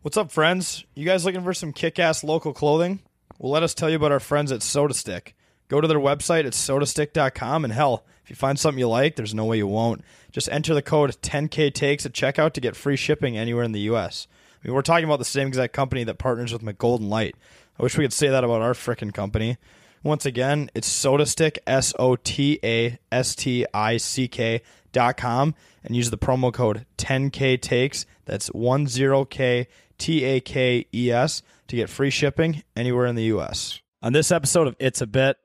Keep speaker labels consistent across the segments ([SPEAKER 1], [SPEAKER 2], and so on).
[SPEAKER 1] What's up, friends? You guys looking for some kick ass local clothing? Well, let us tell you about our friends at Soda Stick. Go to their website at sodastick.com, and hell, if you find something you like, there's no way you won't. Just enter the code 10KTakes at checkout to get free shipping anywhere in the U.S. I mean, we're talking about the same exact company that partners with McGolden Light. I wish we could say that about our frickin' company. Once again, it's SodaStick, S O T A S T I C K dot com, and use the promo code 10K Takes. That's 10K T A K E S to get free shipping anywhere in the U.S. On this episode of It's a Bit,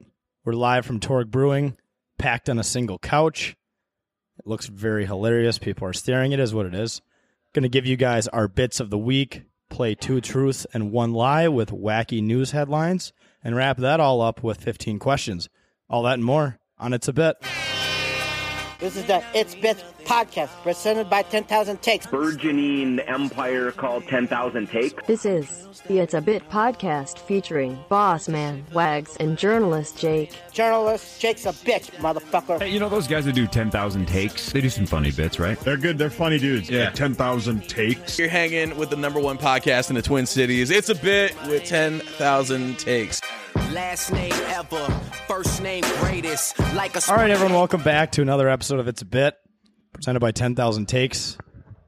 [SPEAKER 1] we're live from Torg Brewing, packed on a single couch. It looks very hilarious. People are staring. It is what it is. Going to give you guys our bits of the week, play two truths and one lie with wacky news headlines, and wrap that all up with 15 questions. All that and more on It's a Bit.
[SPEAKER 2] This is the It's Bits podcast presented by 10,000 Takes.
[SPEAKER 3] burgeoning empire called 10,000 Takes.
[SPEAKER 4] This is the It's a Bit podcast featuring Boss Man, Wags, and journalist Jake.
[SPEAKER 2] Journalist Jake's a bitch, motherfucker.
[SPEAKER 5] Hey, you know those guys that do 10,000 takes? They do some funny bits, right?
[SPEAKER 6] They're good. They're funny dudes. Yeah. 10,000 takes.
[SPEAKER 7] You're hanging with the number one podcast in the Twin Cities. It's a bit with 10,000 takes.
[SPEAKER 8] Last name ever, first name greatest. Like a
[SPEAKER 1] All right, everyone, welcome back to another episode of It's a Bit, presented by 10,000 Takes.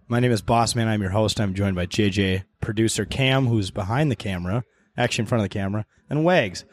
[SPEAKER 1] My name is Bossman. I'm your host. I'm joined by JJ, producer Cam, who's behind the camera, actually in front of the camera, and Wags.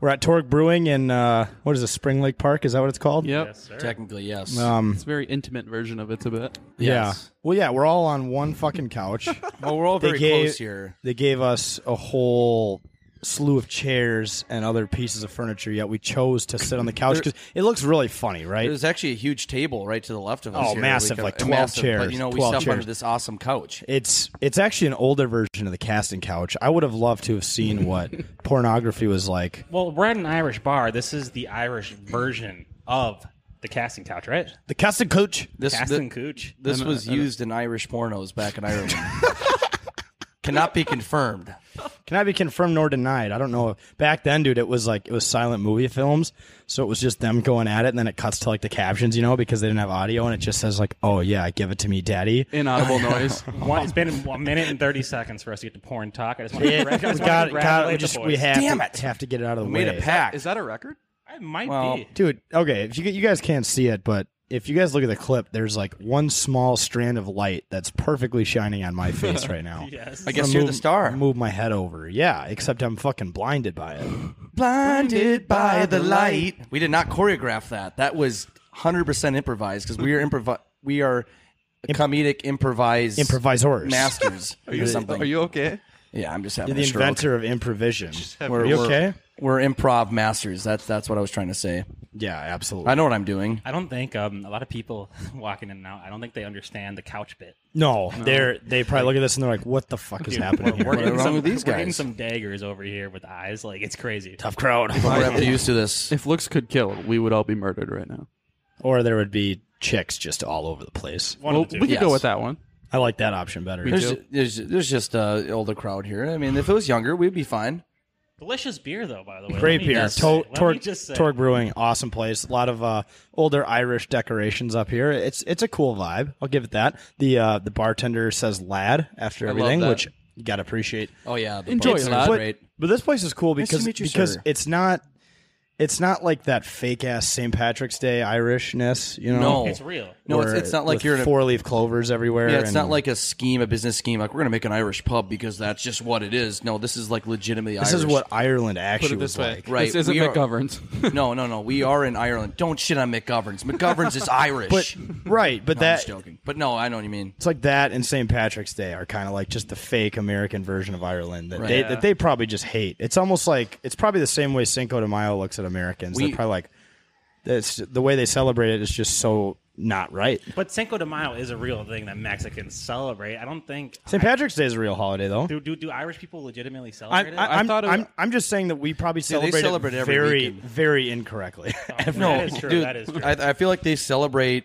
[SPEAKER 1] We're at Torque Brewing in, uh, what is it, Spring Lake Park? Is that what it's called?
[SPEAKER 9] Yep.
[SPEAKER 8] Technically, yes.
[SPEAKER 1] Um,
[SPEAKER 9] It's a very intimate version of it's a bit.
[SPEAKER 1] Yeah. Well, yeah, we're all on one fucking couch.
[SPEAKER 7] Well, we're all
[SPEAKER 1] They
[SPEAKER 7] very
[SPEAKER 1] gave-
[SPEAKER 7] close here.
[SPEAKER 1] They gave us a whole slew of chairs and other pieces of furniture, yet we chose to sit on the couch because it looks really funny, right?
[SPEAKER 7] There's actually a huge table right to the left of us.
[SPEAKER 1] Oh,
[SPEAKER 7] here.
[SPEAKER 1] massive,
[SPEAKER 7] We
[SPEAKER 1] like
[SPEAKER 7] uh,
[SPEAKER 1] 12
[SPEAKER 7] But,
[SPEAKER 1] chairs,
[SPEAKER 7] you know, we
[SPEAKER 1] 12
[SPEAKER 7] slept
[SPEAKER 1] chairs.
[SPEAKER 7] under this awesome couch.
[SPEAKER 1] It's it's actually an older version of the casting couch. I would have loved to have seen what pornography was like.
[SPEAKER 10] Well, we're at an Irish bar. This is the Irish version of the casting couch, right?
[SPEAKER 1] The casting couch.
[SPEAKER 7] This,
[SPEAKER 10] casting
[SPEAKER 7] thi-
[SPEAKER 10] couch.
[SPEAKER 7] this was used in Irish pornos back in Ireland. Cannot be confirmed.
[SPEAKER 1] Cannot be confirmed nor denied. I don't know. Back then, dude, it was like it was silent movie films, so it was just them going at it, and then it cuts to like the captions, you know, because they didn't have audio, and it just says like, "Oh yeah, give it to me, daddy."
[SPEAKER 9] Inaudible noise.
[SPEAKER 10] One, it's been one minute and thirty seconds for us to get to porn talk. I just want to,
[SPEAKER 1] It,
[SPEAKER 10] I just
[SPEAKER 1] we
[SPEAKER 10] wanted to
[SPEAKER 1] got, got,
[SPEAKER 10] congratulate
[SPEAKER 1] we
[SPEAKER 10] the
[SPEAKER 1] just we
[SPEAKER 10] boys.
[SPEAKER 1] have
[SPEAKER 7] Damn
[SPEAKER 1] to,
[SPEAKER 7] it.
[SPEAKER 1] have to get it out of the
[SPEAKER 7] Made
[SPEAKER 1] way.
[SPEAKER 7] a pact.
[SPEAKER 9] Is that a record?
[SPEAKER 10] I might
[SPEAKER 7] Well,
[SPEAKER 10] be.
[SPEAKER 1] dude okay if you you guys can't see it but if you guys look at the clip there's like one small strand of light that's perfectly shining on my face right now
[SPEAKER 10] Yes.
[SPEAKER 7] I guess you're
[SPEAKER 1] move,
[SPEAKER 7] the star.
[SPEAKER 1] move my head over yeah except i'm fucking blinded by it
[SPEAKER 7] Blinded by the light. We did not choreograph that. That was 100% improvised because we are improv. We are comedic improvise
[SPEAKER 1] improvisors
[SPEAKER 7] masters or something.
[SPEAKER 9] Are you okay?
[SPEAKER 7] yeah, I'm just having
[SPEAKER 1] you're the
[SPEAKER 7] a stroke.
[SPEAKER 1] inventor of improvision
[SPEAKER 7] We're,
[SPEAKER 1] Are you
[SPEAKER 7] we're-
[SPEAKER 1] okay
[SPEAKER 7] We're, improv masters. That's that's what I was trying to say.
[SPEAKER 1] yeah absolutely
[SPEAKER 7] I know what I'm doing.
[SPEAKER 10] I don't think um, a lot of people walking in and out. I don't think they understand the couch bit.
[SPEAKER 1] no, they're they probably look at this and they're like what the fuck is happening here
[SPEAKER 10] We're getting
[SPEAKER 7] wrong
[SPEAKER 10] some,
[SPEAKER 7] with these
[SPEAKER 10] we're getting
[SPEAKER 7] guys?
[SPEAKER 10] some daggers over here with eyes. Like it's crazy.
[SPEAKER 1] tough crowd
[SPEAKER 7] We're have to used to this.
[SPEAKER 9] If looks could kill, we would all be murdered right now.
[SPEAKER 1] or there would be chicks just all over the place
[SPEAKER 10] One
[SPEAKER 9] well,
[SPEAKER 10] of the
[SPEAKER 9] we
[SPEAKER 10] two.
[SPEAKER 9] could go
[SPEAKER 7] Yes.
[SPEAKER 9] with that one.
[SPEAKER 1] i like that option better
[SPEAKER 9] Me
[SPEAKER 7] There's, there's there's just a older crowd here. I mean, if it was younger, we'd be fine.
[SPEAKER 10] Delicious beer, though. By the way,
[SPEAKER 1] Great
[SPEAKER 10] Let me
[SPEAKER 1] beer.
[SPEAKER 10] just
[SPEAKER 1] To-
[SPEAKER 10] say- let me
[SPEAKER 1] Torg,
[SPEAKER 10] just say.
[SPEAKER 1] Torg Brewing, awesome place. A lot of uh, older Irish decorations up here. It's it's a cool vibe. I'll give it that. The uh, the bartender says lad after
[SPEAKER 7] love
[SPEAKER 1] everything,
[SPEAKER 7] that.
[SPEAKER 1] which you gotta appreciate.
[SPEAKER 7] Oh yeah, the
[SPEAKER 9] Enjoy,
[SPEAKER 7] boats are
[SPEAKER 9] lad.
[SPEAKER 1] but,
[SPEAKER 7] great.
[SPEAKER 1] but this place is cool
[SPEAKER 7] Nice to
[SPEAKER 1] because
[SPEAKER 7] meet you,
[SPEAKER 1] because
[SPEAKER 7] sir.
[SPEAKER 1] it's not it's not like that fake ass St. Patrick's Day Irishness, you know.
[SPEAKER 7] No.
[SPEAKER 10] It's real.
[SPEAKER 7] No, it's,
[SPEAKER 1] where
[SPEAKER 7] it's not like
[SPEAKER 1] with
[SPEAKER 7] you're in a,
[SPEAKER 1] four leaf clovers everywhere.
[SPEAKER 7] yeah. It's
[SPEAKER 1] and
[SPEAKER 7] not like a scheme, a business scheme. Like we're gonna make an Irish pub because that's just what it is. No, this is like legitimately.
[SPEAKER 1] this
[SPEAKER 7] Irish.
[SPEAKER 1] is what Ireland actually
[SPEAKER 9] Put it this
[SPEAKER 1] was
[SPEAKER 9] way.
[SPEAKER 1] like.
[SPEAKER 7] Right,
[SPEAKER 9] This isn't
[SPEAKER 7] we are-
[SPEAKER 9] McGovern's.
[SPEAKER 7] No, no, no. We are in Ireland. Don't shit on McGovern's. McGovern's is Irish.
[SPEAKER 1] But right, but
[SPEAKER 7] no, I'm
[SPEAKER 1] that
[SPEAKER 7] just joking. But no, I know what you mean.
[SPEAKER 1] It's like that and St. Patrick's Day are kind of like just the fake American version of Ireland that they
[SPEAKER 7] Right.
[SPEAKER 1] that they probably just hate. It's almost like it's probably the same way Cinco de Mayo looks at Americans.
[SPEAKER 7] We-
[SPEAKER 1] They're probably like it's the way they celebrate it is just so not right.
[SPEAKER 10] But Cinco de Mayo is a real thing that Mexicans celebrate. I don't think um,
[SPEAKER 1] St. Patrick's Day is a real holiday, though.
[SPEAKER 10] do do, do Irish people legitimately
[SPEAKER 1] I,
[SPEAKER 7] Ah,
[SPEAKER 10] celebrate it?
[SPEAKER 1] I, am I'm, I'm just saying that we probably
[SPEAKER 7] Dude, they
[SPEAKER 1] celebrate,
[SPEAKER 7] celebrate
[SPEAKER 1] it
[SPEAKER 7] every
[SPEAKER 1] very,
[SPEAKER 7] weekend.
[SPEAKER 1] very incorrectly. Every-
[SPEAKER 10] No, That is true, that is true.
[SPEAKER 7] I, I feel like they celebrate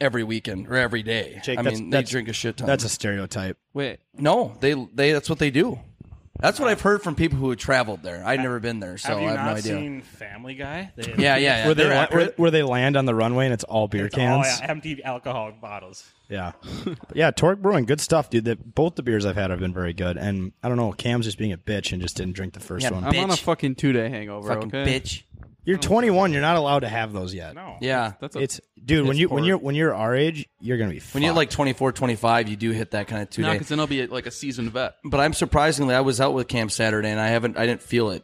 [SPEAKER 7] every weekend or every day.
[SPEAKER 1] Jake,
[SPEAKER 7] I
[SPEAKER 1] that's-
[SPEAKER 7] mean, they
[SPEAKER 1] that's-
[SPEAKER 7] drink a shit ton.
[SPEAKER 1] That's a stereotype.
[SPEAKER 9] Wait,
[SPEAKER 7] no, they they that's what they do. That's what I've heard from people who have traveled there. I've never been there, so
[SPEAKER 10] have you
[SPEAKER 7] I have
[SPEAKER 10] not
[SPEAKER 7] no idea.
[SPEAKER 10] seen Family Guy? They-
[SPEAKER 7] yeah, yeah, yeah.
[SPEAKER 1] Where they
[SPEAKER 7] they're
[SPEAKER 1] la- where,
[SPEAKER 7] accurate.
[SPEAKER 1] where they land on the runway and it's all beer
[SPEAKER 10] It's all
[SPEAKER 1] cans.
[SPEAKER 10] empty alcoholic bottles.
[SPEAKER 1] Yeah. But yeah, Torque Brewing, good stuff, dude. That both the beers I've had have been very good. And I don't know, Cam's just being a bitch and just didn't drink the first
[SPEAKER 7] Yeah,
[SPEAKER 1] one.
[SPEAKER 9] I'm on a
[SPEAKER 7] Bitch.
[SPEAKER 9] fucking two day hangover.
[SPEAKER 7] Fucking
[SPEAKER 9] okay?
[SPEAKER 7] bitch.
[SPEAKER 1] You're 21, you're not allowed to have those yet.
[SPEAKER 10] No.
[SPEAKER 7] Yeah.
[SPEAKER 9] That's a,
[SPEAKER 1] It's dude, when
[SPEAKER 9] It's
[SPEAKER 1] you when
[SPEAKER 9] pork.
[SPEAKER 1] you're when you're our age, you're going to be
[SPEAKER 7] When you're like 24, 25, you do hit that kind of two
[SPEAKER 9] no,
[SPEAKER 7] day.
[SPEAKER 9] because then I'll be like a seasoned vet.
[SPEAKER 7] But I'm surprisingly, I was out with Cam Saturday and I haven't, I didn't feel it.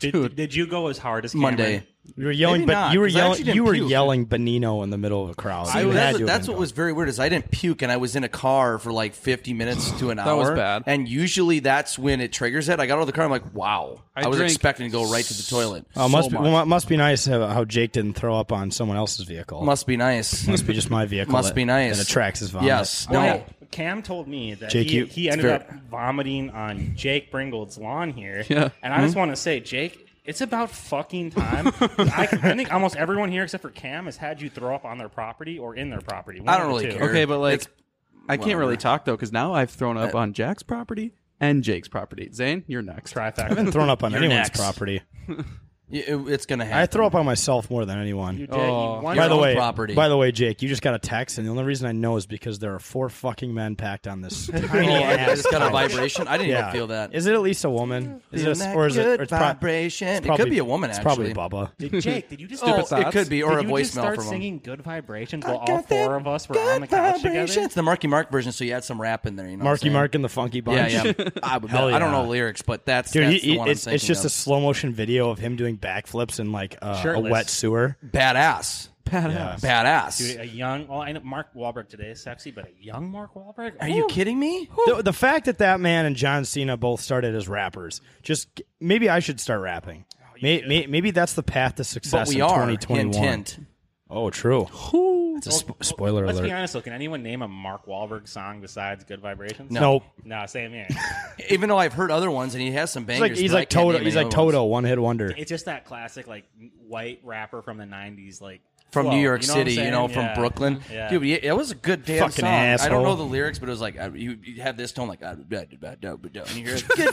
[SPEAKER 10] Did, did you go as hard as Cameron?
[SPEAKER 7] Monday.
[SPEAKER 1] you were yelling but
[SPEAKER 7] Maybe not,
[SPEAKER 1] you were
[SPEAKER 7] 'cause I
[SPEAKER 1] yelling
[SPEAKER 7] actually didn't
[SPEAKER 1] you were
[SPEAKER 7] puke.
[SPEAKER 1] yelling Benino in the middle of a crowd.
[SPEAKER 7] See,
[SPEAKER 1] You had to
[SPEAKER 7] that's
[SPEAKER 1] have
[SPEAKER 7] that's
[SPEAKER 1] been
[SPEAKER 7] what was very weird is I didn't puke and I was in a car for like 50 minutes to an
[SPEAKER 9] was
[SPEAKER 7] hour.
[SPEAKER 9] bad.
[SPEAKER 7] And usually that's when it triggers it. I got out of the car. I'm like, wow. I,
[SPEAKER 9] I
[SPEAKER 7] was
[SPEAKER 9] drank
[SPEAKER 7] expecting to go right to the toilet.
[SPEAKER 1] Oh, must be,
[SPEAKER 9] much.
[SPEAKER 1] well, it must be nice how, how Jake didn't throw up on someone else's vehicle.
[SPEAKER 7] Must be nice.
[SPEAKER 1] Must be just my vehicle.
[SPEAKER 7] Must
[SPEAKER 1] that-
[SPEAKER 7] be nice.
[SPEAKER 1] That attracts his vomit.
[SPEAKER 7] Yes. No.
[SPEAKER 10] Well, Cam told me that
[SPEAKER 1] Jake,
[SPEAKER 10] he,
[SPEAKER 1] you-
[SPEAKER 10] he
[SPEAKER 1] it's
[SPEAKER 10] ended
[SPEAKER 7] very-
[SPEAKER 10] up vomiting on Jake Bringold's lawn here.
[SPEAKER 9] Yeah.
[SPEAKER 10] And I
[SPEAKER 7] Hmm?
[SPEAKER 10] just want to say, Jake, it's about fucking time. I, I think almost everyone here except for Cam has had you throw up on their property or in their property. One
[SPEAKER 7] I don't
[SPEAKER 10] of the
[SPEAKER 7] really
[SPEAKER 10] two.
[SPEAKER 7] care.
[SPEAKER 9] Okay, but like,
[SPEAKER 7] It's-
[SPEAKER 9] I can't really talk though because now I've thrown
[SPEAKER 7] Uh,
[SPEAKER 9] up on Jack's property and Jake's property. Zane, you're next.
[SPEAKER 10] Trifecta.
[SPEAKER 1] Thrown up on anyone's
[SPEAKER 7] next.
[SPEAKER 1] property.
[SPEAKER 7] It- it's going to happen.
[SPEAKER 1] I throw up on myself more than anyone.
[SPEAKER 9] Oh.
[SPEAKER 10] You did. you won.
[SPEAKER 1] By the
[SPEAKER 7] own
[SPEAKER 1] way,
[SPEAKER 7] property.
[SPEAKER 1] by the way, Jake, you just got a text, and the only reason I know is because there are four fucking men packed on this. tiny
[SPEAKER 7] Oh, I,
[SPEAKER 1] ass
[SPEAKER 7] I just got a
[SPEAKER 1] couch.
[SPEAKER 7] vibration. I didn't even feel that.
[SPEAKER 1] Is it at least a woman? Is
[SPEAKER 7] Feeling
[SPEAKER 1] it,
[SPEAKER 7] that
[SPEAKER 1] or is it?
[SPEAKER 7] good
[SPEAKER 1] Or it's prob-
[SPEAKER 7] vibration.
[SPEAKER 1] it's
[SPEAKER 7] It could be a woman,
[SPEAKER 1] It's
[SPEAKER 7] actually.
[SPEAKER 1] probably Bubba.
[SPEAKER 10] Did- Jake, did you just
[SPEAKER 7] Oh,
[SPEAKER 9] thoughts.
[SPEAKER 7] it could be, or
[SPEAKER 10] did
[SPEAKER 7] a
[SPEAKER 10] you just
[SPEAKER 7] voicemail
[SPEAKER 10] start
[SPEAKER 7] from him.
[SPEAKER 10] singing "Good Vibrations" while all four of us were on the couch together?
[SPEAKER 7] It's the Marky Mark version, so you had some rap in there. You know, what I'm
[SPEAKER 1] Marky
[SPEAKER 7] saying?
[SPEAKER 1] Mark and the Funky
[SPEAKER 7] Yeah,
[SPEAKER 1] Bunch.
[SPEAKER 7] yeah. I, would-
[SPEAKER 1] Hell
[SPEAKER 7] I don't
[SPEAKER 1] yeah.
[SPEAKER 7] know lyrics, but that's,
[SPEAKER 1] Dude,
[SPEAKER 7] that's
[SPEAKER 1] he-
[SPEAKER 7] the
[SPEAKER 1] he-
[SPEAKER 7] one
[SPEAKER 1] it's,
[SPEAKER 7] I'm thinking
[SPEAKER 1] it's just a
[SPEAKER 7] of.
[SPEAKER 1] slow motion video of him doing backflips in like uh, a
[SPEAKER 10] Shirtless.
[SPEAKER 1] wet sewer.
[SPEAKER 7] badass,
[SPEAKER 9] Badass.
[SPEAKER 7] badass.
[SPEAKER 10] Dude, a young. Well, I know Mark Wahlberg today is sexy, but a young Mark Wahlberg.
[SPEAKER 7] Are you
[SPEAKER 10] Ooh.
[SPEAKER 7] kidding me?
[SPEAKER 1] The, the fact that that man and John Cena both started as rappers, just maybe I should start rapping. May, may, maybe that's the path to
[SPEAKER 7] Oh, But
[SPEAKER 1] success
[SPEAKER 7] we
[SPEAKER 1] in
[SPEAKER 7] are. Hint,
[SPEAKER 1] 2021.
[SPEAKER 7] hint.
[SPEAKER 1] Oh, true. That's a sp- spoiler
[SPEAKER 10] Let's
[SPEAKER 1] alert.
[SPEAKER 10] be honest though. Can anyone name a Mark Wahlberg song besides "Good Vibrations"?
[SPEAKER 1] No. Nope.
[SPEAKER 10] no, same here.
[SPEAKER 7] Even though I've heard other ones, and he has some
[SPEAKER 1] He's
[SPEAKER 7] bangers.
[SPEAKER 1] like he's
[SPEAKER 7] but I
[SPEAKER 1] like
[SPEAKER 7] can't
[SPEAKER 1] Toto.
[SPEAKER 7] name
[SPEAKER 1] He's
[SPEAKER 7] any
[SPEAKER 1] like
[SPEAKER 7] other ones.
[SPEAKER 1] Toto, one hit wonder.
[SPEAKER 10] it's just that classic like white rapper from the '90s, like
[SPEAKER 7] from
[SPEAKER 10] flow,
[SPEAKER 7] New York
[SPEAKER 10] you know what I'm
[SPEAKER 7] City, you
[SPEAKER 10] saying?
[SPEAKER 7] know, from
[SPEAKER 10] Yeah.
[SPEAKER 7] Brooklyn.
[SPEAKER 10] Yeah.
[SPEAKER 7] Dude, yeah, it was a good damn
[SPEAKER 1] Fucking
[SPEAKER 7] song. I
[SPEAKER 1] asshole.
[SPEAKER 7] don't know the lyrics, but it was like I, you, you have this tone like "Ah, I, I, I, I, and you hear good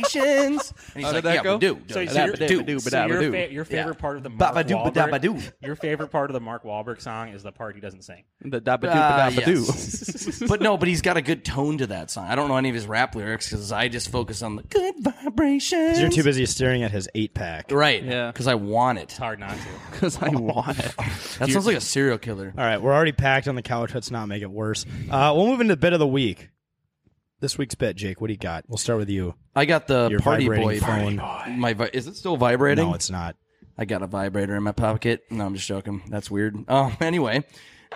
[SPEAKER 7] vibrations.
[SPEAKER 10] Oh,
[SPEAKER 7] And he's
[SPEAKER 9] How
[SPEAKER 7] like,
[SPEAKER 9] did that
[SPEAKER 7] yeah,
[SPEAKER 9] go?
[SPEAKER 7] do,
[SPEAKER 10] So,
[SPEAKER 7] do,
[SPEAKER 10] so
[SPEAKER 7] do,
[SPEAKER 10] your,
[SPEAKER 7] do,
[SPEAKER 9] ba-do,
[SPEAKER 10] so
[SPEAKER 9] ba-da,
[SPEAKER 10] your,
[SPEAKER 9] ba-do.
[SPEAKER 10] fa- your
[SPEAKER 7] Yeah.
[SPEAKER 10] favorite part of the Mark
[SPEAKER 7] Ba-ba-do,
[SPEAKER 10] Wahlberg,
[SPEAKER 7] ba-da-ba-do.
[SPEAKER 10] your favorite part of the Mark Wahlberg song is the part he doesn't sing.
[SPEAKER 9] The dabba doo
[SPEAKER 7] Ah,
[SPEAKER 9] dabba doo.
[SPEAKER 7] yes. but no, but he's got a good tone to that song. I don't know any of his rap lyrics because I just focus on the good vibrations.
[SPEAKER 1] You're too busy staring at his eight pack.
[SPEAKER 7] Right.
[SPEAKER 9] Yeah.
[SPEAKER 7] Because I want it.
[SPEAKER 10] It's hard not to.
[SPEAKER 9] Because I want it.
[SPEAKER 7] That sounds like a serial killer.
[SPEAKER 1] All right, we're already packed on the couch. Let's not make it worse. Uh, we'll move into the bit of the week. This week's bet, Jake. What do you got? We'll start with you.
[SPEAKER 7] I got the
[SPEAKER 1] Your
[SPEAKER 7] party
[SPEAKER 1] vibrating
[SPEAKER 7] boy
[SPEAKER 1] phone.
[SPEAKER 7] phone. My vi- is it still vibrating?
[SPEAKER 1] No, it's not.
[SPEAKER 7] I got a vibrator in my pocket. No, I'm just joking. That's weird. Um, anyway,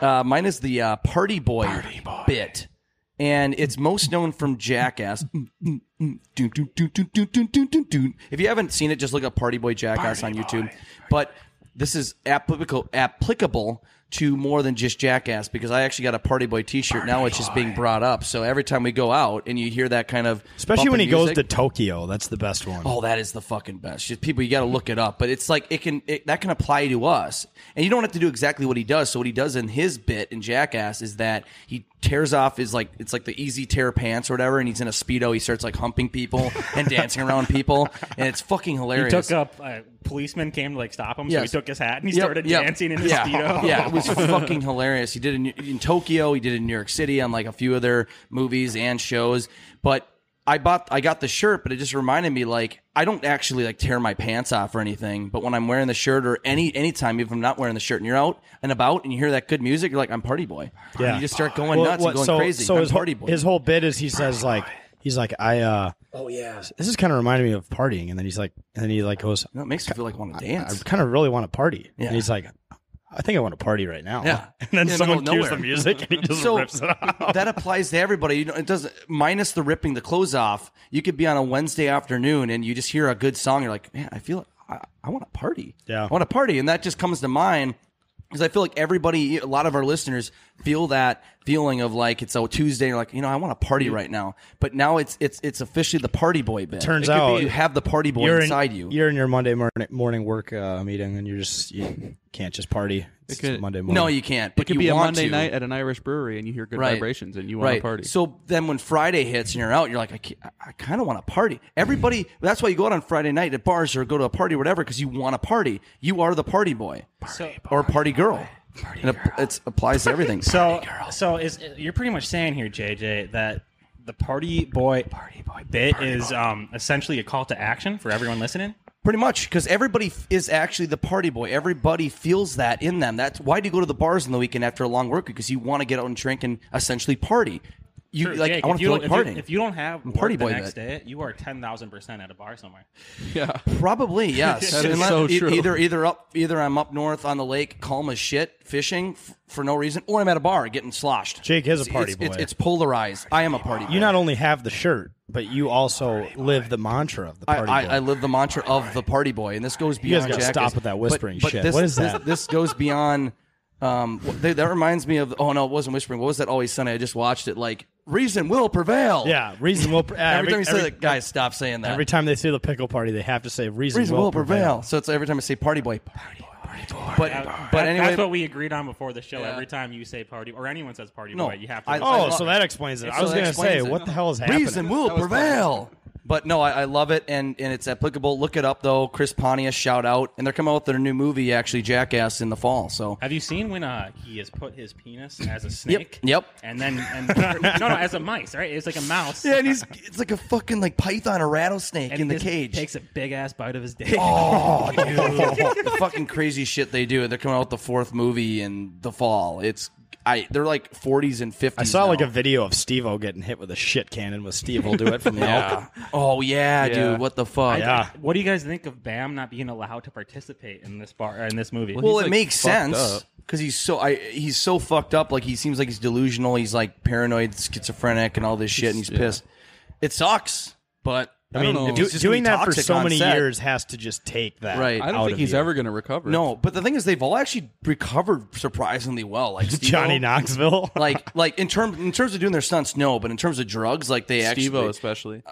[SPEAKER 7] uh, mine is the uh, party, boy bit, and it's most known from Jackass. Mm, mm, mm. Doo, doo, doo, doo, doo, doo, doo, doo, doo. If you haven't seen it, just look up Party Boy Jackass on YouTube. But this is applicable applicable to more than just Jackass because I actually got a Party Boy T-shirt now, which is being brought up. So every time we go out and you hear that kind of
[SPEAKER 1] Especially when he
[SPEAKER 7] bumping
[SPEAKER 1] goes
[SPEAKER 7] music-
[SPEAKER 1] to Tokyo. That's the best one.
[SPEAKER 7] Oh, that is the fucking best. Just people, you got to look it up. But it's like it can it, that can apply to us, and you don't have to do exactly what he does. So what he does in his bit in Jackass is that he tears off his like it's like the easy tear pants or whatever, and he's in a speedo. He starts like humping people and dancing around people, and it's fucking
[SPEAKER 10] He
[SPEAKER 7] hilarious.
[SPEAKER 10] took up. A Uh, policeman came to like stop him, so
[SPEAKER 7] Yes.
[SPEAKER 10] he took his hat and he
[SPEAKER 7] Yep,
[SPEAKER 10] started
[SPEAKER 7] yep.
[SPEAKER 10] dancing in his
[SPEAKER 7] yeah.
[SPEAKER 10] speedo.
[SPEAKER 7] Yeah, it was fucking hilarious. He did it in, in Tokyo. He did it in New York City on like a few other movies and shows. But I bought, I got the shirt, but it just reminded me like I don't actually like tear my pants off or anything. But when I'm wearing the shirt or any anytime, if I'm not wearing the shirt and you're out and about and you hear that good music, you're like I'm party boy.
[SPEAKER 1] Yeah.
[SPEAKER 7] you just start going
[SPEAKER 1] Well,
[SPEAKER 7] nuts
[SPEAKER 1] what-
[SPEAKER 7] and going
[SPEAKER 1] so,
[SPEAKER 7] crazy.
[SPEAKER 1] So
[SPEAKER 7] I'm
[SPEAKER 1] his, whole-
[SPEAKER 7] party boy.
[SPEAKER 1] his whole bit is he says like he's like I uh oh yeah this is kind of reminding me of partying and then he's like and then he like goes
[SPEAKER 7] You know, it makes me feel like I want to
[SPEAKER 1] I
[SPEAKER 7] dance.
[SPEAKER 1] kind of really want to party
[SPEAKER 7] Yeah.
[SPEAKER 1] and he's like I think I want to party right now
[SPEAKER 7] Yeah.
[SPEAKER 1] and then
[SPEAKER 7] In the
[SPEAKER 1] someone
[SPEAKER 7] middle of
[SPEAKER 1] cues the
[SPEAKER 7] nowhere.
[SPEAKER 1] music and he just
[SPEAKER 7] So-
[SPEAKER 1] rips it out
[SPEAKER 7] that applies to everybody. You know, it doesn't minus the ripping the clothes off. You could be on a Wednesday afternoon and you just hear a good song. You're like, man, I feel I, I want to party.
[SPEAKER 1] Yeah.
[SPEAKER 7] I want to party, and that just comes to mind. because I feel like everybody, a lot of our listeners feel that feeling of like it's a Tuesday, you're like you know I want to party right now, but now it's it's it's officially the party boy bit.
[SPEAKER 1] Turns
[SPEAKER 7] It could be
[SPEAKER 1] out
[SPEAKER 7] you have the party boy
[SPEAKER 1] you're in-
[SPEAKER 7] inside you.
[SPEAKER 1] You're in your Monday morning, morning work uh, meeting, and you're just you can't just party. It's
[SPEAKER 9] could-
[SPEAKER 1] Monday morning.
[SPEAKER 7] No, you can't.
[SPEAKER 9] It
[SPEAKER 7] But
[SPEAKER 9] could
[SPEAKER 7] you
[SPEAKER 9] be a
[SPEAKER 7] want
[SPEAKER 9] Monday
[SPEAKER 7] to.
[SPEAKER 9] night at an Irish brewery, and you hear good vibrations, and you want
[SPEAKER 7] right.
[SPEAKER 9] to party.
[SPEAKER 7] So then, when Friday hits and you're out, you're like, I, ca- I kind of want to party. Everybody, that's why you go out on Friday night at bars or go to a party, or whatever, because you want to party. You are the party boy, or party girl. Party and It applies to everything.
[SPEAKER 10] So, so is you're pretty much saying here, JJ, that the party boy party boy bit is um, essentially a call to action for everyone listening.
[SPEAKER 7] Pretty much, because everybody f- is actually the party boy. Everybody feels that in them. That's why do you go to the bars on the weekend after a long work because you want to get out and drink and essentially party. You
[SPEAKER 10] Sure,
[SPEAKER 7] like
[SPEAKER 10] Jake,
[SPEAKER 7] I want
[SPEAKER 10] if
[SPEAKER 7] to
[SPEAKER 10] you
[SPEAKER 7] feel
[SPEAKER 10] don't-
[SPEAKER 7] like
[SPEAKER 10] if
[SPEAKER 7] partying.
[SPEAKER 10] you- If you don't have
[SPEAKER 7] I'm
[SPEAKER 10] work
[SPEAKER 7] party
[SPEAKER 10] the
[SPEAKER 7] boy
[SPEAKER 10] next
[SPEAKER 7] bit.
[SPEAKER 10] day, you are ten thousand percent at a bar somewhere.
[SPEAKER 9] Yeah.
[SPEAKER 7] Probably yes.
[SPEAKER 10] That is
[SPEAKER 7] Unless-
[SPEAKER 10] so
[SPEAKER 7] e-
[SPEAKER 10] true.
[SPEAKER 7] Either either up either I'm up north on the lake, calm as shit, fishing f- for no reason, or I'm at a bar getting sloshed.
[SPEAKER 1] Jake is a
[SPEAKER 7] It's-
[SPEAKER 1] party
[SPEAKER 7] it's, It's,
[SPEAKER 1] boy.
[SPEAKER 7] it's polarized. I am a party.
[SPEAKER 1] You not only have the shirt, but you also live the mantra of the
[SPEAKER 7] I,
[SPEAKER 1] party
[SPEAKER 7] I,
[SPEAKER 1] boy.
[SPEAKER 7] I live the mantra of the party boy, and this goes
[SPEAKER 1] You guys
[SPEAKER 7] beyond.
[SPEAKER 1] gotta
[SPEAKER 7] Jackass.
[SPEAKER 1] stop with that
[SPEAKER 7] But-
[SPEAKER 1] whispering
[SPEAKER 7] but
[SPEAKER 1] shit.
[SPEAKER 7] this-
[SPEAKER 1] What is
[SPEAKER 7] this-
[SPEAKER 1] that?
[SPEAKER 7] This goes beyond. Um, wh- th- that reminds me of. Oh no, it wasn't whispering. What was that? Always Sunny. I just watched it. Like reason will prevail.
[SPEAKER 1] yeah, reason will. Pre-
[SPEAKER 7] Every, time you say that, guys, stop saying that.
[SPEAKER 1] Every time they say the pickle party, they have to say reason,
[SPEAKER 7] reason will, prevail. So it's every time I say party boy. Party boy. But but
[SPEAKER 10] That-
[SPEAKER 7] anyway,
[SPEAKER 10] that's what we agreed on before the show.
[SPEAKER 7] Yeah.
[SPEAKER 10] Every time you say party or anyone says party
[SPEAKER 7] No,
[SPEAKER 10] boy, you have to.
[SPEAKER 7] I-
[SPEAKER 1] Oh, so that explains it. I
[SPEAKER 7] So
[SPEAKER 1] was
[SPEAKER 7] that
[SPEAKER 1] gonna
[SPEAKER 7] explains
[SPEAKER 1] say,
[SPEAKER 7] it.
[SPEAKER 1] what the hell is happening?
[SPEAKER 7] Reason will prevail. But no, I, I love it, and, and it's applicable. Look it up though. Chris Pontius, shout out, and they're coming out with their new movie, actually Jackass, in the fall. So
[SPEAKER 10] Have you seen when uh, he has put his penis as a snake?
[SPEAKER 7] yep.
[SPEAKER 10] And then and no, no, as a mice, right? It's like a mouse.
[SPEAKER 7] yeah, and he's it's like a fucking like python or rattlesnake
[SPEAKER 10] And
[SPEAKER 7] in
[SPEAKER 10] he
[SPEAKER 7] the
[SPEAKER 10] just
[SPEAKER 7] cage.
[SPEAKER 10] Takes a big ass bite of his dick.
[SPEAKER 7] Oh, dude, the fucking crazy shit they do. They're coming out with the fourth movie in the fall. It's I they're like 40s and 50s.
[SPEAKER 1] I saw
[SPEAKER 7] now.
[SPEAKER 1] like a video of Steve O getting hit with a shit cannon with Steve will do it from
[SPEAKER 7] yeah.
[SPEAKER 1] yeah.
[SPEAKER 7] Oh yeah,
[SPEAKER 1] Yeah.
[SPEAKER 7] dude. What the fuck?
[SPEAKER 10] I- What do you guys think of Bam not being allowed to participate in this bar in this movie?
[SPEAKER 7] Well, it makes sense because he's so I he's so fucked up. Like he seems like he's delusional. He's like paranoid, schizophrenic, and all this shit, and he's
[SPEAKER 1] Yeah.
[SPEAKER 7] pissed. It sucks, but
[SPEAKER 1] I mean,
[SPEAKER 7] don't know.
[SPEAKER 1] do-
[SPEAKER 7] It's just
[SPEAKER 1] doing
[SPEAKER 7] gonna be
[SPEAKER 1] that for
[SPEAKER 7] toxic
[SPEAKER 1] so
[SPEAKER 7] on
[SPEAKER 1] many
[SPEAKER 7] set.
[SPEAKER 1] years has to just take that.
[SPEAKER 7] Right.
[SPEAKER 1] out of you.
[SPEAKER 7] going
[SPEAKER 9] to recover.
[SPEAKER 7] No, but the thing is, they've all actually recovered surprisingly well. Like Steve-O-
[SPEAKER 1] Johnny Knoxville.
[SPEAKER 7] like, like in terms in terms of doing their stunts, no, but in terms of drugs, like they actually, E,
[SPEAKER 9] Steve-O especially.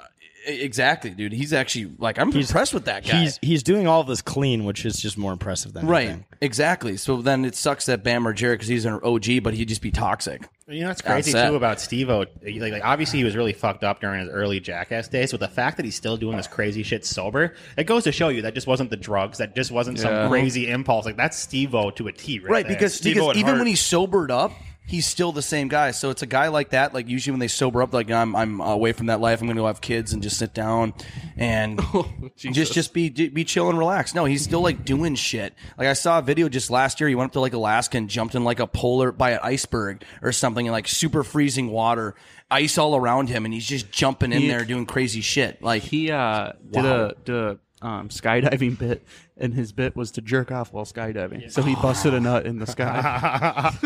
[SPEAKER 7] exactly, dude. He's actually like I'm impressed with that guy.
[SPEAKER 1] He's he's doing all of this clean, which is just more impressive than
[SPEAKER 7] right,
[SPEAKER 1] anything.
[SPEAKER 7] exactly. So then it sucks that Bam or Jerry because he's an OG, but he'd just be toxic.
[SPEAKER 11] You know what's
[SPEAKER 7] on
[SPEAKER 11] crazy
[SPEAKER 7] set.
[SPEAKER 11] too about Steve O? Like, like, obviously he was really fucked up during his early Jackass days, but the fact that he's still doing this crazy shit sober, it goes to show you that just wasn't the drugs, that just wasn't
[SPEAKER 7] Yeah.
[SPEAKER 11] some crazy impulse. Like that's Steve O to a T, right?
[SPEAKER 7] right
[SPEAKER 11] there.
[SPEAKER 7] because, because even when he's sobered up he's still the same guy so it's a guy like that like usually when they sober up like i'm, I'm away from that life i'm gonna go have kids and just sit down and
[SPEAKER 9] Oh,
[SPEAKER 7] just just be be chill and relax no he's still like doing shit like i saw a video just last year he went up to like alaska and jumped in like a polar by an iceberg or something in like super freezing water ice all around him and he's just jumping in
[SPEAKER 9] He-
[SPEAKER 7] there doing crazy shit like
[SPEAKER 9] he uh did a did a um, skydiving bit, and his bit was to jerk off while skydiving. So he busted a nut in the sky.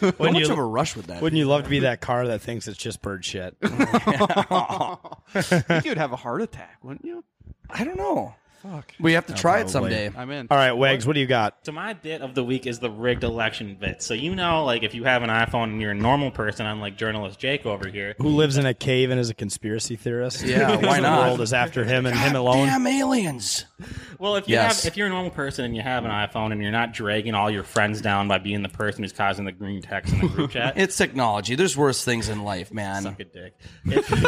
[SPEAKER 1] Wouldn't
[SPEAKER 9] much
[SPEAKER 1] you-
[SPEAKER 9] of a rush would that
[SPEAKER 1] Wouldn't
[SPEAKER 9] be?
[SPEAKER 1] you love to be that car that thinks it's just bird shit?
[SPEAKER 9] I think you'd have a heart attack, wouldn't you?
[SPEAKER 7] I don't know.
[SPEAKER 9] Fuck.
[SPEAKER 7] We have to try it
[SPEAKER 1] Probably.
[SPEAKER 7] someday.
[SPEAKER 9] I'm in.
[SPEAKER 1] All right, Wags, what do you got?
[SPEAKER 10] So my bit of the week is the rigged election bit. So you know, like if you have an iPhone and you're a normal person, I'm like journalist Jake over here.
[SPEAKER 1] Who lives in a cave and is a conspiracy theorist?
[SPEAKER 10] Yeah, why not?
[SPEAKER 1] The world is after him and him alone.
[SPEAKER 7] Damn aliens.
[SPEAKER 10] Well, if you
[SPEAKER 1] Yes.
[SPEAKER 10] have, if you're a normal person and you have an iPhone and you're not dragging all your friends down by being the person who's causing the green text in the group chat,
[SPEAKER 7] It's technology. There's worse things in life, man. Suck
[SPEAKER 10] a dick.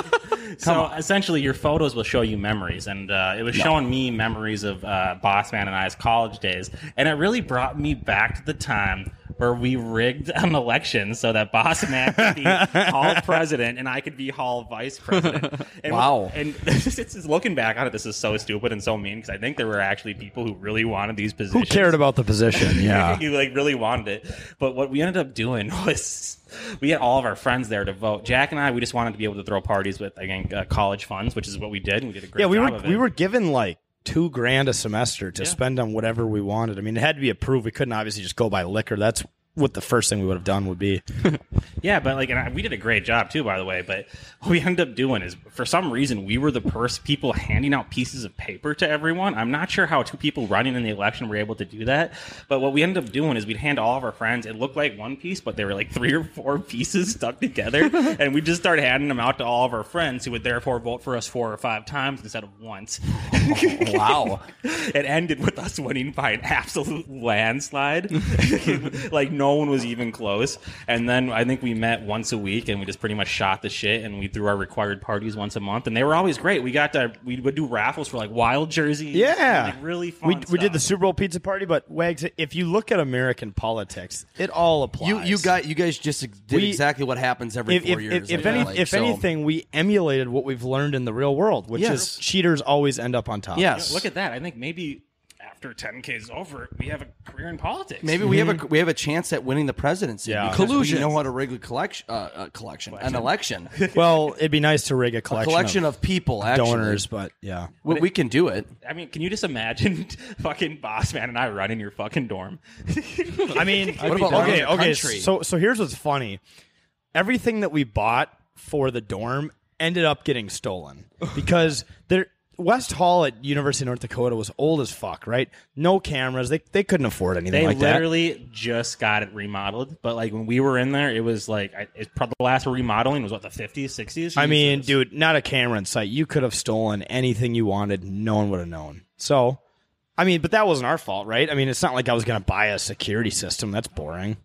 [SPEAKER 10] so essentially, your photos will show you memories, and uh, it was showing me memories of uh, Bossman and I's college days, Um, and it really brought me back to the time where we rigged an election so that Bossman could be Hall president and I could be Hall vice president. And
[SPEAKER 7] Wow.
[SPEAKER 10] And this is looking back on it, this is so stupid and so mean because I think there were actually people who really wanted these
[SPEAKER 1] Who
[SPEAKER 10] positions
[SPEAKER 1] cared about the position? Yeah.
[SPEAKER 10] you like really wanted it. But what we ended up doing was we had all of our friends there to vote. Jack and I, we just wanted to be able to throw parties with I think uh, college funds, which is what we did, and we did a great
[SPEAKER 1] yeah, we
[SPEAKER 10] job
[SPEAKER 1] were
[SPEAKER 10] of it.
[SPEAKER 1] we were given like two grand a semester to spend on whatever we wanted. I mean, it had to be approved. We couldn't obviously just go buy liquor. That's what the first thing we would have done would be.
[SPEAKER 10] Yeah, but like, and I, we did a great job too, by the way. But what we ended up doing is, for some reason, we were the first people handing out pieces of paper to everyone. I'm not sure how two people running in the election were able to do that, but what we ended up doing is we'd hand all of our friends. It looked like one piece, but they were like three or four pieces stuck together, and we just started handing them out to all of our friends, who would therefore vote for us four or five times instead of once.
[SPEAKER 1] Oh,
[SPEAKER 7] wow!
[SPEAKER 10] It ended with us winning by an absolute landslide. like no one was even close. And then I think we met once a week, and we just pretty much shot the shit, and we threw our required parties once a month, and they were always great. We got to we would do raffles for like wild jerseys.
[SPEAKER 1] Yeah,
[SPEAKER 10] and, like, really fun.
[SPEAKER 1] We, we did the Super Bowl pizza party, but Wags, if you look at American politics, it all applies.
[SPEAKER 7] You you guys you guys just ex- did
[SPEAKER 1] We-
[SPEAKER 7] exactly what happens every
[SPEAKER 1] if,
[SPEAKER 7] four
[SPEAKER 1] if,
[SPEAKER 7] years.
[SPEAKER 1] If, if
[SPEAKER 7] I
[SPEAKER 1] any,
[SPEAKER 7] feel like,
[SPEAKER 1] if
[SPEAKER 7] so-
[SPEAKER 1] anything, we emulated what we've learned in the real world, which
[SPEAKER 7] Yes.
[SPEAKER 1] is cheaters always end up on top.
[SPEAKER 10] You know, Oh, look at that. I think maybe after 10K is over, we have a career in politics.
[SPEAKER 7] Maybe we have a we have a chance at winning the presidency.
[SPEAKER 1] Mm-hmm. Yeah.
[SPEAKER 7] because we
[SPEAKER 1] Collusion.
[SPEAKER 7] know how to rig a collection, uh, uh, collection, an election,
[SPEAKER 1] well, it'd be nice to rig a
[SPEAKER 7] a
[SPEAKER 1] collection,
[SPEAKER 7] collection of, people, actually.
[SPEAKER 1] donors, but yeah,
[SPEAKER 7] we, we can do it.
[SPEAKER 10] I mean, can you just imagine fucking boss man and I running your fucking dorm?
[SPEAKER 1] I mean,
[SPEAKER 10] I'd be down with
[SPEAKER 1] okay,
[SPEAKER 10] the
[SPEAKER 1] okay.
[SPEAKER 10] country.
[SPEAKER 1] So, so here's what's funny: everything that we bought for the dorm ended up getting stolen because there. West Hall at University of North Dakota was old as fuck, right? No cameras. They they couldn't afford anything
[SPEAKER 10] They
[SPEAKER 1] like that.
[SPEAKER 10] literally just got it remodeled, but like when we were in there, it was like I, it, probably the last remodeling was what the 50s, 60s.
[SPEAKER 1] I mean, dude, not a camera in sight. You could have stolen anything you wanted. No one would have known. So, I mean, but that wasn't our fault, right? I mean, it's not like I was going to buy a security system. That's boring.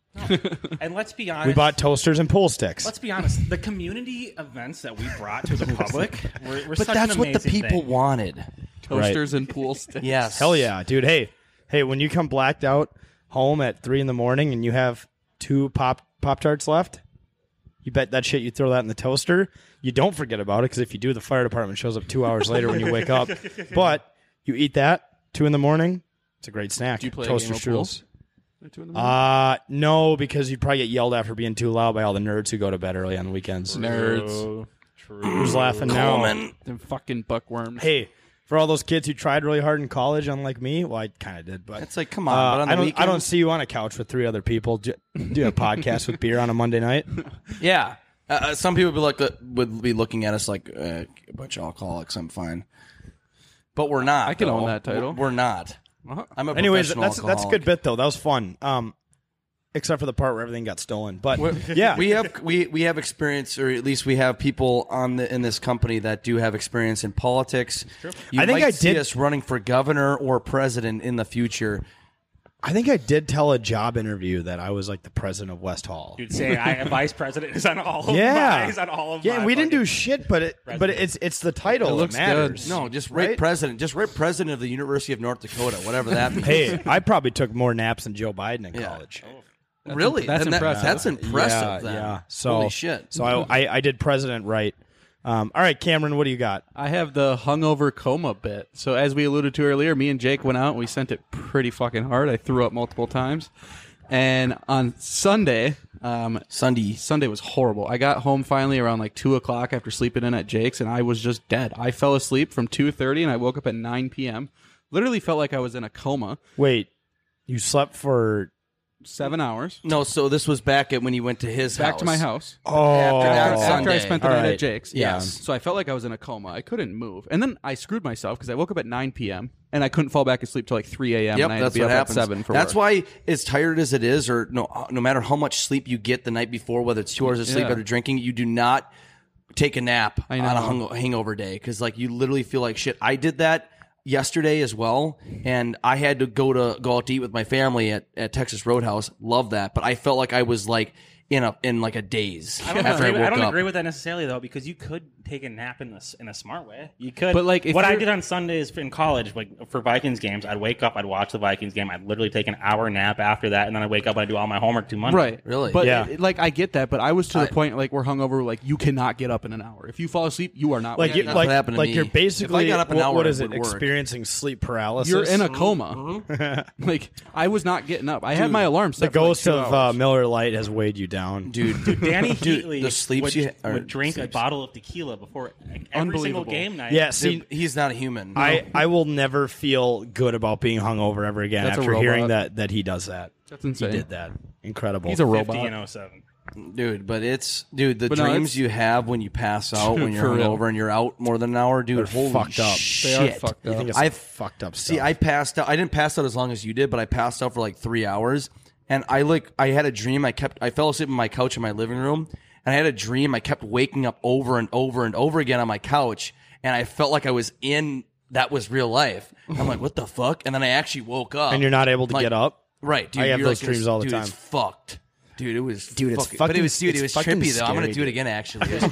[SPEAKER 10] and let's be honest,
[SPEAKER 1] We bought toasters and pool sticks.
[SPEAKER 10] Let's be honest. The community events that we brought to the public were, were
[SPEAKER 7] But
[SPEAKER 10] such
[SPEAKER 7] that's
[SPEAKER 10] an
[SPEAKER 7] what the
[SPEAKER 10] amazing
[SPEAKER 7] people
[SPEAKER 10] thing.
[SPEAKER 7] wanted.
[SPEAKER 1] Toasters
[SPEAKER 7] and pool sticks.
[SPEAKER 1] Yes.
[SPEAKER 7] Yes.
[SPEAKER 1] Hell yeah, dude. Hey, hey, when you come blacked out home at three in the morning and you have two pop pop tarts left, you bet that shit you throw that in the toaster. You don't forget about it because if you do, the fire department shows up two hours later when you wake up. But you eat that two in the morning. It's a great snack.
[SPEAKER 9] Do you play a
[SPEAKER 1] toaster
[SPEAKER 9] game of pool
[SPEAKER 1] strudels?
[SPEAKER 9] at two in the morning?
[SPEAKER 1] Uh no, because you'd probably get yelled at for being too loud by all the nerds who go to bed early on the weekends.
[SPEAKER 9] Nerds.
[SPEAKER 1] Who's laughing now?
[SPEAKER 9] Them fucking buckworms.
[SPEAKER 1] Hey, for all those kids who tried really hard in college, unlike me, well, I kind of did, but uh,
[SPEAKER 7] It's like, come on, but on the
[SPEAKER 1] I don't. I
[SPEAKER 7] weekends-
[SPEAKER 1] don't see you on a couch with three other people do, do a podcast with beer on a Monday night.
[SPEAKER 7] Yeah. Uh, uh, some people would, like, would be looking at us like uh, a bunch of alcoholics. I'm fine, but we're not.
[SPEAKER 9] I can own
[SPEAKER 7] though.
[SPEAKER 9] that title.
[SPEAKER 7] We're not. I'm a
[SPEAKER 1] Anyways,
[SPEAKER 7] professional
[SPEAKER 1] that's that's a
[SPEAKER 7] alcoholic.
[SPEAKER 1] good bit though. That was fun. Um, except for the part where everything got stolen. But yeah,
[SPEAKER 7] we have we we have experience, or at least we have people on the in this company that do have experience in politics. You
[SPEAKER 1] I think
[SPEAKER 7] might
[SPEAKER 1] I
[SPEAKER 7] see
[SPEAKER 1] did-
[SPEAKER 7] us running for governor or president in the future.
[SPEAKER 1] I think I did tell a job interview that I was like the president of West Hall.
[SPEAKER 10] You'd say I am vice president is on
[SPEAKER 5] Oh
[SPEAKER 10] all of
[SPEAKER 1] yeah,
[SPEAKER 10] my, is on all of
[SPEAKER 1] yeah.
[SPEAKER 10] my
[SPEAKER 1] and we didn't do shit, but it but
[SPEAKER 10] President.
[SPEAKER 1] it's it's the title that matters.
[SPEAKER 7] No, just right, president, just right president of the University of North Dakota, whatever that means.
[SPEAKER 1] Hey, I probably took more naps than Joe Biden in college.
[SPEAKER 7] really?
[SPEAKER 9] That's
[SPEAKER 7] Then that-
[SPEAKER 9] impressive.
[SPEAKER 7] that's impressive.
[SPEAKER 1] Yeah,
[SPEAKER 7] then.
[SPEAKER 1] yeah. So
[SPEAKER 7] holy shit.
[SPEAKER 1] So I, I I did president right. Um, all right, Cameron, what do you got?
[SPEAKER 9] I have the hungover coma bit. So as we alluded to earlier, me and Jake went out and we sent it pretty fucking hard. I threw up multiple times. And on Sunday, um,
[SPEAKER 7] Sunday,
[SPEAKER 9] Sunday was horrible. I got home finally around like two o'clock after sleeping in at Jake's, and I was just dead. I fell asleep from two thirty, and I woke up at nine p.m. Literally felt like I was in a coma,
[SPEAKER 1] Wait, you slept for
[SPEAKER 9] seven hours.
[SPEAKER 7] No, so this was back at when you went to his house.
[SPEAKER 9] Back to my house.
[SPEAKER 1] oh
[SPEAKER 7] that-
[SPEAKER 9] after, after I spent the
[SPEAKER 1] All
[SPEAKER 9] night
[SPEAKER 1] right.
[SPEAKER 9] at Jake's.
[SPEAKER 7] Yes.
[SPEAKER 9] So I felt like I was in a coma. I couldn't move, and then I screwed myself because I woke up at 9 p.m. and I couldn't fall back asleep till like 3 a.m.
[SPEAKER 7] Yep,
[SPEAKER 9] and I had
[SPEAKER 7] that's
[SPEAKER 9] to be
[SPEAKER 7] what
[SPEAKER 9] up
[SPEAKER 7] happens.
[SPEAKER 9] at seven for
[SPEAKER 7] that's
[SPEAKER 9] work.
[SPEAKER 7] why, as tired as it is, or no, no matter how much sleep you get the night before, whether it's two hours of sleep
[SPEAKER 9] Yeah.
[SPEAKER 7] after drinking, you do not take a nap on
[SPEAKER 9] I
[SPEAKER 7] a
[SPEAKER 9] know.
[SPEAKER 7] hung- hangover day because, like, you literally feel like shit. I did that yesterday as well, and I had to go to go out to eat with my family at, at Texas Roadhouse. Love that, but I felt like I was like in a in like a daze
[SPEAKER 10] I don't,
[SPEAKER 7] after I
[SPEAKER 10] agree,
[SPEAKER 7] woke
[SPEAKER 10] with- I don't
[SPEAKER 7] up.
[SPEAKER 10] agree with that necessarily though, because you could take a nap in this in a smart way. You could,
[SPEAKER 9] But, like, if
[SPEAKER 10] what I
[SPEAKER 9] you're-
[SPEAKER 10] did on Sundays in college, like for Vikings games, I'd wake up, I'd watch the Vikings game, I'd literally take an hour nap after that, and then I would wake up and I do all my homework to Monday.
[SPEAKER 9] Right,
[SPEAKER 7] Really?
[SPEAKER 9] but
[SPEAKER 1] Yeah.
[SPEAKER 9] it- like I get that, but I was to the point like we're hungover, like you cannot get up in an hour. If you fall asleep, you are not
[SPEAKER 1] Like you,
[SPEAKER 9] waking
[SPEAKER 7] that's
[SPEAKER 9] up.
[SPEAKER 1] like
[SPEAKER 7] what happened to
[SPEAKER 1] like
[SPEAKER 7] me.
[SPEAKER 1] you're
[SPEAKER 7] If I
[SPEAKER 1] basically
[SPEAKER 7] got up an
[SPEAKER 1] what-
[SPEAKER 7] hour,
[SPEAKER 1] what
[SPEAKER 7] it
[SPEAKER 1] is it
[SPEAKER 7] would work.
[SPEAKER 1] experiencing sleep paralysis?
[SPEAKER 9] you're in
[SPEAKER 7] Mm-hmm.
[SPEAKER 9] a coma. like I was not getting up. I had my alarm
[SPEAKER 1] The
[SPEAKER 9] set. for, like,
[SPEAKER 1] ghost
[SPEAKER 9] two
[SPEAKER 1] of uh,
[SPEAKER 9] hours.
[SPEAKER 1] Miller Lite has weighed you down,
[SPEAKER 7] Dude,
[SPEAKER 10] Danny
[SPEAKER 7] Dude,
[SPEAKER 10] Heatley
[SPEAKER 7] the sleeps
[SPEAKER 10] would,
[SPEAKER 7] you- or
[SPEAKER 10] would drink
[SPEAKER 7] sleeps.
[SPEAKER 10] a bottle of tequila before every single
[SPEAKER 9] Unbelievable.
[SPEAKER 10] game night.
[SPEAKER 1] Yeah, see,
[SPEAKER 7] Dude, he's not a human.
[SPEAKER 1] I, I will never feel good about being hungover ever again
[SPEAKER 9] That's a
[SPEAKER 1] after hearing
[SPEAKER 9] robot.
[SPEAKER 1] that that he does that.
[SPEAKER 9] That's insane.
[SPEAKER 1] He did that. Incredible.
[SPEAKER 9] He's a robot.
[SPEAKER 10] 50 and 07.
[SPEAKER 7] Dude, but it's dude the
[SPEAKER 9] But no,
[SPEAKER 7] dreams
[SPEAKER 9] it's-
[SPEAKER 7] you have when you pass out
[SPEAKER 9] Dude,
[SPEAKER 7] when you're
[SPEAKER 9] for real.
[SPEAKER 7] hungover and you're out more than an hour, dude.
[SPEAKER 9] They're
[SPEAKER 7] holy
[SPEAKER 9] fucked up. They
[SPEAKER 7] Shit.
[SPEAKER 9] are fucked You up. think it's
[SPEAKER 7] I've
[SPEAKER 1] fucked up.
[SPEAKER 7] See, I passed out. I didn't pass out as long as you did, but I passed out for like three hours. And I like I had a dream. I kept I fell asleep on my couch in my living room, and I had a dream. I kept waking up over and over and over again on my couch, and I felt like I was in that was real life. I'm like, what the fuck? And then I actually woke up,
[SPEAKER 1] And you're not able to
[SPEAKER 7] Like,
[SPEAKER 1] get up?
[SPEAKER 7] Right, dude.
[SPEAKER 1] I have
[SPEAKER 7] you're
[SPEAKER 1] those
[SPEAKER 7] like,
[SPEAKER 1] dreams all the
[SPEAKER 7] dude,
[SPEAKER 1] time.
[SPEAKER 7] It's fucked. Dude, it was
[SPEAKER 1] Dude, it's
[SPEAKER 7] but it
[SPEAKER 1] fucking-
[SPEAKER 7] was dude,
[SPEAKER 1] it's
[SPEAKER 7] it was
[SPEAKER 1] fucking
[SPEAKER 7] trippy though. I'm gonna
[SPEAKER 1] scary,
[SPEAKER 7] do it
[SPEAKER 1] dude.
[SPEAKER 7] again actually. It was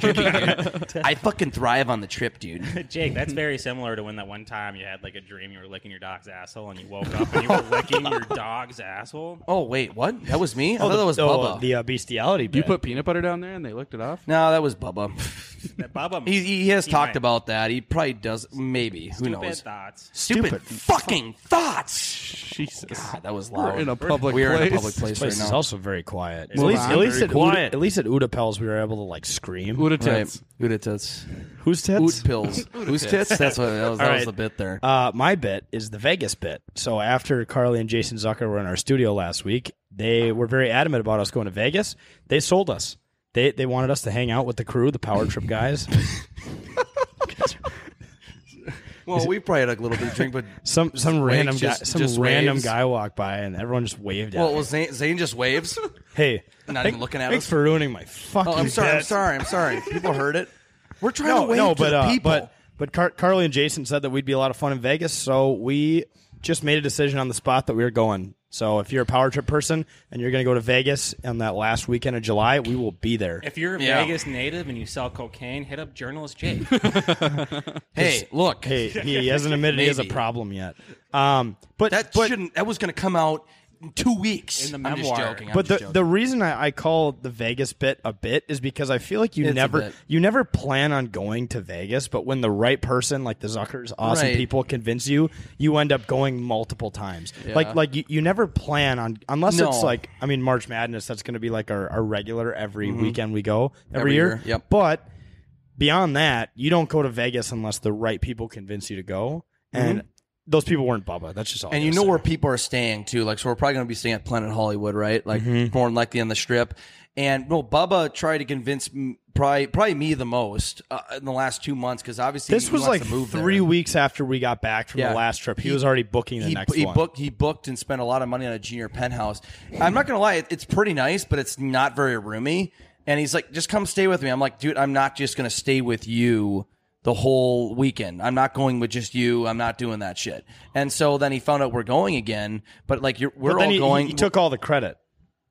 [SPEAKER 7] trippy, dude. I fucking thrive on the trip, dude.
[SPEAKER 10] Jake, that's very similar to when that one time you had like a dream you were licking your dog's asshole and you woke up and you were licking your dog's asshole.
[SPEAKER 7] Oh wait, what? That was me?
[SPEAKER 10] Oh,
[SPEAKER 7] I thought
[SPEAKER 10] the-
[SPEAKER 7] that was
[SPEAKER 10] oh,
[SPEAKER 7] Bubba.
[SPEAKER 1] the uh, bestiality.
[SPEAKER 9] You put peanut butter down there and they licked it off.
[SPEAKER 7] No, that was Bubba.
[SPEAKER 10] Bubba,
[SPEAKER 7] he, he has
[SPEAKER 10] he
[SPEAKER 7] talked
[SPEAKER 10] might.
[SPEAKER 7] about that. He probably does. Maybe
[SPEAKER 10] Stupid
[SPEAKER 7] who knows?
[SPEAKER 10] thoughts. Stupid
[SPEAKER 7] Stupid, fucking thoughts.
[SPEAKER 9] Jesus,
[SPEAKER 7] God, that was
[SPEAKER 9] We're
[SPEAKER 7] loud.
[SPEAKER 9] in a public
[SPEAKER 7] We are in a
[SPEAKER 9] place.
[SPEAKER 7] public
[SPEAKER 9] This
[SPEAKER 7] place,
[SPEAKER 9] place
[SPEAKER 7] right
[SPEAKER 9] is
[SPEAKER 7] now.
[SPEAKER 9] also
[SPEAKER 1] very quiet.
[SPEAKER 7] Well,
[SPEAKER 1] at least,
[SPEAKER 7] I'm
[SPEAKER 1] at least
[SPEAKER 7] very
[SPEAKER 1] at
[SPEAKER 7] quiet.
[SPEAKER 1] Uda, at least at Udapels we were able to like scream.
[SPEAKER 7] Uda tits. Right. Uda tits.
[SPEAKER 1] Who's tits?
[SPEAKER 7] Oot pills. Uda Who's tits? tits? That's what- that was- that
[SPEAKER 1] All
[SPEAKER 7] was the bit there.
[SPEAKER 1] Uh, my bit is the Vegas bit. So after Carly and Jason Zucker were in our studio last week, they were very adamant about us going to Vegas. They sold us. They they wanted us to hang out with the crew, the Power Trip guys.
[SPEAKER 7] Well, we probably had a little bit of drink, but
[SPEAKER 1] some some
[SPEAKER 7] Wake
[SPEAKER 1] random guy,
[SPEAKER 7] just-
[SPEAKER 1] some
[SPEAKER 7] just
[SPEAKER 1] random
[SPEAKER 7] waves.
[SPEAKER 1] guy walked by, and everyone just waved at.
[SPEAKER 7] Well,
[SPEAKER 1] me.
[SPEAKER 7] well Zane, Zane just waves.
[SPEAKER 1] Hey,
[SPEAKER 7] Not
[SPEAKER 1] thank-
[SPEAKER 7] even looking at
[SPEAKER 1] thanks
[SPEAKER 7] us.
[SPEAKER 1] for ruining my fucking.
[SPEAKER 7] Oh, I'm sorry. I'm
[SPEAKER 1] bit.
[SPEAKER 7] sorry. I'm sorry. People heard it. We're trying
[SPEAKER 1] no,
[SPEAKER 7] to wave
[SPEAKER 1] no,
[SPEAKER 7] to
[SPEAKER 1] but,
[SPEAKER 7] the
[SPEAKER 1] uh,
[SPEAKER 7] people.
[SPEAKER 1] But but Car- Carly and Jason said that we'd be a lot of fun in Vegas, so we just made a decision on the spot that we were going. So if you're a power trip person and you're going to go to Vegas on that last weekend of July, we will be there.
[SPEAKER 10] If you're a
[SPEAKER 1] Yeah.
[SPEAKER 10] Vegas native and you sell cocaine, hit up journalist Jake.
[SPEAKER 7] hey, look.
[SPEAKER 1] Hey, he hasn't admitted he has a
[SPEAKER 7] Maybe.
[SPEAKER 1] problem yet. Um, but
[SPEAKER 7] that shouldn't. That was going to come out in two weeks. In the I'm just
[SPEAKER 10] memoir.
[SPEAKER 7] joking. I'm
[SPEAKER 1] but the,
[SPEAKER 7] just joking.
[SPEAKER 1] the reason I, I call the Vegas bit a bit is because I feel like you
[SPEAKER 7] It's a
[SPEAKER 1] never
[SPEAKER 7] bit.
[SPEAKER 1] you never plan on going to Vegas, but when the right person, like the Zuckers, awesome
[SPEAKER 7] Right.
[SPEAKER 1] people, convince you, you end up going multiple times.
[SPEAKER 7] Yeah.
[SPEAKER 1] Like like you, you never plan on unless
[SPEAKER 7] No.
[SPEAKER 1] it's like I mean March Madness. That's going to be like our, our regular every
[SPEAKER 7] Mhm.
[SPEAKER 1] weekend we go every,
[SPEAKER 7] Every
[SPEAKER 1] year.
[SPEAKER 7] year, yep.
[SPEAKER 1] But beyond that, you don't go to Vegas unless the right people convince you to go, and
[SPEAKER 7] Mhm.
[SPEAKER 1] those people weren't Bubba. That's just all.
[SPEAKER 7] and
[SPEAKER 1] I'm
[SPEAKER 7] you
[SPEAKER 1] gonna
[SPEAKER 7] know
[SPEAKER 1] say.
[SPEAKER 7] where people are staying too. Like, so we're probably going to be staying at Planet Hollywood, right? Like,
[SPEAKER 1] Mm-hmm.
[SPEAKER 7] more than likely on the Strip. And no, Bubba tried to convince m- probably probably me the most uh, in the last two months because obviously
[SPEAKER 1] This
[SPEAKER 7] he
[SPEAKER 1] was
[SPEAKER 7] wants
[SPEAKER 1] like
[SPEAKER 7] to move there.
[SPEAKER 1] three weeks after we got back from the last trip. He, was already booking the
[SPEAKER 7] he,
[SPEAKER 1] next
[SPEAKER 7] he
[SPEAKER 1] one.
[SPEAKER 7] booked he booked and spent a lot of money on a junior penthouse. I'm not gonna lie, it- it's pretty nice, but it's not very roomy. And he's like, just come stay with me. I'm like, dude, I'm not just gonna stay with you the whole weekend. I'm not going with just you. I'm not doing that shit. And so then he found out we're going again, but like you're, we're
[SPEAKER 1] But then
[SPEAKER 7] all
[SPEAKER 1] he-
[SPEAKER 7] going.
[SPEAKER 1] He, took all the credit.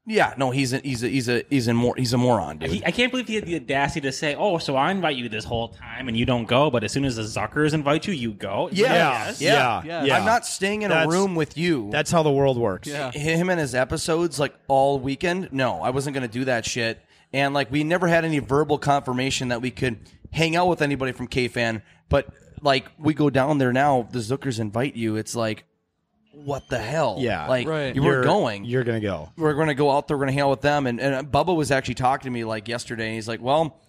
[SPEAKER 7] yeah, no, he's a, he's a, he's a he's a more he's a moron, dude.
[SPEAKER 10] He, I can't believe he had the audacity to say, "Oh, so I invite you this whole time and you don't go, but as soon as the Zuckers invite you, you go."
[SPEAKER 7] Yeah.
[SPEAKER 10] Yes.
[SPEAKER 7] Yeah. I'm not staying in
[SPEAKER 1] That's-
[SPEAKER 7] a room with you.
[SPEAKER 1] That's how the world works.
[SPEAKER 7] him and his episodes like all weekend. No, I wasn't going to do that shit. And like we never had any verbal confirmation that we could hang out with anybody from KFan. But like we go down there now, the Zookers invite you. It's like, what the hell?
[SPEAKER 1] Yeah.
[SPEAKER 7] like you
[SPEAKER 1] You're-
[SPEAKER 7] were going.
[SPEAKER 1] You're going to go.
[SPEAKER 7] we're going to go out there. We're going to hang out with them. And, and Bubba was actually talking to me like yesterday. And he's like, well.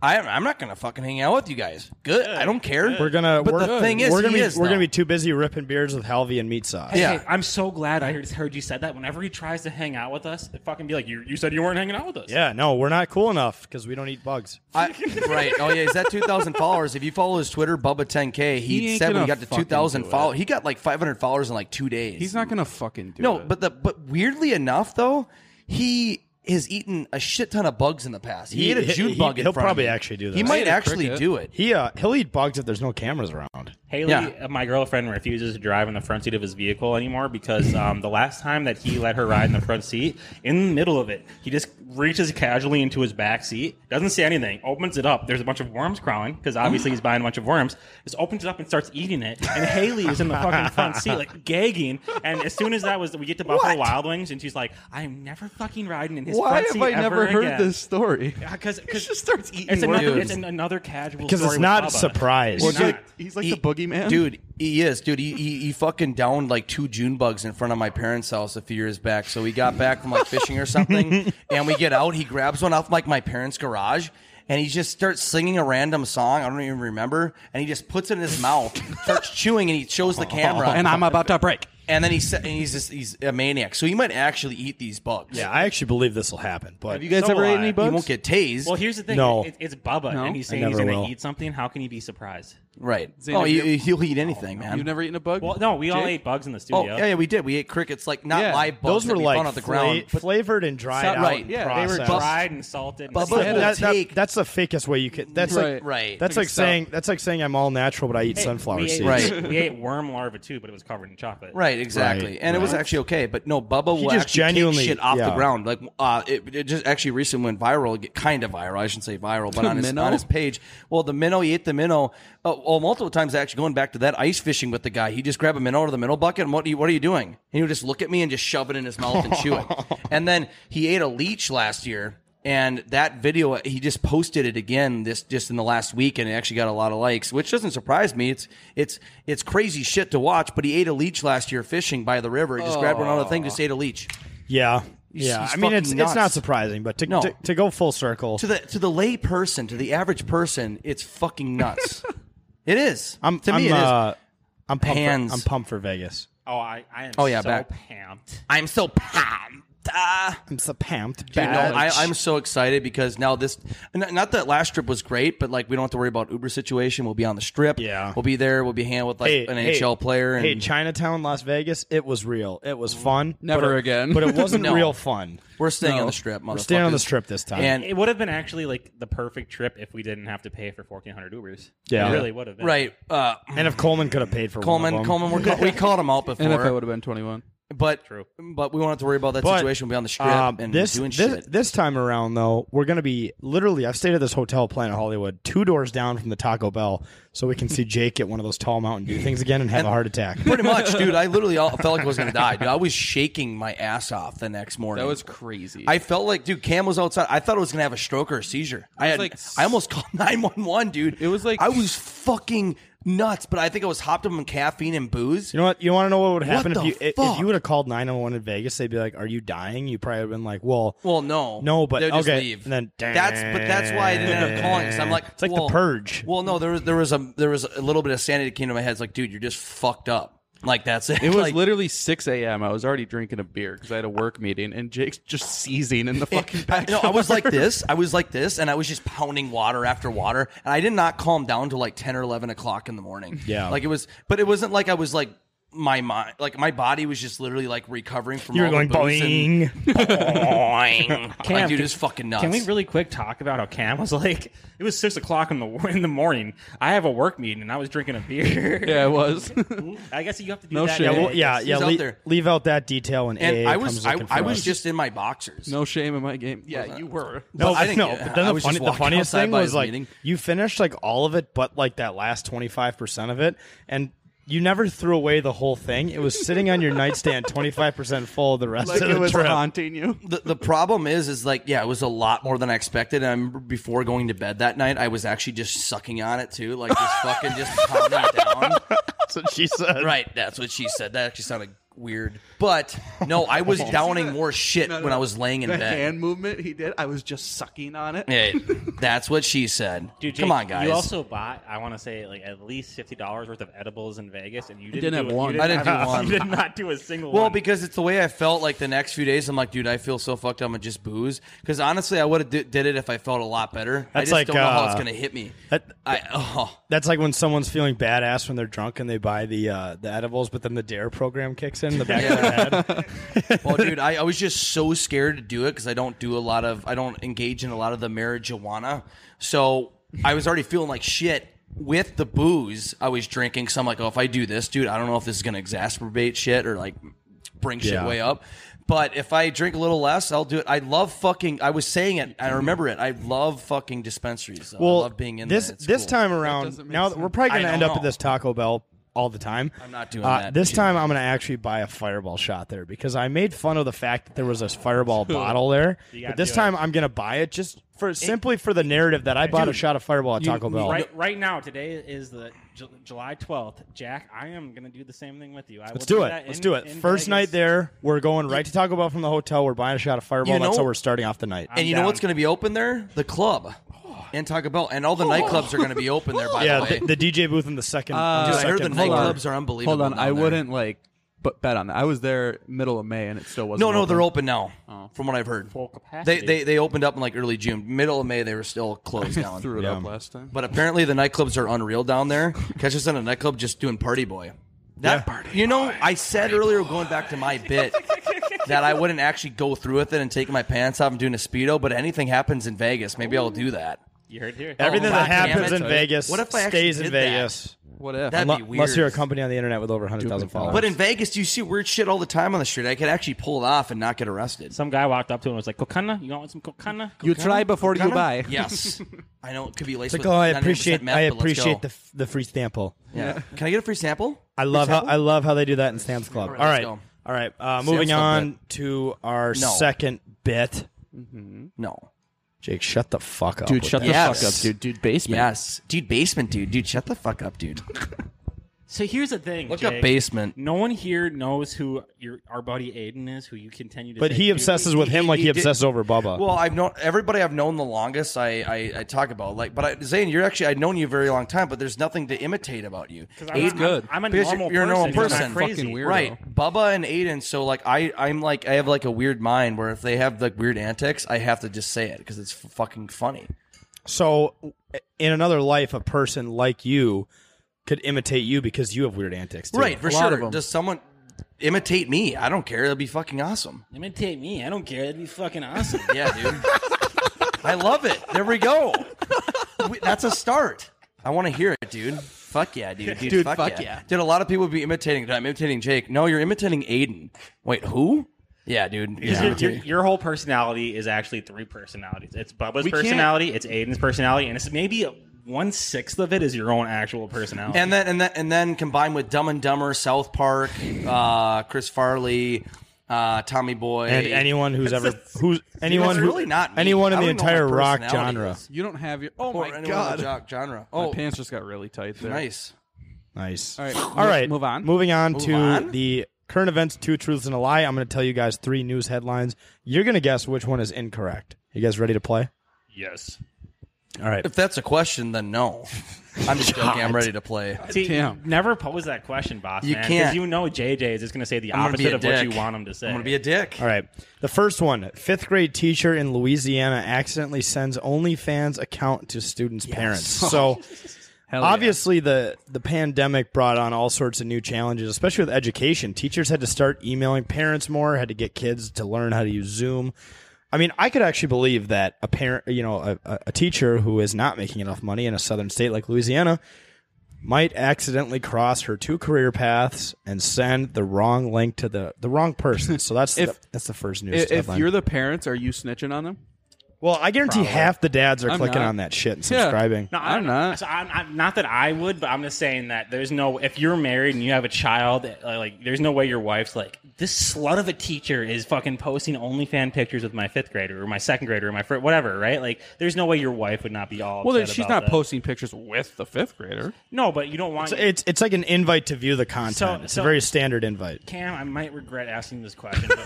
[SPEAKER 7] I, I'm not gonna fucking hang out with you guys. Good, I don't care.
[SPEAKER 1] We're gonna.
[SPEAKER 7] But
[SPEAKER 1] we're,
[SPEAKER 7] the thing is,
[SPEAKER 1] we're gonna be
[SPEAKER 7] he is,
[SPEAKER 1] we're
[SPEAKER 7] though.
[SPEAKER 1] gonna be too busy ripping beards with Halvey and meat sauce.
[SPEAKER 10] Hey, hey, I'm so glad I heard, heard you said that. Whenever he tries to hang out with us, it fucking be like, "You, you said you weren't hanging out with us."
[SPEAKER 1] yeah. No, we're not cool enough because we don't eat bugs.
[SPEAKER 7] I, right. Oh yeah, he's at two thousand followers. If you follow his Twitter, Bubba ten K,
[SPEAKER 9] He
[SPEAKER 7] he,
[SPEAKER 9] ain't
[SPEAKER 7] said when
[SPEAKER 9] gonna
[SPEAKER 7] he got to
[SPEAKER 9] fucking
[SPEAKER 7] two thousand
[SPEAKER 9] do it.
[SPEAKER 7] followers, he got like five hundred followers in like two days.
[SPEAKER 9] He's not gonna fucking do
[SPEAKER 7] no,
[SPEAKER 9] it.
[SPEAKER 7] but the but weirdly enough though, he has eaten a shit ton of bugs in the past. He, ate a June
[SPEAKER 1] he-
[SPEAKER 7] bug. in
[SPEAKER 1] He'll
[SPEAKER 7] front of
[SPEAKER 1] probably
[SPEAKER 7] me.
[SPEAKER 1] actually do that.
[SPEAKER 7] He might actually do it.
[SPEAKER 1] He uh, he'll eat bugs if there's no cameras around.
[SPEAKER 10] Haley, uh, my girlfriend, refuses to drive in the front seat of his vehicle anymore because um, the last time that he let her ride in the front seat, in the middle of it, he just reaches casually into his back seat, doesn't say anything, opens it up. There's a bunch of worms crawling because obviously he's buying a bunch of worms. Just opens it up and starts eating it. And Haley is in the fucking front seat, like gagging. And as soon as that was, we get to Buffalo Wild Wings, and she's like, "I am never fucking riding in his
[SPEAKER 9] Why
[SPEAKER 10] front
[SPEAKER 9] have
[SPEAKER 10] seat."
[SPEAKER 9] I never heard this story?
[SPEAKER 10] Because just
[SPEAKER 9] starts eating
[SPEAKER 10] it's another,
[SPEAKER 7] worms.
[SPEAKER 10] it's an- another casual
[SPEAKER 1] Because
[SPEAKER 10] story
[SPEAKER 1] it's
[SPEAKER 10] with
[SPEAKER 1] not
[SPEAKER 10] Bubba.
[SPEAKER 1] a surprise.
[SPEAKER 10] It's not.
[SPEAKER 9] he's like
[SPEAKER 7] the boogeyman, dude. He is, dude. He, he he fucking downed like two June bugs in front of my parents' house a few years back. So he got back from like fishing or something, and we get out. He grabs one off like my parents' garage. And he just starts singing a random song. I don't even remember. And he just puts it in his mouth, starts chewing, and he shows the camera.
[SPEAKER 9] and Oh, I'm about to break.
[SPEAKER 7] and then he sa- and he's just he's a maniac, so he might actually eat these bugs.
[SPEAKER 1] Yeah, I actually believe this will happen. But
[SPEAKER 7] So will I. You won't get tased.
[SPEAKER 10] Well, here's the thing.
[SPEAKER 1] No.
[SPEAKER 10] It, it's Bubba,
[SPEAKER 1] No.
[SPEAKER 10] and he's
[SPEAKER 1] I
[SPEAKER 10] saying he's
[SPEAKER 1] never
[SPEAKER 10] going
[SPEAKER 1] will.
[SPEAKER 10] to eat something. How can he be surprised?
[SPEAKER 7] Right. oh, he, he'll eat anything, man.
[SPEAKER 10] You've
[SPEAKER 9] never eaten a bug?
[SPEAKER 10] Well, no, we all
[SPEAKER 7] Jake?
[SPEAKER 10] ate bugs in the
[SPEAKER 7] Oh,
[SPEAKER 10] studio.
[SPEAKER 7] yeah, yeah, we did. We ate crickets, like not live bugs.
[SPEAKER 1] Those were
[SPEAKER 7] that we
[SPEAKER 1] like
[SPEAKER 7] found on the ground.
[SPEAKER 1] fla- flavored and dried
[SPEAKER 7] Sa-
[SPEAKER 1] out.
[SPEAKER 7] right,
[SPEAKER 1] and
[SPEAKER 7] yeah, they were
[SPEAKER 1] processed.
[SPEAKER 7] dried
[SPEAKER 10] and salted.
[SPEAKER 1] That's
[SPEAKER 7] Bubba
[SPEAKER 1] the-
[SPEAKER 7] had a
[SPEAKER 1] that- that-
[SPEAKER 7] take.
[SPEAKER 1] that's the fakest way you could. That's
[SPEAKER 7] Right.
[SPEAKER 1] like
[SPEAKER 7] Right.
[SPEAKER 1] That's
[SPEAKER 7] Big
[SPEAKER 1] like
[SPEAKER 7] stuff.
[SPEAKER 1] saying that's like saying I'm all natural, but I eat
[SPEAKER 10] Hey,
[SPEAKER 1] sunflower
[SPEAKER 10] we
[SPEAKER 1] seeds.
[SPEAKER 10] Ate, we ate worm larvae too, but it was covered in chocolate.
[SPEAKER 7] Right, exactly, and it was actually okay. But no, Bubba
[SPEAKER 10] He
[SPEAKER 7] will
[SPEAKER 10] just
[SPEAKER 7] actually
[SPEAKER 10] genuinely-
[SPEAKER 7] take shit off the
[SPEAKER 10] yeah.
[SPEAKER 7] ground. Like uh, it, it just actually recently went viral, get- kind of viral. I shouldn't say viral, but on his
[SPEAKER 9] Minnow?
[SPEAKER 7] on his page. Well, the minnow he ate the minnow. Uh, well, multiple times actually going back to that ice fishing with the guy. He just grab a minnow out of the minnow bucket and what? Are you, what are you doing? And he would just look at me and just shove it in his mouth and chew it. And then he ate a leech last year. And that video, he just posted it again this just in the last week, and it actually got a lot of likes, which doesn't surprise me. It's it's it's crazy shit to watch. But he ate a leech last year fishing by the river. He just grabbed one out of the thing, just ate a leech.
[SPEAKER 1] Yeah,
[SPEAKER 7] He's-
[SPEAKER 1] yeah.
[SPEAKER 7] he's
[SPEAKER 1] I mean, it's
[SPEAKER 7] fucking
[SPEAKER 1] it's
[SPEAKER 7] nuts.
[SPEAKER 1] not surprising, but to,
[SPEAKER 7] No.
[SPEAKER 1] to, to go full circle,
[SPEAKER 7] To the to the lay person, to the average person, it's fucking nuts. it is.
[SPEAKER 1] I'm
[SPEAKER 7] to
[SPEAKER 1] I'm,
[SPEAKER 7] me, it is.
[SPEAKER 1] uh, I'm pumped.
[SPEAKER 7] Hands.
[SPEAKER 1] For, I'm pumped for Vegas.
[SPEAKER 10] Oh, I, I am
[SPEAKER 7] Oh, yeah,
[SPEAKER 10] so
[SPEAKER 7] back.
[SPEAKER 10] pumped.
[SPEAKER 7] I'm so pumped. Ah.
[SPEAKER 1] I'm so pumped.
[SPEAKER 7] Dude, no, I, I'm so excited because now this, n- not that last trip was great, but like we don't have to worry about Uber situation. We'll be on the strip. Yeah, we'll be there. We'll be hanging with like
[SPEAKER 1] Hey,
[SPEAKER 7] an
[SPEAKER 1] hey,
[SPEAKER 7] NHL player. And
[SPEAKER 1] hey, Chinatown, Las Vegas. It was real. It was fun.
[SPEAKER 7] Never
[SPEAKER 1] but it-
[SPEAKER 7] again.
[SPEAKER 1] But it wasn't
[SPEAKER 7] No.
[SPEAKER 1] real fun.
[SPEAKER 7] We're staying on the strip,
[SPEAKER 1] We're staying on the
[SPEAKER 7] motherfuckers.
[SPEAKER 1] strip this time.
[SPEAKER 7] And-
[SPEAKER 10] And it would have been actually like the perfect trip if we didn't have to pay for 1400 Ubers.
[SPEAKER 1] Yeah.
[SPEAKER 10] It really would have been.
[SPEAKER 7] right, uh,
[SPEAKER 1] and if Coleman could have paid for one
[SPEAKER 7] Coleman,
[SPEAKER 1] of them.
[SPEAKER 7] Coleman, we're, ca- we called him out before.
[SPEAKER 9] And if I would have been 21.
[SPEAKER 7] but but we won't have to worry about that
[SPEAKER 1] But,
[SPEAKER 7] situation. We'll be on the strip
[SPEAKER 1] um,
[SPEAKER 7] and
[SPEAKER 1] this,
[SPEAKER 7] doing
[SPEAKER 1] this,
[SPEAKER 7] shit.
[SPEAKER 1] This time around, though, we're going to be literally. I've stayed at this hotel, Planet Hollywood, two doors down from the Taco Bell, so we can see Jake get one of those tall Mountain Dew things again and have a heart attack.
[SPEAKER 7] Pretty much, dude. I literally all, felt like I was gonna die. Dude, I was shaking my ass off the next morning.
[SPEAKER 9] That was crazy.
[SPEAKER 7] I felt like, dude, Cam was outside. I thought I was gonna have a stroke or a seizure. I
[SPEAKER 9] was
[SPEAKER 7] had,
[SPEAKER 9] like-
[SPEAKER 7] I almost called nine one one, dude. It was like I was fucking nuts, but I think I was hopped up on caffeine and booze.
[SPEAKER 1] You know what? You want to know what would
[SPEAKER 7] What
[SPEAKER 1] happen
[SPEAKER 7] the
[SPEAKER 1] if you i-
[SPEAKER 7] fuck?
[SPEAKER 1] if you would have called nine one one in Vegas? They'd be like, "Are you dying?" You probably would have been like, "Well,
[SPEAKER 7] Well, no,
[SPEAKER 1] no, but
[SPEAKER 7] They'd
[SPEAKER 1] okay."
[SPEAKER 7] just leave.
[SPEAKER 1] And then
[SPEAKER 7] that's but that's why I didn't end up calling because I'm like,
[SPEAKER 1] it's like
[SPEAKER 7] well-
[SPEAKER 1] the purge.
[SPEAKER 7] Well, no, there was there was a there was a little bit of sanity that came to my head. It's like, dude, you're just fucked up. Like that's it.
[SPEAKER 9] It was
[SPEAKER 7] like,
[SPEAKER 9] literally 6 a.m. I was already drinking a beer because I had a work meeting, and Jake's just seizing in the fucking back.
[SPEAKER 7] No, I was like this. I was like this, and I was just pounding water after water, and I did not calm down till like ten or eleven o'clock in the morning.
[SPEAKER 1] Yeah.
[SPEAKER 7] like it was, but it wasn't like I was like my mind, like my body was just literally like recovering from.
[SPEAKER 1] You were
[SPEAKER 7] all
[SPEAKER 1] going
[SPEAKER 7] the booze and- boing.
[SPEAKER 10] Cam,
[SPEAKER 7] like, dude,
[SPEAKER 10] can-
[SPEAKER 7] it's fucking nuts.
[SPEAKER 10] Can we really quick talk about how Cam was like? It was six o'clock in the in the morning. I have a work meeting and I was drinking a beer.
[SPEAKER 9] Yeah, it was.
[SPEAKER 10] I guess you have to do
[SPEAKER 1] No
[SPEAKER 10] that.
[SPEAKER 1] shame. Yeah,
[SPEAKER 10] in
[SPEAKER 1] well, yeah,
[SPEAKER 10] Vegas.
[SPEAKER 1] yeah.
[SPEAKER 7] He's out
[SPEAKER 1] lea-
[SPEAKER 7] there.
[SPEAKER 1] Leave out that detail when
[SPEAKER 7] and
[SPEAKER 1] AA
[SPEAKER 7] I was, I,
[SPEAKER 1] comes looking
[SPEAKER 7] I
[SPEAKER 1] for
[SPEAKER 7] was
[SPEAKER 1] us.
[SPEAKER 7] just in my boxers.
[SPEAKER 9] No shame in my game. Yeah, you were.
[SPEAKER 1] No,
[SPEAKER 7] But I
[SPEAKER 1] but
[SPEAKER 7] didn't
[SPEAKER 1] no.
[SPEAKER 7] get-
[SPEAKER 1] but then
[SPEAKER 7] I
[SPEAKER 1] the,
[SPEAKER 7] was
[SPEAKER 1] funny,
[SPEAKER 7] just
[SPEAKER 1] the
[SPEAKER 7] walking
[SPEAKER 1] funniest
[SPEAKER 7] outside
[SPEAKER 1] thing
[SPEAKER 7] by
[SPEAKER 1] was
[SPEAKER 7] his
[SPEAKER 1] like
[SPEAKER 7] meeting.
[SPEAKER 1] you finished like all of it, but like that last twenty five percent of it, and you never threw away the whole thing. It was sitting on your nightstand, twenty five percent full. The rest of the trip.
[SPEAKER 9] haunting you.
[SPEAKER 7] The, the problem is, is like, yeah, it was a lot more than I expected. And I remember before going to bed that night, I was actually just sucking on it too, like just fucking just pounding it down.
[SPEAKER 1] That's what she said.
[SPEAKER 7] Right, that's what she said. That actually sounded weird. But no, I was downing more shit
[SPEAKER 9] No, no,
[SPEAKER 7] when I
[SPEAKER 9] no.
[SPEAKER 7] was laying in
[SPEAKER 9] the
[SPEAKER 7] bed.
[SPEAKER 9] hand movement he did, I was just sucking on it.
[SPEAKER 7] Hey, that's what she said.
[SPEAKER 10] Dude,
[SPEAKER 7] Come
[SPEAKER 10] Jake,
[SPEAKER 7] on, guys.
[SPEAKER 10] You also bought, I want to say, like at least fifty dollars worth of edibles in Vegas, and you
[SPEAKER 9] didn't
[SPEAKER 10] didn't,
[SPEAKER 9] have
[SPEAKER 10] do a- you
[SPEAKER 9] one.
[SPEAKER 7] I didn't
[SPEAKER 10] have-
[SPEAKER 7] do one.
[SPEAKER 10] You did not do a single
[SPEAKER 7] well,
[SPEAKER 10] one.
[SPEAKER 7] because it's the way I felt. Like the next few days, I'm like, dude, I feel so fucked up. I'm just booze. Because honestly, I would have d- did it if I felt a lot better. I
[SPEAKER 1] That's
[SPEAKER 7] just
[SPEAKER 1] like,
[SPEAKER 7] don't know how it's
[SPEAKER 1] uh,
[SPEAKER 7] gonna hit me.
[SPEAKER 1] that-
[SPEAKER 7] I oh,
[SPEAKER 1] That's like when someone's feeling badass when they're drunk and they buy the uh, the edibles, but then the Dare program kicks in, in the back of their head.
[SPEAKER 7] well, dude, I, I was just so scared to do it because I don't do a lot of, I don't engage in a lot of the marijuana. So I was already feeling like shit with the booze I was drinking. So I'm like, oh, if I do this, dude, I don't know if this is going to exacerbate shit or like bring shit
[SPEAKER 1] Yeah.
[SPEAKER 7] way up. But if I drink a little less, I'll do it. I love fucking. I was saying it. I remember it. I love fucking dispensaries. I love being in
[SPEAKER 1] this
[SPEAKER 7] there. It's
[SPEAKER 1] this
[SPEAKER 7] cool.
[SPEAKER 1] time around. now that we're probably
[SPEAKER 7] I
[SPEAKER 1] going to
[SPEAKER 7] don't
[SPEAKER 1] end up
[SPEAKER 7] know.
[SPEAKER 1] at this Taco Bell all the time. I'm
[SPEAKER 7] not doing that,
[SPEAKER 1] This
[SPEAKER 7] dude.
[SPEAKER 1] time I'm going to actually buy a Fireball shot there because I made fun of the fact that there was a Fireball bottle there.
[SPEAKER 10] You gotta
[SPEAKER 1] But this
[SPEAKER 10] do
[SPEAKER 1] time I'm going to buy it just for simply for the narrative that I bought a
[SPEAKER 10] Dude,
[SPEAKER 1] shot of Fireball at Taco Bell.
[SPEAKER 10] Right, right now, today is the Ju- July twelfth. Jack, I am gonna do the same thing with you. I
[SPEAKER 1] Let's
[SPEAKER 10] will
[SPEAKER 1] do it.
[SPEAKER 10] that
[SPEAKER 1] Let's
[SPEAKER 10] in-
[SPEAKER 1] do it.
[SPEAKER 10] in
[SPEAKER 1] First
[SPEAKER 10] Vegas.
[SPEAKER 1] night there, we're going right to Taco Bell from the hotel. We're buying a shot of Fireball.
[SPEAKER 7] You know-
[SPEAKER 1] That's how we're starting off the night.
[SPEAKER 7] and you know what's going to be open there? The club and Taco Bell, and all the nightclubs are going to be open there. By
[SPEAKER 1] yeah,
[SPEAKER 7] the way,
[SPEAKER 1] the, the DJ booth in the second.
[SPEAKER 7] Uh,
[SPEAKER 1] on
[SPEAKER 7] Dude, I heard
[SPEAKER 1] second
[SPEAKER 7] the
[SPEAKER 1] floor.
[SPEAKER 7] nightclubs are unbelievable
[SPEAKER 9] Hold on,
[SPEAKER 7] down
[SPEAKER 9] I
[SPEAKER 7] there.
[SPEAKER 9] wouldn't like but bet on that. I was there middle of May and it still wasn't.
[SPEAKER 7] no, no, they're open Oh. now. From what I've heard, full
[SPEAKER 9] capacity.
[SPEAKER 7] They, they they opened up in like early June, middle of May. They were still closed down.
[SPEAKER 9] Threw it up last time.
[SPEAKER 7] But apparently the nightclubs are unreal down there. Catch us in a nightclub just doing party boy. That party. You know, I said earlier, going back to my bit, that I wouldn't actually go through with it and take my pants off and doing a speedo. But anything happens in Vegas, maybe I'll do that.
[SPEAKER 11] You heard here.
[SPEAKER 1] Everything
[SPEAKER 7] Oh,
[SPEAKER 1] that
[SPEAKER 7] God damn
[SPEAKER 1] happens
[SPEAKER 7] it.
[SPEAKER 1] in Vegas
[SPEAKER 7] What if I actually
[SPEAKER 1] stays in
[SPEAKER 7] did that?
[SPEAKER 1] Vegas.
[SPEAKER 7] What if? That'd be
[SPEAKER 1] Unle- Unless
[SPEAKER 7] weird.
[SPEAKER 1] you're a company on the internet with over 100,000 followers.
[SPEAKER 7] But in Vegas, you see weird shit all the time on the street. I could actually pull it off and not get arrested.
[SPEAKER 10] Some guy walked up to him and was like, "Kokana, you want some kokana?"
[SPEAKER 7] You try
[SPEAKER 9] before
[SPEAKER 7] you buy. Yes. I know it could be
[SPEAKER 1] It's
[SPEAKER 7] laced
[SPEAKER 1] like,
[SPEAKER 7] with
[SPEAKER 1] oh, I
[SPEAKER 7] 98%
[SPEAKER 1] appreciate,
[SPEAKER 7] meth,
[SPEAKER 1] I
[SPEAKER 7] but let's go.
[SPEAKER 1] appreciate the, f- the free sample.
[SPEAKER 7] Yeah. Can I get a free sample?
[SPEAKER 1] I love
[SPEAKER 7] Free
[SPEAKER 1] how
[SPEAKER 7] sample?
[SPEAKER 1] I love how they do that in Sam's Club. All
[SPEAKER 7] All
[SPEAKER 1] right,
[SPEAKER 7] right,
[SPEAKER 1] all
[SPEAKER 7] let's
[SPEAKER 1] right. Uh,
[SPEAKER 7] Sam's
[SPEAKER 1] moving
[SPEAKER 7] Club
[SPEAKER 1] on to our
[SPEAKER 7] No.
[SPEAKER 1] second bit.
[SPEAKER 7] No,
[SPEAKER 1] Jake, shut the fuck up,
[SPEAKER 7] Dude,
[SPEAKER 1] with
[SPEAKER 7] shut the
[SPEAKER 1] that.
[SPEAKER 7] fuck up, dude. Dude, basement. Yes, dude, basement, dude, dude, shut the fuck up, dude.
[SPEAKER 10] So here's the thing.
[SPEAKER 7] Look up
[SPEAKER 10] Jake.
[SPEAKER 7] basement.
[SPEAKER 10] No one here knows who your our buddy Aiden is, who you continue to.
[SPEAKER 1] But
[SPEAKER 10] say,
[SPEAKER 1] he
[SPEAKER 10] "Dude,
[SPEAKER 1] obsesses with him like he
[SPEAKER 7] did-
[SPEAKER 1] obsesses over Bubba.
[SPEAKER 7] Well, I've known everybody I've known the longest. I I, I talk about like, but I, Zane, you're actually I've known you a very long time, but there's nothing to imitate about you.
[SPEAKER 10] 'Cause I'm not- Good. I'm a
[SPEAKER 7] Because
[SPEAKER 10] normal
[SPEAKER 7] you're, you're a normal
[SPEAKER 10] person.
[SPEAKER 7] person,
[SPEAKER 10] I'm not crazy. Fucking weirdo.
[SPEAKER 7] right? Bubba and Aiden. So like I I'm like I have like a weird mind where if they have like weird antics, I have to just say it because it's f- fucking funny.
[SPEAKER 1] So, in another life, a person like you could imitate you because you have weird antics, too.
[SPEAKER 7] Right, for sure. Does someone imitate me? I don't care. That'd be fucking awesome.
[SPEAKER 10] Imitate me. I don't care. That'd be fucking awesome.
[SPEAKER 7] Yeah, dude. I love it. There we go. We- That's a start. I want to hear it, dude. Fuck yeah, dude. Dude,
[SPEAKER 9] Dude,
[SPEAKER 7] fuck,
[SPEAKER 9] fuck
[SPEAKER 7] yeah.
[SPEAKER 9] yeah.
[SPEAKER 7] Dude, a lot of people would be imitating. I'm imitating Jake. No, you're imitating Aiden. Wait, who? Yeah, dude.
[SPEAKER 10] Because your-
[SPEAKER 7] Yeah.
[SPEAKER 10] your, your whole personality is actually three personalities. It's Bubba's
[SPEAKER 7] We can't-
[SPEAKER 10] personality, it's Aiden's personality, and it's maybe one sixth of it is your own actual personality.
[SPEAKER 7] And then and then and then combined with Dumb and Dumber, South Park, uh, Chris Farley, uh, Tommy Boy,
[SPEAKER 1] And anyone who's
[SPEAKER 7] That's
[SPEAKER 1] ever who's
[SPEAKER 7] Dude,
[SPEAKER 1] anyone
[SPEAKER 7] that's
[SPEAKER 1] who,
[SPEAKER 7] really not me.
[SPEAKER 1] anyone in
[SPEAKER 7] I
[SPEAKER 1] the
[SPEAKER 7] don't even know
[SPEAKER 1] entire
[SPEAKER 7] my
[SPEAKER 1] rock
[SPEAKER 7] personality
[SPEAKER 1] genre.
[SPEAKER 7] is.
[SPEAKER 9] You don't have your. Oh
[SPEAKER 7] Or
[SPEAKER 9] my
[SPEAKER 7] anyone in
[SPEAKER 9] god.
[SPEAKER 7] the jo- genre.
[SPEAKER 9] Oh,
[SPEAKER 7] Oh.
[SPEAKER 9] my pants just got really tight there.
[SPEAKER 7] Nice.
[SPEAKER 1] Nice.
[SPEAKER 9] All right,
[SPEAKER 1] All right,
[SPEAKER 9] Move on.
[SPEAKER 1] Moving on
[SPEAKER 9] Move
[SPEAKER 1] to
[SPEAKER 9] on?
[SPEAKER 1] the current events, two truths and a lie. I'm going to tell you guys three news headlines. You're going to guess which one is incorrect. You guys ready to play?
[SPEAKER 10] yes.
[SPEAKER 1] All right.
[SPEAKER 7] If that's a question, then no. I'm just joking. I'm ready to play.
[SPEAKER 10] See, never pose that question, boss.
[SPEAKER 7] You
[SPEAKER 10] man, 'cause
[SPEAKER 7] can't.
[SPEAKER 10] You know JJ is just going to say the
[SPEAKER 7] I'm gonna
[SPEAKER 10] opposite
[SPEAKER 7] be a
[SPEAKER 10] of what you
[SPEAKER 7] dick.
[SPEAKER 10] want him to say.
[SPEAKER 7] I'm gonna be a dick.
[SPEAKER 1] All right. The first one: fifth grade teacher in Louisiana accidentally sends OnlyFans account to students' parents. So.
[SPEAKER 9] yeah.
[SPEAKER 1] Obviously, the, the pandemic brought on all sorts of new challenges, especially with education. Teachers had to start emailing parents more, had to get kids to learn how to use Zoom. I mean, I could actually believe that a parent, you know, a- a, a teacher who is not making enough money in a southern state like Louisiana might accidentally cross her two career paths and send the wrong link to the, the wrong person. So that's
[SPEAKER 9] If-
[SPEAKER 1] the, that's the first news.
[SPEAKER 9] If, if
[SPEAKER 1] headline.
[SPEAKER 9] you're the parents, are you snitching on them?
[SPEAKER 1] well, I guarantee
[SPEAKER 9] Probably.
[SPEAKER 1] half the dads are
[SPEAKER 9] I'm
[SPEAKER 1] clicking
[SPEAKER 9] not.
[SPEAKER 1] on that shit and
[SPEAKER 9] Yeah.
[SPEAKER 1] subscribing.
[SPEAKER 10] No, I'm not. So I'm, I'm not that I would, but I'm just saying that there's no. If you're married and you have a child, uh, like there's no way your wife's like this slut of a teacher is fucking posting OnlyFan pictures with my fifth grader or my second grader or my fir- whatever, right? Like there's no way your wife would not be all.
[SPEAKER 9] Well, then
[SPEAKER 10] upset
[SPEAKER 9] she's
[SPEAKER 10] about
[SPEAKER 9] not
[SPEAKER 10] that.
[SPEAKER 9] posting pictures with the fifth grader.
[SPEAKER 10] No, but you don't want.
[SPEAKER 1] It's, it's it's like an invite to view the content.
[SPEAKER 10] So-
[SPEAKER 1] it's a
[SPEAKER 10] so-
[SPEAKER 1] very standard invite.
[SPEAKER 10] Cam, I might regret asking this question.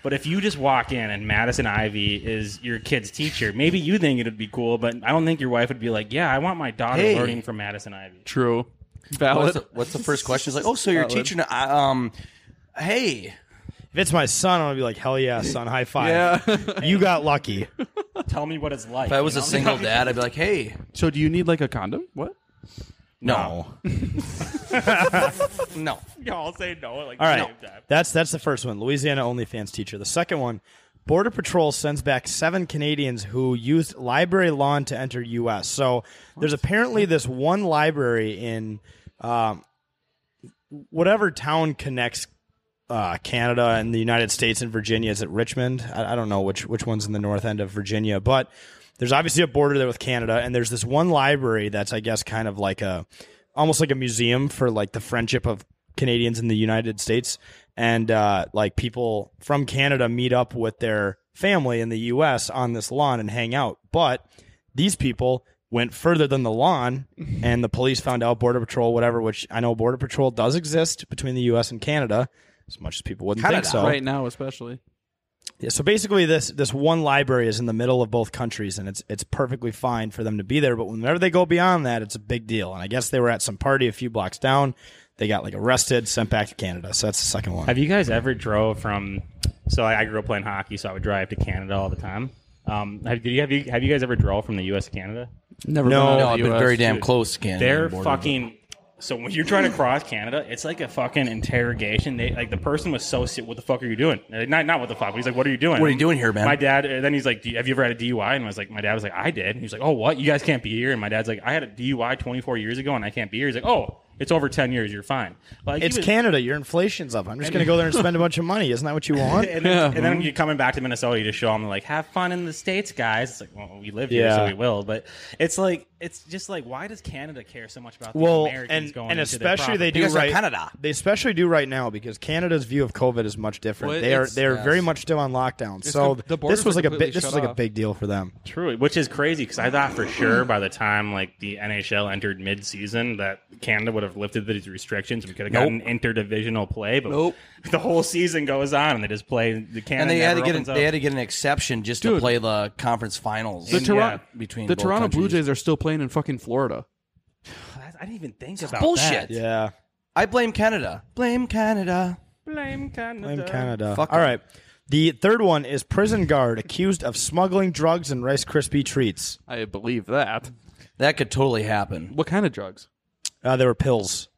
[SPEAKER 10] But, but if you just walk in and Madison Ivy is your kid's teacher, maybe you think it would be cool, but I don't think your wife would be like, "Yeah, I want my daughter
[SPEAKER 7] Hey.
[SPEAKER 10] learning from Madison Ivy."
[SPEAKER 9] True.
[SPEAKER 7] What's
[SPEAKER 9] Valid.
[SPEAKER 7] the, what's the first question? It's like, oh, so you're
[SPEAKER 9] Valid.
[SPEAKER 7] teaching. Uh, um, hey,
[SPEAKER 1] If it's my son, I'm gonna be like, hell yeah, son, high five.
[SPEAKER 9] Yeah.
[SPEAKER 1] you got lucky.
[SPEAKER 10] Tell me what it's like.
[SPEAKER 7] if I was
[SPEAKER 10] you
[SPEAKER 7] a
[SPEAKER 10] know?
[SPEAKER 7] single dad, I'd be like, hey,
[SPEAKER 9] So do you need like a condom? What?
[SPEAKER 7] no, no.
[SPEAKER 10] Y'all say no. Like,
[SPEAKER 1] All
[SPEAKER 10] no.
[SPEAKER 1] right, that's that's the first one. Louisiana OnlyFans teacher. The second one, Border Patrol sends back seven Canadians who used library lawn to enter U.S. So there's apparently this one library in um, whatever town connects uh, Canada and the United States and Virginia. Is it Richmond? I, I don't know which which one's in the north end of Virginia, but there's obviously a border there with Canada, and there's this one library that's I guess kind of like a almost like a museum for like the friendship of Canadians in the United States, and uh, like people from Canada meet up with their family in the U.S. on this lawn and hang out, but these people went further than the lawn and the police found out border patrol whatever which i know border patrol does exist between the us and canada as much as people wouldn't think so
[SPEAKER 9] Right now, especially.
[SPEAKER 1] yeah, so basically this this one library is in the middle of both countries and it's it's perfectly fine for them to be there but whenever they go beyond that it's a big deal and i guess they were at some party a few blocks down They got like arrested, sent back to Canada. So that's the second one.
[SPEAKER 10] Have you guys ever drove from? So I, I grew up playing hockey, so I would drive to Canada all the time. Um, have, did you have you have you guys ever drove from the U.S. to Canada?
[SPEAKER 7] Never No. been out of No, the I've been US. very damn close to Canada
[SPEAKER 10] They're
[SPEAKER 7] and border,
[SPEAKER 10] fucking. So when you're trying to cross Canada, it's like a fucking interrogation. They like the person was so sick. What the fuck are you doing? Uh, Not not what the fuck. But he's like, what are you doing?
[SPEAKER 7] What are you doing here, man?
[SPEAKER 10] My dad. And then he's like, Do you, have you ever had a DUI? And I was like, my dad was like, I did. And he's like, oh what? You guys can't be here. And my dad's like, I had a DUI 24 years ago and I can't be here. He's like, oh, it's over 10 years. You're fine. Like he
[SPEAKER 1] it's
[SPEAKER 10] was-
[SPEAKER 1] Canada. Your inflation's up. I'm just going to go there and spend a bunch of money. Isn't that what you want?
[SPEAKER 10] and, then, and then you're coming back to Minnesota, you just show them like, have fun in the states, guys. It's like, well, we live here, so
[SPEAKER 1] Yeah.
[SPEAKER 10] we will. But it's like, it's just like, why does Canada care so much about the
[SPEAKER 1] well,
[SPEAKER 10] Americans
[SPEAKER 1] and,
[SPEAKER 10] going
[SPEAKER 1] and
[SPEAKER 10] into
[SPEAKER 1] especially
[SPEAKER 10] their
[SPEAKER 1] they do right. They especially do right now because Canada's view of COVID is much different.
[SPEAKER 10] Well,
[SPEAKER 1] they are
[SPEAKER 10] it's-
[SPEAKER 1] they are
[SPEAKER 10] yes.
[SPEAKER 1] very much still on lockdown.
[SPEAKER 10] It's
[SPEAKER 1] so
[SPEAKER 10] com- the borders
[SPEAKER 1] this was
[SPEAKER 10] are
[SPEAKER 1] like a big
[SPEAKER 10] completely
[SPEAKER 1] this was
[SPEAKER 10] shut
[SPEAKER 1] like a
[SPEAKER 10] off.
[SPEAKER 1] big deal for them.
[SPEAKER 10] True, which is crazy because I thought for sure by the time like the NHL entered mid-season that Canada would have lifted these restrictions and could have gotten
[SPEAKER 7] Nope.
[SPEAKER 10] interdivisional play, but the whole season goes on and they just play the Canada.
[SPEAKER 7] and they had to
[SPEAKER 10] never
[SPEAKER 7] get an,
[SPEAKER 10] opens up.
[SPEAKER 7] they had to get an exception just to play the conference finals.
[SPEAKER 9] The Toronto
[SPEAKER 7] between
[SPEAKER 9] the
[SPEAKER 7] both
[SPEAKER 9] Toronto Blue
[SPEAKER 7] countries.
[SPEAKER 9] Jays are still playing in fucking Florida.
[SPEAKER 10] Oh, I didn't even think about
[SPEAKER 7] bullshit.
[SPEAKER 10] that.
[SPEAKER 1] Yeah,
[SPEAKER 7] I blame Canada. Blame Canada.
[SPEAKER 10] Blame Canada.
[SPEAKER 1] Blame Canada.
[SPEAKER 7] Fuck
[SPEAKER 1] All
[SPEAKER 7] 'em.
[SPEAKER 1] right. The third one is prison guard accused of smuggling drugs and Rice Krispie treats.
[SPEAKER 9] I believe that.
[SPEAKER 7] That could totally happen.
[SPEAKER 9] What kind of drugs?
[SPEAKER 1] Uh, they were pills.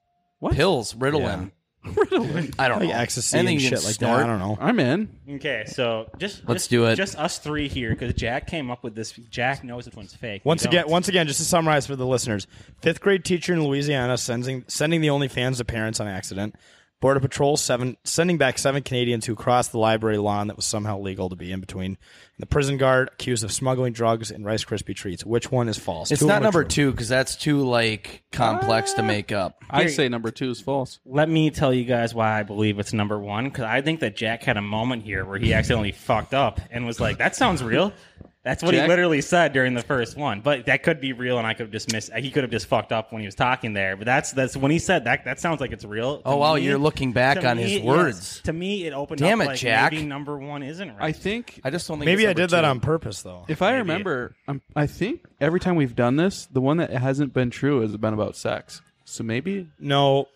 [SPEAKER 9] What
[SPEAKER 7] pills? Ritalin. Ritalin. I don't
[SPEAKER 1] Like
[SPEAKER 7] know.
[SPEAKER 1] ecstasy
[SPEAKER 7] Oh. Anything
[SPEAKER 1] and
[SPEAKER 7] you can
[SPEAKER 1] shit like that.
[SPEAKER 7] snort.
[SPEAKER 1] I don't know.
[SPEAKER 9] I'm in.
[SPEAKER 10] Okay, so just
[SPEAKER 7] Let's
[SPEAKER 10] just-
[SPEAKER 7] do it.
[SPEAKER 10] Just us three here because Jack came up with this. Jack knows which one's fake.
[SPEAKER 1] Once
[SPEAKER 10] You don't.
[SPEAKER 1] again, once again, just to summarize for the listeners: fifth grade teacher in Louisiana sending sending the OnlyFans to parents on accident. Border Patrol seven sending back seven Canadians who crossed the library lawn that was somehow legal to be in between. The prison guard accused of smuggling drugs and Rice Krispie treats. Which one is false?
[SPEAKER 7] It's
[SPEAKER 1] Two of
[SPEAKER 7] not
[SPEAKER 1] them are
[SPEAKER 7] number
[SPEAKER 1] true.
[SPEAKER 7] two because that's too like complex to make up.
[SPEAKER 9] I say number two is false.
[SPEAKER 10] Let me tell you guys why I believe it's number one because I think that Jack had a moment here where he accidentally fucked up and was like, "That sounds real." That's what he
[SPEAKER 9] Jack-
[SPEAKER 10] literally said during the first one, but that could be real, and I could have just missed. He could have just fucked up when he was talking there, but that's that's when he said that. That sounds like it's real. to
[SPEAKER 7] Oh, wow,
[SPEAKER 10] me.
[SPEAKER 7] you're looking back
[SPEAKER 10] To
[SPEAKER 7] on his
[SPEAKER 10] yes.
[SPEAKER 7] words.
[SPEAKER 10] to me, it opened
[SPEAKER 7] Damn
[SPEAKER 10] up
[SPEAKER 7] it,
[SPEAKER 10] like
[SPEAKER 7] Jack.
[SPEAKER 10] maybe number one isn't right.
[SPEAKER 9] I think
[SPEAKER 7] I just don't think
[SPEAKER 1] Maybe I
[SPEAKER 7] it's number
[SPEAKER 1] did that
[SPEAKER 7] two.
[SPEAKER 1] on purpose though.
[SPEAKER 9] If I remember, I'm, I think every time we've done this, the one that hasn't been true has been about sex. So maybe
[SPEAKER 1] No,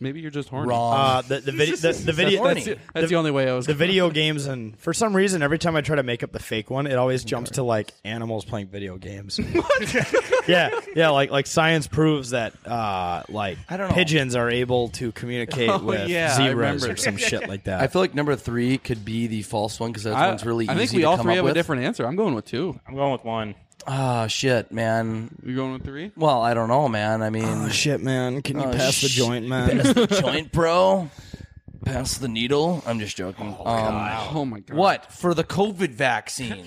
[SPEAKER 9] maybe you're just horny.
[SPEAKER 1] Uh, the, the video, the, the video,
[SPEAKER 9] That's, that's, that's the only way I was.
[SPEAKER 1] The video games, and for some reason, every time I try to make up the fake one, it always jumps to like animals playing video games. yeah, yeah, like like science proves that uh, like
[SPEAKER 7] I don't know.
[SPEAKER 1] pigeons are able to communicate
[SPEAKER 7] Oh,
[SPEAKER 1] with
[SPEAKER 7] yeah, I
[SPEAKER 1] zebras or
[SPEAKER 7] remember.
[SPEAKER 1] some shit like that.
[SPEAKER 7] I feel like number three could be the false one because that
[SPEAKER 9] I,
[SPEAKER 7] one's really
[SPEAKER 9] I
[SPEAKER 7] easy
[SPEAKER 9] think we
[SPEAKER 7] to
[SPEAKER 9] all
[SPEAKER 7] come
[SPEAKER 9] three
[SPEAKER 7] up
[SPEAKER 9] have
[SPEAKER 7] with.
[SPEAKER 9] a different answer. I'm going with two.
[SPEAKER 10] I'm going with one.
[SPEAKER 7] Ah, shit, man.
[SPEAKER 9] You going with three?
[SPEAKER 7] Well, I don't know, man. I mean,
[SPEAKER 1] Oh, shit, man. Can you
[SPEAKER 7] Oh,
[SPEAKER 1] pass the
[SPEAKER 7] sh-
[SPEAKER 1] joint, man?
[SPEAKER 7] Pass the joint, bro. Pass the needle. I'm just joking. Oh,
[SPEAKER 9] Oh, my God.
[SPEAKER 7] What for the COVID vaccine?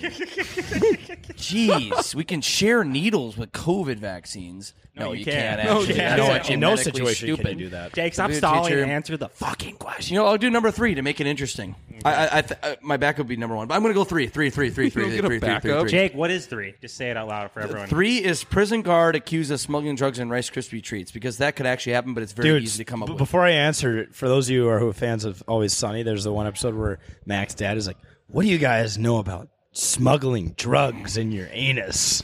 [SPEAKER 7] Jeez, we can share needles with COVID vaccines. No, you can't.
[SPEAKER 1] No,
[SPEAKER 7] actually.
[SPEAKER 1] you can't.
[SPEAKER 7] That's
[SPEAKER 1] No,
[SPEAKER 7] actually
[SPEAKER 1] in no
[SPEAKER 7] medically
[SPEAKER 1] situation can
[SPEAKER 7] stupid.
[SPEAKER 1] you do that.
[SPEAKER 10] Jake, stop
[SPEAKER 7] Maybe a
[SPEAKER 10] stalling
[SPEAKER 7] teacher-
[SPEAKER 10] and answer the fucking question.
[SPEAKER 7] You know, I'll do number three to make it interesting. I, I, I th- uh, my backup would be number one, but I'm going to go three, three, three, three, three,
[SPEAKER 10] don't
[SPEAKER 7] three,
[SPEAKER 10] get a
[SPEAKER 7] three, three, three,
[SPEAKER 10] backup.
[SPEAKER 7] three.
[SPEAKER 10] Jake, what is three? Just say it out loud for everyone.
[SPEAKER 7] Three is prison guard accused of smuggling drugs and Rice Krispie treats because that could actually happen, but it's very
[SPEAKER 1] Dude,
[SPEAKER 7] easy to come up
[SPEAKER 1] b-
[SPEAKER 7] with.
[SPEAKER 1] before I answer, it, for those of you who are who are fans of Always Sunny, there's the one episode where Mac's dad is like, "What do you guys know about smuggling drugs in your anus?"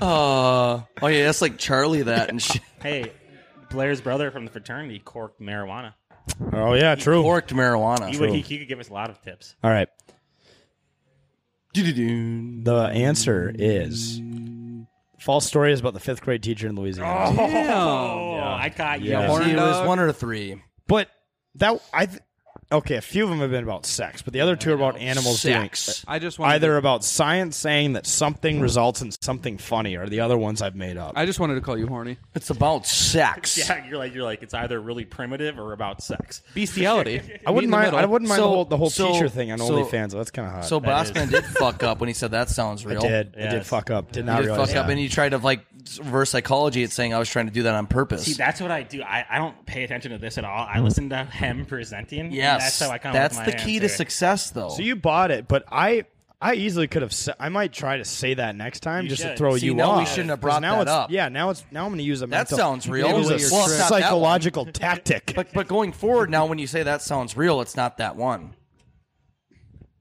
[SPEAKER 7] Uh, oh yeah, that's like Charlie that and shit.
[SPEAKER 10] Hey, Blair's brother from the fraternity corked marijuana.
[SPEAKER 1] oh yeah, true.
[SPEAKER 7] Corked marijuana.
[SPEAKER 10] He, would- he, he could give us a lot of tips.
[SPEAKER 1] All right.
[SPEAKER 7] The
[SPEAKER 1] answer is false story is about the fifth grade teacher in Louisiana.
[SPEAKER 10] Oh, I caught you.
[SPEAKER 1] Yeah.
[SPEAKER 7] See, it was
[SPEAKER 1] dog.
[SPEAKER 7] one or three.
[SPEAKER 1] But that I th- okay, a few of them have been about sex, but the other two are about animals
[SPEAKER 7] Sex.
[SPEAKER 1] doing.
[SPEAKER 9] I just wanted
[SPEAKER 1] Either
[SPEAKER 9] to-
[SPEAKER 1] about science saying that something results in something funny, or the other ones I've made up.
[SPEAKER 9] I just wanted to call you horny.
[SPEAKER 7] It's about sex.
[SPEAKER 10] Yeah, you're like you're like it's either really primitive or about sex.
[SPEAKER 9] Bestiality.
[SPEAKER 1] I wouldn't mind. I wouldn't mind
[SPEAKER 7] So-
[SPEAKER 1] the whole, the whole
[SPEAKER 7] so-
[SPEAKER 1] teacher thing on
[SPEAKER 7] so-
[SPEAKER 1] OnlyFans. though. That's kind of hot.
[SPEAKER 7] So
[SPEAKER 1] That is.
[SPEAKER 7] Bossman did fuck up when he said that sounds real.
[SPEAKER 1] I did. I did fuck up. Did not
[SPEAKER 7] you did
[SPEAKER 1] realize
[SPEAKER 7] fuck up,
[SPEAKER 1] that.
[SPEAKER 7] and you tried to like reverse psychology. It's saying I was trying to do that on purpose.
[SPEAKER 10] See, that's what I do. I, I don't pay attention to this at all. I listen to him presenting. and
[SPEAKER 7] yes,
[SPEAKER 10] that's how I come. up
[SPEAKER 7] That's
[SPEAKER 10] Mm-hmm. with my
[SPEAKER 7] the key to
[SPEAKER 10] answer.
[SPEAKER 7] success, though.
[SPEAKER 1] So you bought it, but I I easily could have. Sa- I might try to say that next time
[SPEAKER 7] You
[SPEAKER 1] just to
[SPEAKER 7] should.
[SPEAKER 1] throw
[SPEAKER 7] See,
[SPEAKER 1] you
[SPEAKER 7] now we
[SPEAKER 1] off.
[SPEAKER 7] shouldn't have
[SPEAKER 1] 'Cause
[SPEAKER 7] brought
[SPEAKER 1] now
[SPEAKER 7] that
[SPEAKER 1] it's-
[SPEAKER 7] up.
[SPEAKER 1] Yeah, now it's now I'm going to use a.
[SPEAKER 7] That
[SPEAKER 1] mental-
[SPEAKER 7] sounds real.
[SPEAKER 1] It was
[SPEAKER 7] Well,
[SPEAKER 1] a
[SPEAKER 7] stop that one.
[SPEAKER 1] psychological tactic.
[SPEAKER 7] but but going forward now, when you say that sounds real, it's not that one.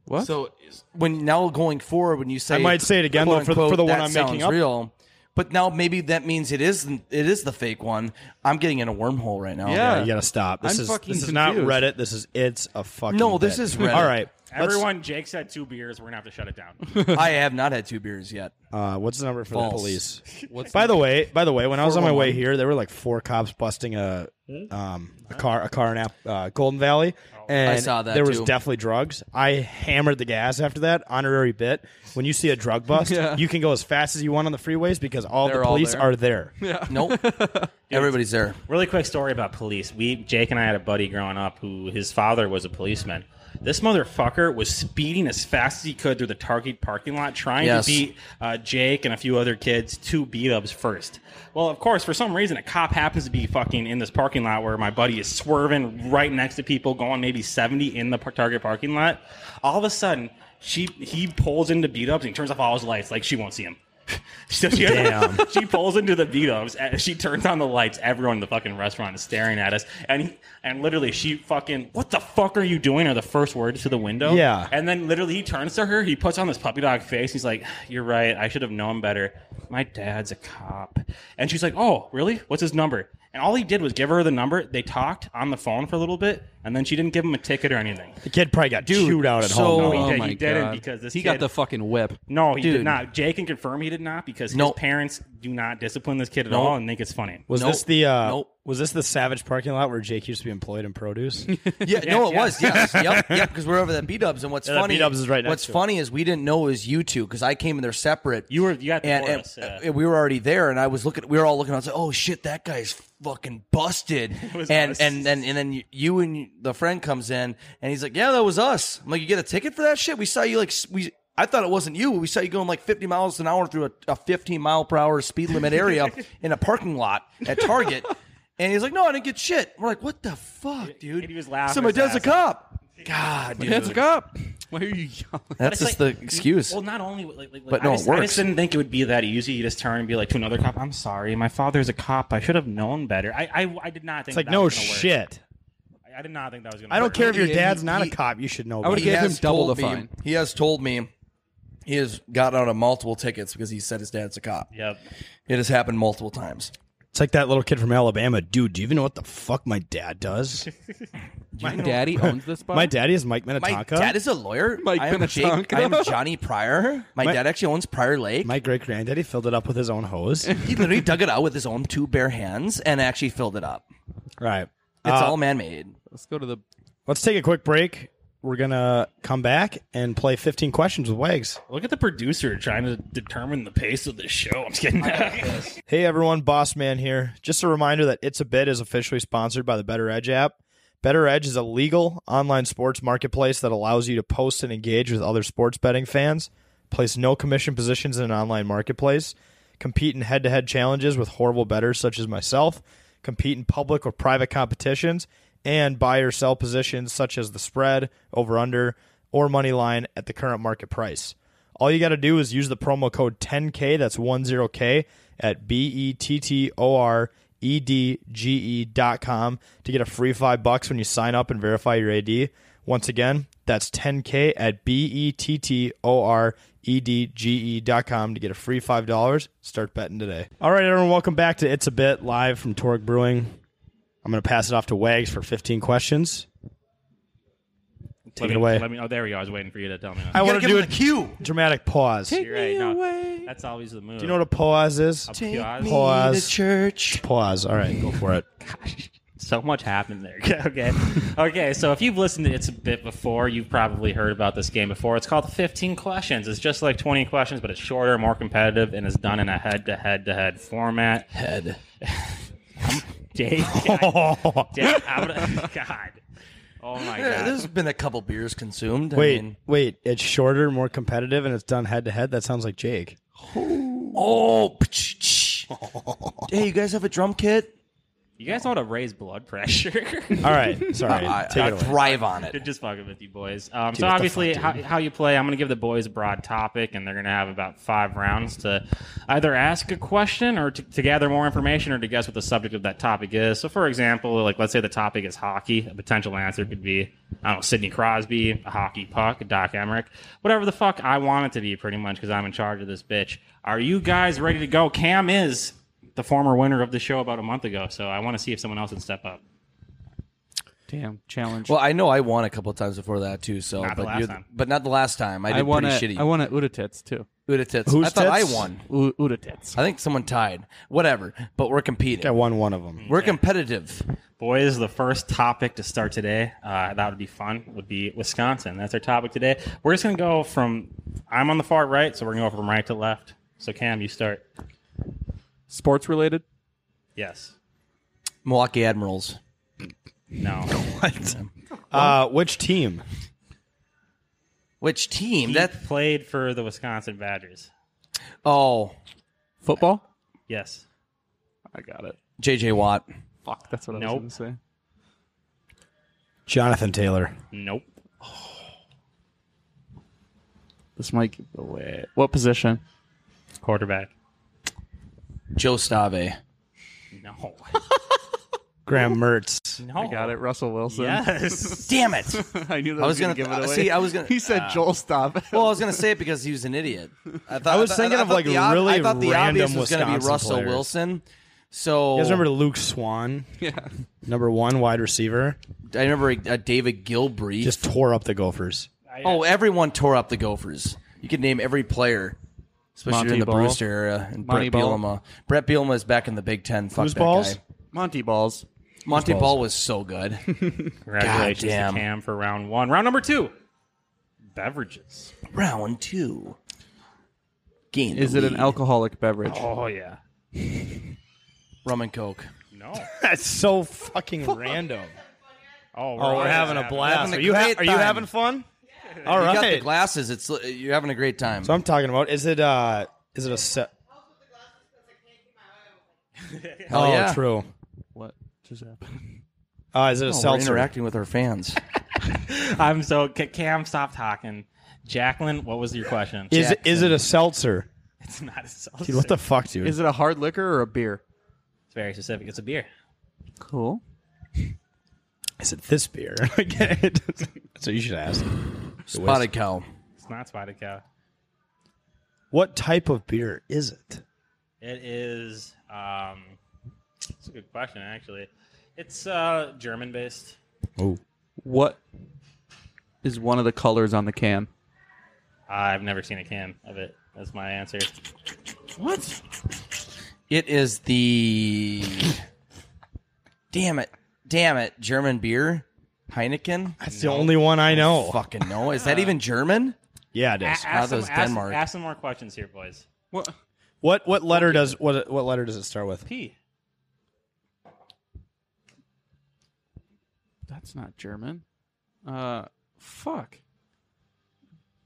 [SPEAKER 9] What?
[SPEAKER 7] So is- when now going forward, when you say
[SPEAKER 1] I might say it again, though,
[SPEAKER 7] quote,
[SPEAKER 1] for the-
[SPEAKER 7] unquote,
[SPEAKER 1] for the one
[SPEAKER 7] that
[SPEAKER 1] I'm
[SPEAKER 7] sounds
[SPEAKER 1] making up.
[SPEAKER 7] real. But now maybe that means it is it is the fake one. I'm getting in a wormhole right now.
[SPEAKER 1] Oh, Yeah, you gotta stop. This is this is not Reddit. This is it's a fucking.
[SPEAKER 7] No, this
[SPEAKER 1] bit.
[SPEAKER 7] is Reddit.
[SPEAKER 1] All right, let's-
[SPEAKER 10] Everyone, Jake's had two beers. We're gonna have to shut it down.
[SPEAKER 7] I have not had two beers yet.
[SPEAKER 1] Uh, what's the number for
[SPEAKER 7] False.
[SPEAKER 1] the police?
[SPEAKER 7] What's
[SPEAKER 1] by
[SPEAKER 7] the- oh
[SPEAKER 1] the way, by the way, when I was on my way
[SPEAKER 7] 411.
[SPEAKER 1] here, there were like four cops busting a um a car a car in App- uh, Golden Valley, and
[SPEAKER 7] saw that
[SPEAKER 1] there was
[SPEAKER 7] too.
[SPEAKER 1] definitely drugs. I hammered the gas after that honorary bit. When you see a drug bust,
[SPEAKER 7] Yeah.
[SPEAKER 1] you can go as fast as you want on the freeways because all
[SPEAKER 7] They're
[SPEAKER 1] the
[SPEAKER 7] all
[SPEAKER 1] police
[SPEAKER 7] there.
[SPEAKER 1] are there.
[SPEAKER 7] Yeah. Nope. Everybody's there.
[SPEAKER 10] Really quick story about police. We Jake and I had a buddy growing up who his father was a policeman. This motherfucker was speeding as fast as he could through the Target parking lot, trying
[SPEAKER 7] Yes.
[SPEAKER 10] to beat uh, Jake and a few other kids to beat ups first. Well, of course, for some reason, a cop happens to be fucking in this parking lot where my buddy is swerving right next to people, going maybe seventy in the par- Target parking lot. All of a sudden, she he pulls into beat ups and he turns off all his lights, like she won't see him. So she,
[SPEAKER 1] Damn.
[SPEAKER 10] she pulls into the beat ups. and She turns on the lights. Everyone in the fucking restaurant is staring at us. And he, and literally, she fucking, what the fuck are you doing? Are the first words to the window.
[SPEAKER 1] Yeah.
[SPEAKER 10] And then literally, he turns to her. He puts on this puppy dog face. He's like, "You're right. I should have known better. My dad's a cop." And she's like, "Oh, really? What's his number?" And all he did was give her the number. They talked on the phone for a little bit, and then she didn't give him a ticket or anything.
[SPEAKER 1] The kid probably got
[SPEAKER 10] Dude,
[SPEAKER 1] chewed out at
[SPEAKER 10] so-
[SPEAKER 1] home.
[SPEAKER 9] uh,
[SPEAKER 10] No, he
[SPEAKER 7] oh
[SPEAKER 10] did- he
[SPEAKER 7] my
[SPEAKER 10] didn't
[SPEAKER 7] God.
[SPEAKER 10] because this
[SPEAKER 7] he got
[SPEAKER 10] kid-
[SPEAKER 7] the fucking whip.
[SPEAKER 10] No, he did
[SPEAKER 7] Dude.
[SPEAKER 10] not. Jay can confirm he did not because
[SPEAKER 7] Nope.
[SPEAKER 10] his parents do not discipline this kid at
[SPEAKER 7] Nope.
[SPEAKER 10] all and think it's funny.
[SPEAKER 1] Was
[SPEAKER 7] Nope.
[SPEAKER 1] this the uh,
[SPEAKER 7] Nope.
[SPEAKER 1] was this the Savage parking lot where Jake used to be employed in produce?
[SPEAKER 7] Yeah, no, it
[SPEAKER 10] yeah.
[SPEAKER 7] was. Yes, yep, yep. Because we're over at B Dubs, and what's
[SPEAKER 1] Yeah, that
[SPEAKER 7] funny,
[SPEAKER 1] B-Dubs is right next
[SPEAKER 7] what's
[SPEAKER 1] to it.
[SPEAKER 7] funny is we didn't know it was you two because I came in there separate.
[SPEAKER 10] You were you got the
[SPEAKER 7] and, and-
[SPEAKER 10] chorus, yeah.
[SPEAKER 7] and we were already there, and I was looking. We were all looking. I was like, "Oh shit, that guy's fucking busted."
[SPEAKER 10] was
[SPEAKER 7] And
[SPEAKER 10] us.
[SPEAKER 7] and then and then you and the friend comes in, and he's like, "Yeah, that was us." I'm like, "You get a ticket for that shit? We saw you like s- we." I thought it wasn't you. We saw you going like 50 miles an hour through a, a 15 mile per hour speed limit area in a parking lot at Target. And he's like, "No, I didn't get shit." We're like, "What the fuck, dude?"
[SPEAKER 10] And he was laughing.
[SPEAKER 7] So my
[SPEAKER 10] his
[SPEAKER 7] dad's
[SPEAKER 10] ass
[SPEAKER 7] a
[SPEAKER 10] off.
[SPEAKER 7] cop. God, dude.
[SPEAKER 9] That's a cop. Why are you yelling?
[SPEAKER 7] That's
[SPEAKER 10] But it's
[SPEAKER 7] just
[SPEAKER 10] like-
[SPEAKER 7] the excuse.
[SPEAKER 10] Well, not only, like, like, like,
[SPEAKER 7] But
[SPEAKER 10] I
[SPEAKER 7] no, it
[SPEAKER 10] just, I
[SPEAKER 7] works.
[SPEAKER 10] just didn't think it would be that easy. You just turn and be like to another cop, "I'm sorry, my father's a cop. I should have known better." I, I, I did not think.
[SPEAKER 1] It's like
[SPEAKER 10] that
[SPEAKER 1] no
[SPEAKER 10] was gonna work.
[SPEAKER 1] shit.
[SPEAKER 10] I, I did not think that was gonna.
[SPEAKER 1] I don't
[SPEAKER 10] work.
[SPEAKER 1] care if your
[SPEAKER 7] He-
[SPEAKER 1] dad's
[SPEAKER 7] he-
[SPEAKER 1] not a
[SPEAKER 7] he-
[SPEAKER 1] cop. You should know.
[SPEAKER 9] I would
[SPEAKER 1] better.
[SPEAKER 9] give him
[SPEAKER 7] has
[SPEAKER 9] double
[SPEAKER 7] told
[SPEAKER 9] the
[SPEAKER 7] me-
[SPEAKER 9] fine.
[SPEAKER 7] He has told me he has gotten out of multiple tickets because he said his dad's a cop.
[SPEAKER 10] Yep.
[SPEAKER 7] It has happened multiple times.
[SPEAKER 1] It's like that little kid from Alabama. Dude, do you even know what the fuck my dad does?
[SPEAKER 9] My daddy owns this bar.
[SPEAKER 1] my daddy is Mike
[SPEAKER 7] My
[SPEAKER 1] Minnetonka.
[SPEAKER 7] dad is a lawyer.
[SPEAKER 9] Mike
[SPEAKER 7] I am Jake.
[SPEAKER 9] Minnetonka.
[SPEAKER 7] I am Johnny Pryor. My, dad actually owns Pryor Lake.
[SPEAKER 1] my great granddaddy filled it up with his own hose.
[SPEAKER 7] he literally dug it out with his own two bare hands and actually filled it up.
[SPEAKER 1] right.
[SPEAKER 7] It's
[SPEAKER 1] Uh,
[SPEAKER 7] all man made.
[SPEAKER 9] Let's go to the.
[SPEAKER 1] Let's take a quick break. We're going to come back and play 15 questions with Wags.
[SPEAKER 10] Look at the producer trying to determine the pace of this show. I'm just kidding.
[SPEAKER 1] Hey everyone, Boss Man here. Just a reminder that It's a Bit is officially sponsored by the Better Edge app. Better Edge is a legal online sports marketplace that allows you to post and engage with other sports betting fans, place no commission positions in an online marketplace, compete in head to head challenges with horrible bettors such as myself, compete in public or private competitions, and buy or sell positions such as the spread, over under, or money line at the current market price. All you got to do is use the promo code 10K, that's 10K, at B E T T O R E D G E dot com to get a free five bucks when you sign up and verify your AD. Once again, that's 10K at B E T T O R E D G E dot com to get a free five dollars. Start betting today. All right, everyone, welcome back to It's a Bit live from Torque Brewing. I'm going to pass it off to Wags for 15 questions. Take it away.
[SPEAKER 10] Let me, oh, there we go. I was waiting for you to tell me. That.
[SPEAKER 1] I want to do
[SPEAKER 7] Gotta give
[SPEAKER 1] a
[SPEAKER 7] him the cue.
[SPEAKER 1] dramatic pause. Do
[SPEAKER 10] You're right. No, that's always the move.
[SPEAKER 1] you know what a pause is?
[SPEAKER 10] Pause.
[SPEAKER 7] Me
[SPEAKER 1] Pause.
[SPEAKER 7] to church.
[SPEAKER 1] Pause. All right, go for it.
[SPEAKER 10] so much happened there. okay. Okay. So if you've listened to It's a Bit before, you've probably heard about this game before. It's called 15 Questions. It's just like 20 questions, but it's shorter, more competitive, and is done in a head to head to head format.
[SPEAKER 7] Head.
[SPEAKER 10] Dave, I- Dave, I'm gonna- God. Oh my
[SPEAKER 7] Yeah,
[SPEAKER 10] God.
[SPEAKER 7] there's been a couple beers consumed. I
[SPEAKER 1] Wait,
[SPEAKER 7] mean-
[SPEAKER 1] wait. It's shorter, more competitive, and it's done head to head. That sounds like Jake.
[SPEAKER 7] oh. pch, pch. hey, you guys have a drum kit?
[SPEAKER 10] You guys know how to raise blood pressure.
[SPEAKER 1] All right, sorry.
[SPEAKER 7] I-
[SPEAKER 1] Take
[SPEAKER 7] I
[SPEAKER 1] it away.
[SPEAKER 7] thrive on it.
[SPEAKER 10] Just fucking with you boys. Um,
[SPEAKER 7] Dude,
[SPEAKER 10] so
[SPEAKER 7] what the
[SPEAKER 10] obviously,
[SPEAKER 7] fuck,
[SPEAKER 10] how, how you play, I'm going to give the boys a broad topic, and they're going to have about five rounds to either ask a question or to, to gather more information or to guess what the subject of that topic is. So, for example, like let's say the topic is hockey. A potential answer could be I don't know Sidney Crosby, a hockey puck, Doc Emmerich, whatever the fuck I want it to be, pretty much because I'm in charge of this bitch. Are you guys ready to go? Cam is the former winner of the show about a month ago, so I want to see if someone else would step up.
[SPEAKER 9] Damn challenge.
[SPEAKER 7] Well, I know I won a couple of times before that too. So,
[SPEAKER 10] Not the
[SPEAKER 7] but
[SPEAKER 10] last
[SPEAKER 7] you're-
[SPEAKER 10] time.
[SPEAKER 7] but not the last time. I did
[SPEAKER 9] won
[SPEAKER 7] pretty
[SPEAKER 9] at-
[SPEAKER 7] shitty.
[SPEAKER 9] I won at Udatits too.
[SPEAKER 7] Udatits. I thought I won.
[SPEAKER 9] U- Udatits.
[SPEAKER 7] I think someone tied. Whatever. But we're competing. I
[SPEAKER 1] won one of them.
[SPEAKER 7] We're competitive.
[SPEAKER 10] Boys, the first topic to start today, uh, that would be fun, would be Wisconsin. That's our topic today. We're just going to go from, I'm on the far right, so we're going to go from right to left. So, Cam, you start.
[SPEAKER 9] Sports related.
[SPEAKER 10] Yes.
[SPEAKER 7] Milwaukee Admirals.
[SPEAKER 10] No.
[SPEAKER 1] what? Uh, which team?
[SPEAKER 7] Which team?
[SPEAKER 10] He that played for the Wisconsin Badgers.
[SPEAKER 7] Oh,
[SPEAKER 9] football.
[SPEAKER 10] Yes.
[SPEAKER 9] I got it.
[SPEAKER 7] J.J. Watt.
[SPEAKER 9] Fuck, that's what I
[SPEAKER 10] Nope.
[SPEAKER 9] was going to say.
[SPEAKER 1] Jonathan Taylor.
[SPEAKER 10] Nope.
[SPEAKER 9] This might give it away. What position?
[SPEAKER 10] Quarterback.
[SPEAKER 7] Joe Stave.
[SPEAKER 10] No.
[SPEAKER 1] Graham Mertz.
[SPEAKER 9] I got it. Russell Wilson.
[SPEAKER 10] Oh. Yes.
[SPEAKER 7] Damn it.
[SPEAKER 9] I knew that
[SPEAKER 7] I
[SPEAKER 9] was,
[SPEAKER 7] was
[SPEAKER 9] going
[SPEAKER 7] gonna
[SPEAKER 9] to give it
[SPEAKER 7] th-
[SPEAKER 9] away.
[SPEAKER 7] see, I was gonna-
[SPEAKER 9] He said
[SPEAKER 7] uh,
[SPEAKER 9] Joel, stop.
[SPEAKER 7] Well, I was gonna say it because he was an idiot. I, thought,
[SPEAKER 1] I was
[SPEAKER 7] thought-
[SPEAKER 1] thinking of,
[SPEAKER 7] thought
[SPEAKER 1] like,
[SPEAKER 7] the ob-
[SPEAKER 1] really
[SPEAKER 7] I thought the
[SPEAKER 1] random
[SPEAKER 7] obvious was gonna be
[SPEAKER 1] Wisconsin
[SPEAKER 7] Russell
[SPEAKER 1] players.
[SPEAKER 7] Wilson. So Oh.
[SPEAKER 1] You guys remember Luke Swan?
[SPEAKER 9] Yeah.
[SPEAKER 1] Number one wide receiver.
[SPEAKER 7] I remember uh, David Gilbrey.
[SPEAKER 1] Just tore up the Gophers.
[SPEAKER 7] oh, everyone tore up the Gophers. You could name every player, especially
[SPEAKER 9] Monty
[SPEAKER 7] in the
[SPEAKER 9] Ball.
[SPEAKER 7] Brewster era and
[SPEAKER 9] Monty
[SPEAKER 7] Brett
[SPEAKER 9] Ball.
[SPEAKER 7] Bielema. Brett Bielema is back in the Big Ten. Fuck
[SPEAKER 1] Whose
[SPEAKER 7] that
[SPEAKER 1] balls?
[SPEAKER 7] guy.
[SPEAKER 9] Monty Balls.
[SPEAKER 7] Monty
[SPEAKER 1] balls?
[SPEAKER 7] Ball was so good.
[SPEAKER 10] Congratulations to
[SPEAKER 7] damn.
[SPEAKER 10] Cam for round one. Round number two beverages.
[SPEAKER 7] Round two. Gain.
[SPEAKER 9] Is
[SPEAKER 7] the
[SPEAKER 9] it an
[SPEAKER 7] lead.
[SPEAKER 9] alcoholic beverage?
[SPEAKER 10] Oh, yeah.
[SPEAKER 7] Rum and Coke.
[SPEAKER 10] No.
[SPEAKER 1] That's so fucking random.
[SPEAKER 10] Oh,
[SPEAKER 1] Oh, we're
[SPEAKER 10] always
[SPEAKER 1] having a blast.
[SPEAKER 7] having a
[SPEAKER 1] are you ha-
[SPEAKER 7] great
[SPEAKER 1] are you
[SPEAKER 7] time.
[SPEAKER 1] having fun? All
[SPEAKER 7] you
[SPEAKER 1] right.
[SPEAKER 7] got the glasses. It's you're having a great time.
[SPEAKER 1] so I'm talking about is it uh is it a set?
[SPEAKER 7] Hell
[SPEAKER 1] oh,
[SPEAKER 7] yeah.
[SPEAKER 1] true.
[SPEAKER 9] What just happened?
[SPEAKER 1] Uh, is it a
[SPEAKER 7] Oh, we're
[SPEAKER 1] seltzer?
[SPEAKER 7] interacting with our fans.
[SPEAKER 10] I'm so. C- Cam, stop talking. Jacqueline, what was your question?
[SPEAKER 1] Is it, is it a seltzer?
[SPEAKER 10] It's not a seltzer.
[SPEAKER 1] Dude, what the fuck, dude?
[SPEAKER 9] Is it a hard liquor or a beer?
[SPEAKER 10] It's very specific. It's a beer.
[SPEAKER 9] Cool.
[SPEAKER 1] Is it this beer? That's what you should ask.
[SPEAKER 7] Spotted cow.
[SPEAKER 10] It's not Spotted Cow.
[SPEAKER 1] What type of beer is it?
[SPEAKER 10] It is. Um, it's a good question, actually. It's uh, German based.
[SPEAKER 1] Oh,
[SPEAKER 9] What is one of the colors on the can?
[SPEAKER 10] I've never seen a can of it. That's my answer.
[SPEAKER 9] What?
[SPEAKER 7] It is the damn it, damn it, German beer, Heineken.
[SPEAKER 1] that's the only one I know.
[SPEAKER 7] Fucking no, is that even German?
[SPEAKER 1] Yeah, it
[SPEAKER 10] A-
[SPEAKER 1] is.
[SPEAKER 7] Ah,
[SPEAKER 10] ask, some,
[SPEAKER 7] those
[SPEAKER 10] ask-
[SPEAKER 7] Denmark.
[SPEAKER 10] ask some more questions here, boys.
[SPEAKER 9] What?
[SPEAKER 1] What what letter does what what letter does it start with?
[SPEAKER 10] P.
[SPEAKER 9] That's not German. Uh, fuck.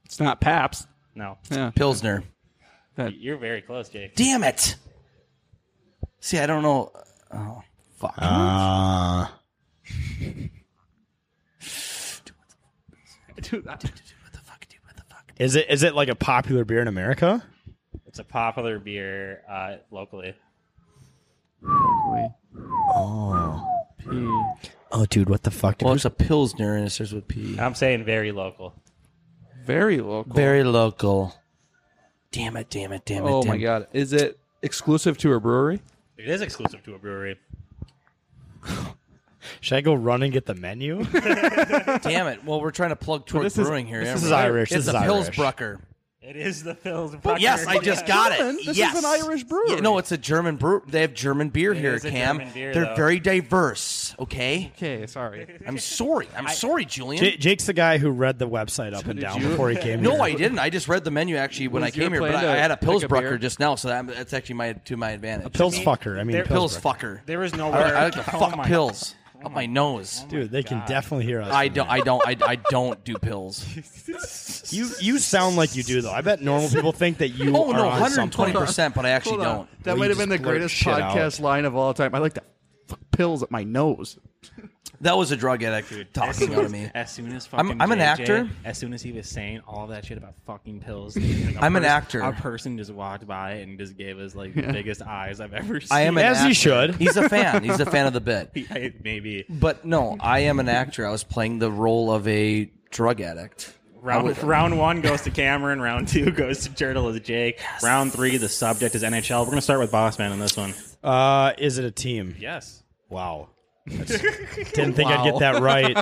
[SPEAKER 9] It's not Paps.
[SPEAKER 10] No.
[SPEAKER 9] Yeah.
[SPEAKER 7] Pilsner.
[SPEAKER 10] You're very close, Jake.
[SPEAKER 7] Damn it. See, I don't know. Oh, fuck.
[SPEAKER 1] Uh,
[SPEAKER 9] Dude, that-
[SPEAKER 1] is it is it like a popular beer in America?
[SPEAKER 10] It's a popular beer uh, locally.
[SPEAKER 1] Oh, dude, what the fuck?
[SPEAKER 7] well, it's a Pilsner and it starts with P.
[SPEAKER 10] I'm saying very local.
[SPEAKER 9] Very local.
[SPEAKER 7] Very local. Damn it, damn it, damn it.
[SPEAKER 9] oh
[SPEAKER 7] damn
[SPEAKER 9] my
[SPEAKER 7] it.
[SPEAKER 9] god. Is it exclusive to a brewery?
[SPEAKER 10] It is exclusive to a brewery.
[SPEAKER 1] Should I go run and get the menu?
[SPEAKER 7] Damn it. Well, we're trying to plug Torque
[SPEAKER 9] this is-
[SPEAKER 7] Brewing here.
[SPEAKER 1] this
[SPEAKER 7] aren't
[SPEAKER 1] is
[SPEAKER 7] we?
[SPEAKER 1] Irish,
[SPEAKER 7] It's
[SPEAKER 1] this
[SPEAKER 7] a
[SPEAKER 1] is Irish.
[SPEAKER 7] Pilsbrucker.
[SPEAKER 10] It is the Phil's.
[SPEAKER 7] Yes, I just got it.
[SPEAKER 9] This is
[SPEAKER 7] yes.
[SPEAKER 9] an Irish brewery.
[SPEAKER 7] Yeah, no, it's a German brew. They have German beer here,
[SPEAKER 10] is a
[SPEAKER 7] Cam.
[SPEAKER 10] German beer,
[SPEAKER 7] They're
[SPEAKER 10] though.
[SPEAKER 7] very diverse. Okay,
[SPEAKER 9] Okay, sorry.
[SPEAKER 7] I'm sorry. I'm sorry, Julian.
[SPEAKER 1] J- Jake's the guy who read the website up and down before he came.
[SPEAKER 7] no,
[SPEAKER 1] here.
[SPEAKER 7] I didn't. I just read the menu actually when
[SPEAKER 9] Was
[SPEAKER 7] I came
[SPEAKER 9] your
[SPEAKER 7] here, but
[SPEAKER 9] plan
[SPEAKER 7] I, I
[SPEAKER 9] to
[SPEAKER 7] had a
[SPEAKER 9] pick a
[SPEAKER 7] Pillsbrucker
[SPEAKER 9] beer?
[SPEAKER 7] just now, so that, that's actually my to my advantage.
[SPEAKER 1] pills fucker. I mean,
[SPEAKER 10] they're-
[SPEAKER 7] pills,
[SPEAKER 1] fucker.
[SPEAKER 7] fucker.
[SPEAKER 10] There is no.
[SPEAKER 7] I, I like to fuck pills up my nose.
[SPEAKER 1] Dude, they can definitely hear us.
[SPEAKER 7] I
[SPEAKER 1] from
[SPEAKER 7] don't.
[SPEAKER 1] here.
[SPEAKER 7] I don't. I, I don't do pills.
[SPEAKER 1] You you sound like you do though. I bet normal people think that you.
[SPEAKER 7] Oh
[SPEAKER 1] are
[SPEAKER 7] no,
[SPEAKER 1] on something.
[SPEAKER 7] 120 percent, but I actually
[SPEAKER 9] Hold on.
[SPEAKER 7] don't.
[SPEAKER 9] That
[SPEAKER 1] Well,
[SPEAKER 9] might
[SPEAKER 1] you
[SPEAKER 9] have been the
[SPEAKER 1] just blurt
[SPEAKER 9] greatest
[SPEAKER 1] shit out.
[SPEAKER 9] podcast line of all time. I like to fuck pills up my nose.
[SPEAKER 7] That was a drug addict talking
[SPEAKER 10] soon
[SPEAKER 7] on
[SPEAKER 10] as-
[SPEAKER 7] me.
[SPEAKER 10] As soon as fucking
[SPEAKER 7] I'm- I'm an
[SPEAKER 10] JJ
[SPEAKER 7] actor.
[SPEAKER 10] As soon as he was saying all that shit about fucking pills, a
[SPEAKER 7] I'm an
[SPEAKER 10] pers-
[SPEAKER 7] actor.
[SPEAKER 10] A person just walked by and just gave us like
[SPEAKER 7] Yeah.
[SPEAKER 10] the biggest eyes I've ever seen.
[SPEAKER 7] I am an actor. He's a fan. He's a fan of the bit.
[SPEAKER 10] I- maybe.
[SPEAKER 7] But no, I am an actor. I was playing the role of a drug addict. I
[SPEAKER 10] Round,
[SPEAKER 7] was-
[SPEAKER 10] round one goes to Cameron. Round two goes to Turtle as Jake. Round three, the subject is NHL. We're going to start with Bossman on this one.
[SPEAKER 1] Uh, is it a team?
[SPEAKER 10] Yes.
[SPEAKER 1] Wow. That's- didn't think I'd get that right.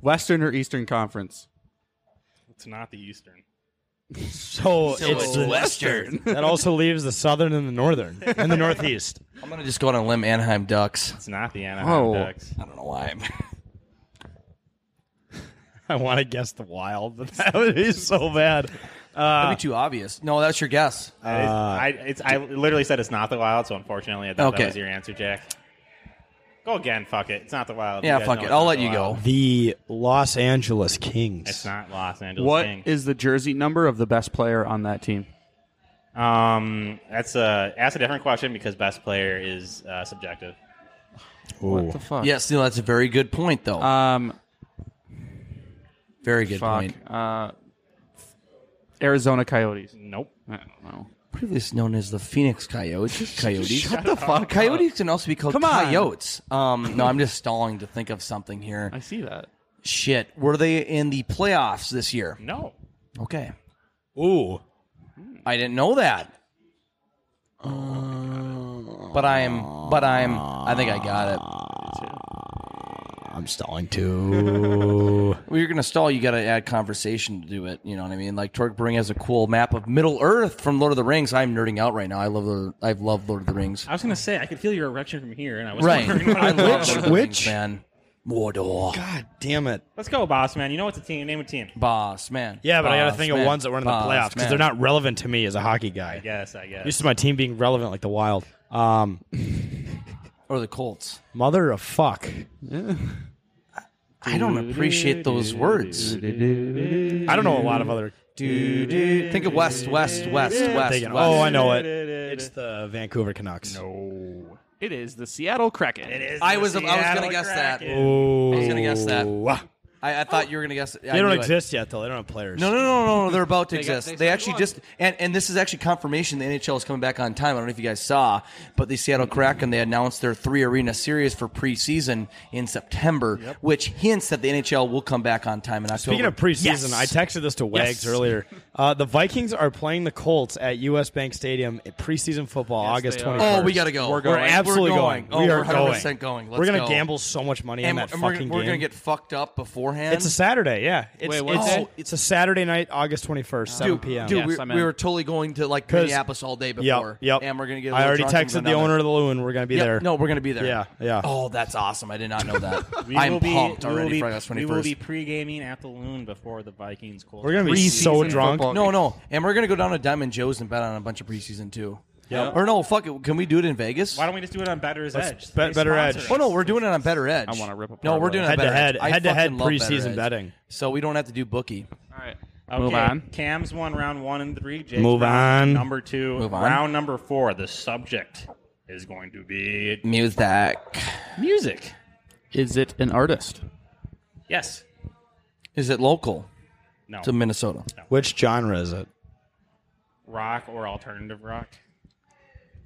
[SPEAKER 9] Western or Eastern Conference?
[SPEAKER 10] It's not the Eastern.
[SPEAKER 1] So,
[SPEAKER 10] So
[SPEAKER 1] it's
[SPEAKER 10] it's
[SPEAKER 1] the
[SPEAKER 10] Western.
[SPEAKER 1] that also leaves the Southern and the Northern and the Northeast.
[SPEAKER 7] I'm gonna just go on a limb. Anaheim Ducks.
[SPEAKER 10] It's not the Anaheim
[SPEAKER 7] Oh.
[SPEAKER 10] Ducks. Uh,
[SPEAKER 7] I don't know why.
[SPEAKER 1] I want to guess the Wild, but that would be so bad. Uh,
[SPEAKER 7] That'd be too obvious. No, that's your guess.
[SPEAKER 10] Uh, I, it's, I literally said it's not the Wild, so unfortunately, I thought
[SPEAKER 7] Okay.
[SPEAKER 10] that was your answer, Jack. Go again. Fuck it. It's not the Wild.
[SPEAKER 7] Yeah,
[SPEAKER 10] guys
[SPEAKER 7] fuck
[SPEAKER 10] know
[SPEAKER 7] it.
[SPEAKER 10] it's
[SPEAKER 7] I'll
[SPEAKER 10] not
[SPEAKER 7] let
[SPEAKER 10] the
[SPEAKER 7] you
[SPEAKER 10] Wild.
[SPEAKER 7] go.
[SPEAKER 1] The Los Angeles Kings.
[SPEAKER 10] It's not Los Angeles.
[SPEAKER 9] What
[SPEAKER 10] Kings.
[SPEAKER 9] is the jersey number of the best player on that team?
[SPEAKER 10] Um, that's a that's a different question because best player is uh, subjective.
[SPEAKER 9] What the fuck?
[SPEAKER 7] Yes, no, that's a very good point, though.
[SPEAKER 9] Um,
[SPEAKER 7] very good
[SPEAKER 9] fuck.
[SPEAKER 7] point.
[SPEAKER 9] Uh, Arizona Coyotes.
[SPEAKER 10] Nope.
[SPEAKER 9] I don't know.
[SPEAKER 7] Previously known as the Phoenix Coyotes. Coyotes.
[SPEAKER 9] Shut the fuck up.
[SPEAKER 7] Coyotes can also be called
[SPEAKER 9] Come on.
[SPEAKER 7] coyotes. Um, no, I'm just stalling to think of something here. I
[SPEAKER 9] see that.
[SPEAKER 7] Shit, were they in the playoffs this year?
[SPEAKER 10] No.
[SPEAKER 7] Okay.
[SPEAKER 1] Ooh.
[SPEAKER 7] I didn't know that. Uh, but I'm. But I'm. I think I got it.
[SPEAKER 1] I'm stalling too.
[SPEAKER 7] Well, you're gonna stall. You got to add conversation to do it. You know what I mean? Like Torque Bring has a cool map of Middle Earth from Lord of the Rings. I'm nerding out right now. I love. Lord- I've loved Lord of the Rings.
[SPEAKER 10] I was gonna say I could feel your erection from here, and I was
[SPEAKER 7] Right.
[SPEAKER 10] wondering what
[SPEAKER 7] I
[SPEAKER 10] it was.
[SPEAKER 7] love Lord of the Rings, man. Mordor.
[SPEAKER 1] God damn it.
[SPEAKER 10] Let's go, boss man. You know what's a team? Name a team.
[SPEAKER 7] Boss man.
[SPEAKER 1] Yeah, but I got to
[SPEAKER 7] Boss,
[SPEAKER 1] think of
[SPEAKER 7] man.
[SPEAKER 1] ones that weren't in the
[SPEAKER 7] Boss,
[SPEAKER 1] playoffs because
[SPEAKER 7] man.
[SPEAKER 1] they're not relevant to me as a hockey guy. I
[SPEAKER 10] guess. I guess.
[SPEAKER 1] Used to my team being relevant like the Wild. Um,
[SPEAKER 7] or the Colts.
[SPEAKER 1] Mother of fuck.
[SPEAKER 7] I don't appreciate those words. I
[SPEAKER 1] don't know a lot of other.
[SPEAKER 7] Think of West, West, West, West.
[SPEAKER 1] Thinking-
[SPEAKER 7] West.
[SPEAKER 1] Oh, I know it. It's the Vancouver Canucks.
[SPEAKER 10] No.
[SPEAKER 9] It is the Seattle Kraken. It is.
[SPEAKER 7] I was. I was gonna guess that. I was gonna guess that. I, I thought you were gonna guess. It. I
[SPEAKER 1] They don't
[SPEAKER 7] knew it.
[SPEAKER 1] exist yet, though. They don't have players.
[SPEAKER 7] No, no, no, no, no. They're about to
[SPEAKER 1] They got-
[SPEAKER 7] exist.
[SPEAKER 1] they
[SPEAKER 7] They,
[SPEAKER 1] signed
[SPEAKER 7] actually
[SPEAKER 1] one.
[SPEAKER 7] just and, and this is actually confirmation the NHL is coming back on time. I don't know if you guys saw, but the Seattle Kraken they announced their three arena series for preseason in September, which hints that the NHL will come back on time in October.
[SPEAKER 1] Speaking of preseason,
[SPEAKER 7] Yes!
[SPEAKER 1] I texted this to Wags
[SPEAKER 7] Yes.
[SPEAKER 1] earlier. Uh, the Vikings are playing the Colts at U.S. Bank Stadium at preseason football, August
[SPEAKER 7] they are.
[SPEAKER 1] 21st.
[SPEAKER 7] Oh, we gotta go.
[SPEAKER 1] We're,
[SPEAKER 7] We're going.
[SPEAKER 1] absolutely
[SPEAKER 7] We're
[SPEAKER 1] going.
[SPEAKER 7] going.
[SPEAKER 1] We
[SPEAKER 7] Oh,
[SPEAKER 1] are
[SPEAKER 7] we're 100% going.
[SPEAKER 1] we're
[SPEAKER 7] Let's
[SPEAKER 1] gonna
[SPEAKER 7] go.
[SPEAKER 1] gamble so much money
[SPEAKER 7] and
[SPEAKER 1] on that
[SPEAKER 7] we're,
[SPEAKER 1] fucking
[SPEAKER 7] we're, we're gonna
[SPEAKER 1] game.
[SPEAKER 7] get fucked up beforehand.
[SPEAKER 1] it's a Saturday, yeah. It's,
[SPEAKER 7] Wait, what
[SPEAKER 1] it's,
[SPEAKER 7] day?
[SPEAKER 1] it's a Saturday night, August 21st, 7
[SPEAKER 7] Dude,
[SPEAKER 1] p.m.
[SPEAKER 7] dude we- we, were totally going to like
[SPEAKER 1] 'Cause-
[SPEAKER 7] Minneapolis all day before.
[SPEAKER 1] Yep, yep.
[SPEAKER 7] And we're gonna get. I
[SPEAKER 1] I already texted the owner of the Loon. We're gonna be
[SPEAKER 7] Yep,
[SPEAKER 1] there.
[SPEAKER 7] No, we're gonna be there.
[SPEAKER 1] Yeah, yeah.
[SPEAKER 7] Oh, that's awesome! I did not know that.
[SPEAKER 10] We
[SPEAKER 7] I'm
[SPEAKER 10] will be-
[SPEAKER 7] pumped
[SPEAKER 10] we will
[SPEAKER 7] already
[SPEAKER 10] be-
[SPEAKER 7] for August 21st.
[SPEAKER 10] We will be pre-gaming at the Loon before the Vikings. Colts.
[SPEAKER 1] We're gonna be so
[SPEAKER 10] Preseason
[SPEAKER 1] drunk.
[SPEAKER 10] football
[SPEAKER 7] No,
[SPEAKER 10] game.
[SPEAKER 7] no, and we're gonna go down to Diamond Joe's and bet on a bunch of preseason too.
[SPEAKER 10] Yep.
[SPEAKER 7] Or no, fuck it. Can we do it in Vegas?
[SPEAKER 10] Why don't we just do it on Better's
[SPEAKER 1] Let's
[SPEAKER 10] Edge?
[SPEAKER 1] bet-
[SPEAKER 10] They
[SPEAKER 1] Better
[SPEAKER 10] sponsor
[SPEAKER 1] Edge.
[SPEAKER 10] us.
[SPEAKER 7] Oh no, we're doing it on Better Edge.
[SPEAKER 1] I wanna rip apart
[SPEAKER 7] No, we're
[SPEAKER 1] one.
[SPEAKER 7] doing it on Better
[SPEAKER 1] Head-to-head-
[SPEAKER 7] Edge. I
[SPEAKER 1] head-to-head
[SPEAKER 7] fucking love Better
[SPEAKER 1] preseason
[SPEAKER 7] Edge.
[SPEAKER 1] betting.
[SPEAKER 7] So we don't have to do bookie.
[SPEAKER 10] All right.
[SPEAKER 7] Move
[SPEAKER 10] Okay.
[SPEAKER 7] on.
[SPEAKER 10] Cam's won round one and three. Jake's
[SPEAKER 7] Move
[SPEAKER 10] round
[SPEAKER 7] on.
[SPEAKER 10] Number two.
[SPEAKER 7] Move on.
[SPEAKER 10] Round number four. The subject is going to be
[SPEAKER 7] Music.
[SPEAKER 10] Music.
[SPEAKER 9] Is it an artist?
[SPEAKER 10] Yes.
[SPEAKER 7] Is it local?
[SPEAKER 10] No.
[SPEAKER 7] To Minnesota.
[SPEAKER 1] Which genre is it?
[SPEAKER 10] Rock or alternative rock.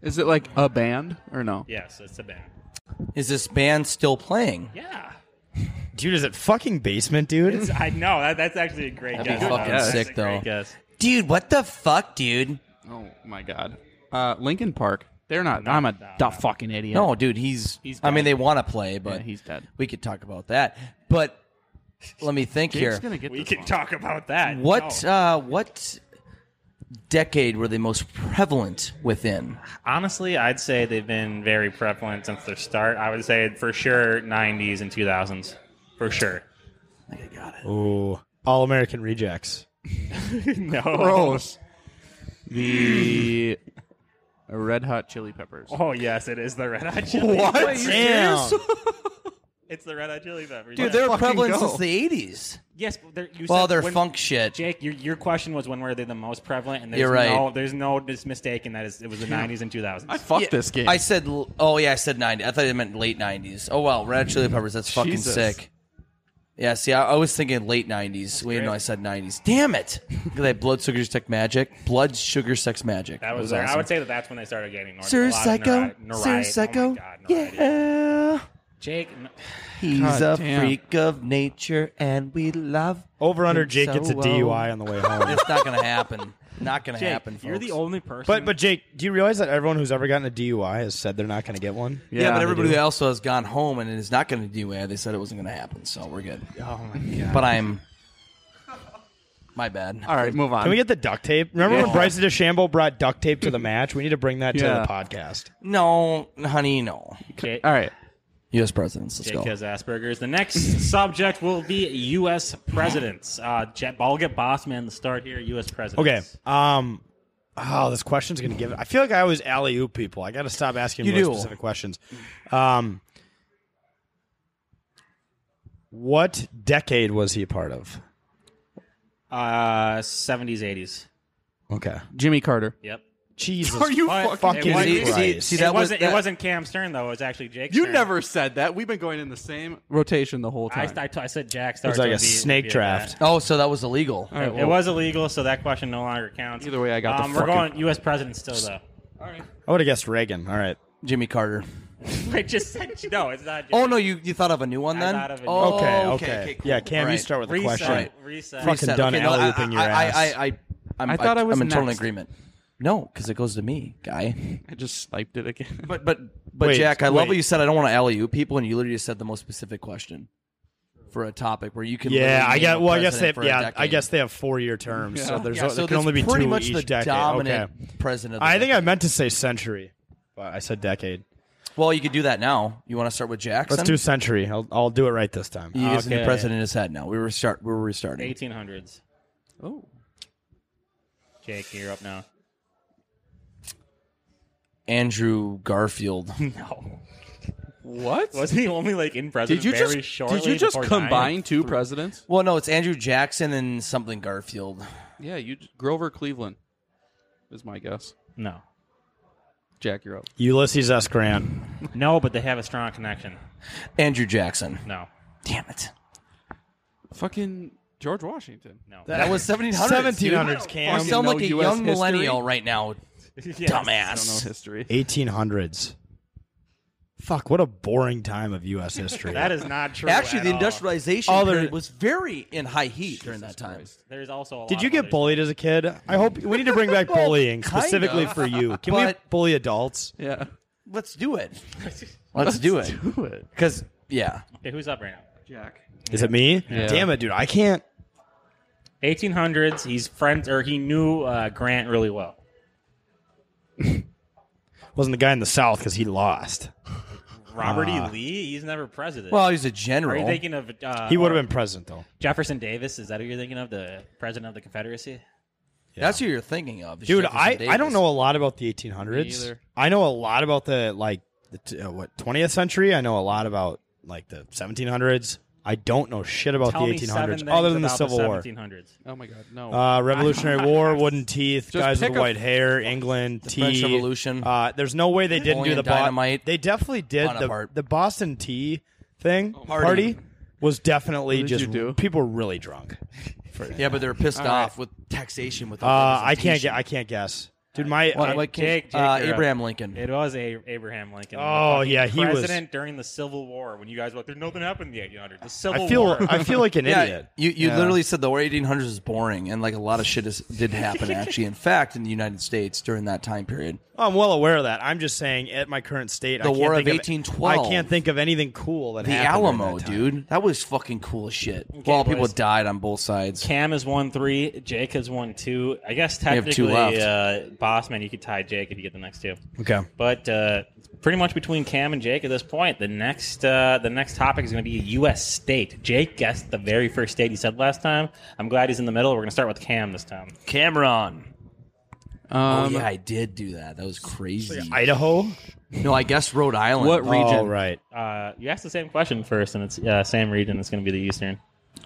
[SPEAKER 9] Is it like a band or no?
[SPEAKER 10] Yes, it's a band.
[SPEAKER 7] Is this band still playing?
[SPEAKER 10] Yeah.
[SPEAKER 1] Dude, is it fucking basement, dude?
[SPEAKER 10] It's, I know. That, that's actually a great
[SPEAKER 7] That'd be
[SPEAKER 10] guess.
[SPEAKER 7] fucking
[SPEAKER 10] That's a
[SPEAKER 7] sick though.
[SPEAKER 10] great guess.
[SPEAKER 7] Dude, what the fuck, dude?
[SPEAKER 9] Oh my god. Uh, Lincoln Park. They're not. I'm a da fucking idiot.
[SPEAKER 7] No, dude, he's.
[SPEAKER 9] He's
[SPEAKER 7] I
[SPEAKER 9] dead.
[SPEAKER 7] mean, they want to play, but
[SPEAKER 9] Yeah, he's dead.
[SPEAKER 7] We could talk about that, but let me think here.
[SPEAKER 10] we can talk about that.
[SPEAKER 7] What
[SPEAKER 10] No.
[SPEAKER 7] uh, what decade were they most prevalent within?
[SPEAKER 10] Honestly, I'd say they've been very prevalent since their start. I would say for sure 90s and 2000s. For sure.
[SPEAKER 1] Ooh, All American Rejects.
[SPEAKER 10] no.
[SPEAKER 9] Gross. The Red Hot Chili Peppers.
[SPEAKER 10] Oh yes, it is the Red Hot Chili.
[SPEAKER 9] What?
[SPEAKER 10] Peppers.
[SPEAKER 9] Damn.
[SPEAKER 10] It's the Red Hot Chili Peppers.
[SPEAKER 7] Dude, they were prevalent since the 80s.
[SPEAKER 10] Yes, but they're, you
[SPEAKER 7] Well,
[SPEAKER 10] said
[SPEAKER 7] they're
[SPEAKER 10] when-
[SPEAKER 7] funk shit.
[SPEAKER 10] Jake, your, your question was when were they the most prevalent? And there's
[SPEAKER 7] You're right.
[SPEAKER 10] No, there's no mis- mistake in that it's- it was the 90s and 2000s. I
[SPEAKER 7] Yeah, I said, l- oh yeah, I said ninety. I thought it meant late nineties. Oh well, Red Hot Chili Peppers. That's fucking
[SPEAKER 10] Jesus.
[SPEAKER 7] sick. Yeah, see, I, I was thinking late nineties. Wait, no, I said nineties. Damn it! Look at that blood sugar sex magic. Blood sugar sex magic.
[SPEAKER 10] that was. I would say that that's when they started getting north.
[SPEAKER 7] Sir Psycho. Sir
[SPEAKER 10] Neurotic.
[SPEAKER 7] Psycho.
[SPEAKER 10] yeah. Jake. n-
[SPEAKER 7] He's
[SPEAKER 10] God
[SPEAKER 7] a
[SPEAKER 10] damn.
[SPEAKER 7] freak of nature, and we love
[SPEAKER 1] Over under
[SPEAKER 7] him
[SPEAKER 1] Jake
[SPEAKER 7] so
[SPEAKER 1] gets a
[SPEAKER 7] well.
[SPEAKER 1] DUI on the way home.
[SPEAKER 7] it's not gonna happen. Not gonna
[SPEAKER 10] Jake,
[SPEAKER 7] happen. Folks.
[SPEAKER 10] you're the only person.
[SPEAKER 1] But but Jake, do you realize that everyone who's ever gotten a DUI has said they're not going to get one?
[SPEAKER 7] Yeah, but everybody else has gone home and it is not going to do it. They said it wasn't going to happen, so we're good.
[SPEAKER 1] Oh my God.
[SPEAKER 7] But I'm my bad.
[SPEAKER 9] All right, move on.
[SPEAKER 1] Can we get the duct tape? Remember when
[SPEAKER 7] Yeah.
[SPEAKER 1] Bryce DeChambeau brought duct tape to the match? We need to bring that
[SPEAKER 7] Yeah.
[SPEAKER 1] to the podcast.
[SPEAKER 7] No, honey, no.
[SPEAKER 10] Jake,
[SPEAKER 7] All right. U.S. presidents. Let's
[SPEAKER 10] Jake
[SPEAKER 7] go.
[SPEAKER 10] has Asperger's. The next subject will be U.S. presidents. Uh, Jet, I'll get Bossman the start here. U.S. presidents.
[SPEAKER 1] Okay. Um. Oh, this question's gonna give it. I feel like I always alley oop people. I got to stop asking
[SPEAKER 7] You
[SPEAKER 1] really
[SPEAKER 7] do.
[SPEAKER 1] specific questions. Um. What decade was he a part of?
[SPEAKER 10] Uh, 70s, 80s.
[SPEAKER 1] Okay.
[SPEAKER 9] Jimmy Carter.
[SPEAKER 10] Yep.
[SPEAKER 1] Jesus.
[SPEAKER 9] Are you
[SPEAKER 10] What?
[SPEAKER 9] fucking
[SPEAKER 10] It wasn't-
[SPEAKER 9] See- see- see, that
[SPEAKER 10] it
[SPEAKER 9] was-
[SPEAKER 10] wasn't,
[SPEAKER 9] that-
[SPEAKER 10] it wasn't Cam Stern though. It was actually Jake.
[SPEAKER 9] You
[SPEAKER 10] Stern.
[SPEAKER 9] never said that. We've been going in the same rotation the whole
[SPEAKER 10] I,
[SPEAKER 9] time.
[SPEAKER 10] I, I said Jack
[SPEAKER 9] was
[SPEAKER 10] starts.
[SPEAKER 9] like
[SPEAKER 10] with
[SPEAKER 9] a
[SPEAKER 10] V-
[SPEAKER 9] snake
[SPEAKER 10] via
[SPEAKER 9] draft.
[SPEAKER 10] that.
[SPEAKER 7] Oh, so that was illegal.
[SPEAKER 9] All right,
[SPEAKER 10] it
[SPEAKER 9] well-
[SPEAKER 10] was illegal, so that question no longer counts. Either
[SPEAKER 9] way, I got the
[SPEAKER 10] um, We're
[SPEAKER 1] fucking-
[SPEAKER 10] going U.S. president still though.
[SPEAKER 1] I would have guessed Reagan. All right.
[SPEAKER 7] Jimmy Carter.
[SPEAKER 10] I just said no. It's not. Jimmy.
[SPEAKER 7] Oh no, you you thought of a new one
[SPEAKER 10] I
[SPEAKER 7] then?
[SPEAKER 10] thought of a new
[SPEAKER 7] Oh,
[SPEAKER 10] one.
[SPEAKER 1] Okay,
[SPEAKER 7] Okay.
[SPEAKER 1] okay.
[SPEAKER 7] okay, cool.
[SPEAKER 1] Yeah, Cam, you
[SPEAKER 7] Alright.
[SPEAKER 1] start with the
[SPEAKER 7] Reset.
[SPEAKER 1] question.
[SPEAKER 7] Alright.
[SPEAKER 10] Reset.
[SPEAKER 7] Fucking
[SPEAKER 1] Fucking done
[SPEAKER 7] done. No, I,
[SPEAKER 1] alley-ooping your
[SPEAKER 7] I-
[SPEAKER 1] ass.
[SPEAKER 7] I, I, I, I'm,
[SPEAKER 9] I thought I was
[SPEAKER 7] I'm in total
[SPEAKER 9] next.
[SPEAKER 7] agreement. No, because it goes to me, guy.
[SPEAKER 9] I just sniped it again.
[SPEAKER 7] But but but
[SPEAKER 9] Wait,
[SPEAKER 7] Jack, I love
[SPEAKER 9] wait.
[SPEAKER 7] what you said. I don't want to alley you people, and you literally just said the most specific question for a topic where you can.
[SPEAKER 1] Yeah,
[SPEAKER 7] literally
[SPEAKER 1] I
[SPEAKER 7] name
[SPEAKER 1] guess.
[SPEAKER 7] a
[SPEAKER 1] Well, I guess they.
[SPEAKER 7] president for a
[SPEAKER 1] Yeah, I
[SPEAKER 7] decade.
[SPEAKER 1] guess they have four year terms, so
[SPEAKER 7] Yeah.
[SPEAKER 1] there's
[SPEAKER 7] Yeah,
[SPEAKER 1] o-
[SPEAKER 7] so
[SPEAKER 1] there can
[SPEAKER 7] that's
[SPEAKER 1] only be
[SPEAKER 7] pretty
[SPEAKER 1] two
[SPEAKER 7] much
[SPEAKER 1] each
[SPEAKER 7] the
[SPEAKER 1] decade.
[SPEAKER 7] dominant
[SPEAKER 1] okay.
[SPEAKER 7] president of the
[SPEAKER 1] I think I meant to say century, but I said decade.
[SPEAKER 7] Well, you could do that now. You want to start with Jackson?
[SPEAKER 1] Let's do century. I'll, I'll do it right this time.
[SPEAKER 7] He is the president in his head now. We were start. We were restarting.
[SPEAKER 10] 1800s.
[SPEAKER 9] Oh,
[SPEAKER 10] Jake, you're up now.
[SPEAKER 7] Andrew Garfield.
[SPEAKER 10] No.
[SPEAKER 9] What?
[SPEAKER 10] Wasn't he only like in president
[SPEAKER 7] you
[SPEAKER 10] very
[SPEAKER 7] just- did
[SPEAKER 10] shortly?
[SPEAKER 7] you just
[SPEAKER 10] before dying?
[SPEAKER 7] combine
[SPEAKER 9] two presidents?
[SPEAKER 7] Well, no, it's Andrew Jackson and something Garfield.
[SPEAKER 9] Yeah, you Grover Cleveland is my guess.
[SPEAKER 10] No.
[SPEAKER 9] Jack, you're up.
[SPEAKER 1] Ulysses S. Grant.
[SPEAKER 10] No, but they have a strong connection.
[SPEAKER 7] Andrew Jackson.
[SPEAKER 10] No.
[SPEAKER 7] Damn it.
[SPEAKER 9] Fucking George Washington.
[SPEAKER 10] No,
[SPEAKER 7] That was 1700s.
[SPEAKER 1] 1700s, Cam.
[SPEAKER 7] You sound like a young millennial right now, dumbass.
[SPEAKER 9] history.
[SPEAKER 1] 1800s. Fuck! What a boring time of U.S. history.
[SPEAKER 10] That is not true.
[SPEAKER 7] Actually,
[SPEAKER 10] at
[SPEAKER 7] the
[SPEAKER 10] all.
[SPEAKER 7] industrialization
[SPEAKER 1] Other-
[SPEAKER 7] period was very in high heat during that time.
[SPEAKER 10] There's also. A
[SPEAKER 1] Did
[SPEAKER 10] lot
[SPEAKER 1] you
[SPEAKER 10] of
[SPEAKER 1] get
[SPEAKER 10] others.
[SPEAKER 1] bullied as a kid? I hope we need to bring back bullying
[SPEAKER 7] kind
[SPEAKER 1] specifically
[SPEAKER 7] of,
[SPEAKER 1] for you. Can we
[SPEAKER 7] but-
[SPEAKER 1] bully adults?
[SPEAKER 9] Yeah.
[SPEAKER 7] Let's do it. Let's do it.
[SPEAKER 9] Do it.
[SPEAKER 7] Because yeah,
[SPEAKER 10] Okay, who's up right now?
[SPEAKER 9] Jack.
[SPEAKER 1] Is it me?
[SPEAKER 9] Yeah.
[SPEAKER 1] Damn it, dude! I can't.
[SPEAKER 10] 1800s. He's friends, or he knew uh, Grant really well.
[SPEAKER 1] Wasn't the guy in the South because he lost.
[SPEAKER 10] Robert
[SPEAKER 1] Ah.
[SPEAKER 10] E. Lee. He's never president.
[SPEAKER 7] Well, he's a
[SPEAKER 10] Are
[SPEAKER 7] general.
[SPEAKER 10] you thinking of? Uh,
[SPEAKER 1] He would have been president though.
[SPEAKER 10] Jefferson Davis. Is that who you're thinking of? The president of the Confederacy.
[SPEAKER 7] that's who you're thinking of, is
[SPEAKER 1] Dude,
[SPEAKER 7] Jefferson
[SPEAKER 1] I, I
[SPEAKER 7] Davis.
[SPEAKER 1] don't know a lot about the
[SPEAKER 7] Me
[SPEAKER 1] 1800s.
[SPEAKER 7] either.
[SPEAKER 1] I know a lot about the like the t- uh, what 20th century. I know a lot about like the 1700s. I don't know shit about
[SPEAKER 10] Tell
[SPEAKER 1] the
[SPEAKER 10] me
[SPEAKER 1] 1800s
[SPEAKER 10] seven things
[SPEAKER 1] other than the
[SPEAKER 10] about
[SPEAKER 1] Civil War.
[SPEAKER 10] 1700s.
[SPEAKER 9] Oh my God, no.
[SPEAKER 1] Uh, Revolutionary War, wooden teeth,
[SPEAKER 9] Just
[SPEAKER 1] guys with
[SPEAKER 9] pick a-
[SPEAKER 1] white hair, England, tea.
[SPEAKER 7] French Revolution.
[SPEAKER 1] Uh, there's no way they didn't do
[SPEAKER 7] Napoleon
[SPEAKER 1] the Boston.
[SPEAKER 7] Dynamite.
[SPEAKER 1] They definitely did the,
[SPEAKER 7] Bonaparte. Oh,
[SPEAKER 1] the Boston tea thing.
[SPEAKER 7] Party.
[SPEAKER 1] party. was definitely
[SPEAKER 7] What did
[SPEAKER 1] just
[SPEAKER 7] you do?
[SPEAKER 1] people were really drunk. For-
[SPEAKER 7] Yeah, but they're pissed
[SPEAKER 1] All
[SPEAKER 7] off with taxation. With
[SPEAKER 1] Uh, I can't get. I can't guess, dude. My
[SPEAKER 7] What-
[SPEAKER 1] I-
[SPEAKER 7] what can-
[SPEAKER 10] Jake, Jake,
[SPEAKER 7] Uh,
[SPEAKER 10] you're up.
[SPEAKER 7] Abraham Lincoln.
[SPEAKER 10] It was a Abraham Lincoln.
[SPEAKER 1] Oh,
[SPEAKER 10] the fucking
[SPEAKER 1] yeah, he was-
[SPEAKER 10] president during the Civil War when you guys were like, "There's nothing happened in the 1800s." The Civil
[SPEAKER 1] I feel-
[SPEAKER 10] War.
[SPEAKER 1] I feel like an
[SPEAKER 7] Yeah,
[SPEAKER 1] idiot.
[SPEAKER 7] You you
[SPEAKER 1] Yeah.
[SPEAKER 7] literally said the war 1800s is boring, and like a lot of shit is, did happen actually. In fact, in the United States during that time period,
[SPEAKER 1] Oh, I'm well aware of that. I'm just saying, at my current state, I
[SPEAKER 7] The
[SPEAKER 1] can't
[SPEAKER 7] War of
[SPEAKER 1] think
[SPEAKER 7] 1812.
[SPEAKER 1] I can't think of anything cool that
[SPEAKER 7] the
[SPEAKER 1] happened. during
[SPEAKER 7] Alamo,
[SPEAKER 1] that time.
[SPEAKER 7] dude, that was fucking cool as shit. well, people
[SPEAKER 10] boys.
[SPEAKER 7] died on both sides.
[SPEAKER 10] Cam has won three. Jake has won two. I guess
[SPEAKER 7] We have two
[SPEAKER 10] technically, uh, Bossman, you could tie Jake if you get the next two.
[SPEAKER 1] Okay.
[SPEAKER 10] But uh, it's pretty much between Cam and Jake at this point. The next uh, the next topic is going to be a U.S. state. Jake guessed the very first state he said last time. I'm glad he's in the middle. We're going to start with Cam this time. Cameron.
[SPEAKER 7] oh
[SPEAKER 9] Um,
[SPEAKER 7] yeah, I did do that. That was crazy.
[SPEAKER 1] Idaho.
[SPEAKER 7] No, I guess Rhode Island.
[SPEAKER 10] What region? Oh,
[SPEAKER 7] right.
[SPEAKER 10] Uh, you asked the same question first, and it's uh, same region. It's going to be the Eastern.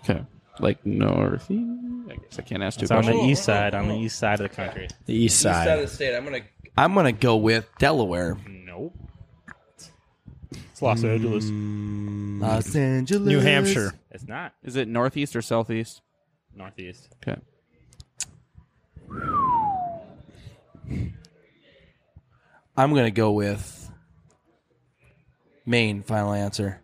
[SPEAKER 9] Okay. Like north. I guess I can't ask two
[SPEAKER 10] It's on the
[SPEAKER 9] questions.
[SPEAKER 10] east side. On the east side of the country.
[SPEAKER 1] The east
[SPEAKER 7] East side of the state. I'm gonna. I'm gonna go with Delaware.
[SPEAKER 10] Nope. It's Los
[SPEAKER 7] Mm.
[SPEAKER 10] Angeles.
[SPEAKER 7] Los Angeles.
[SPEAKER 9] New Hampshire.
[SPEAKER 10] It's not
[SPEAKER 9] Is it northeast or southeast?
[SPEAKER 10] northeast.
[SPEAKER 9] Okay.
[SPEAKER 7] I'm gonna go with Maine. Final answer.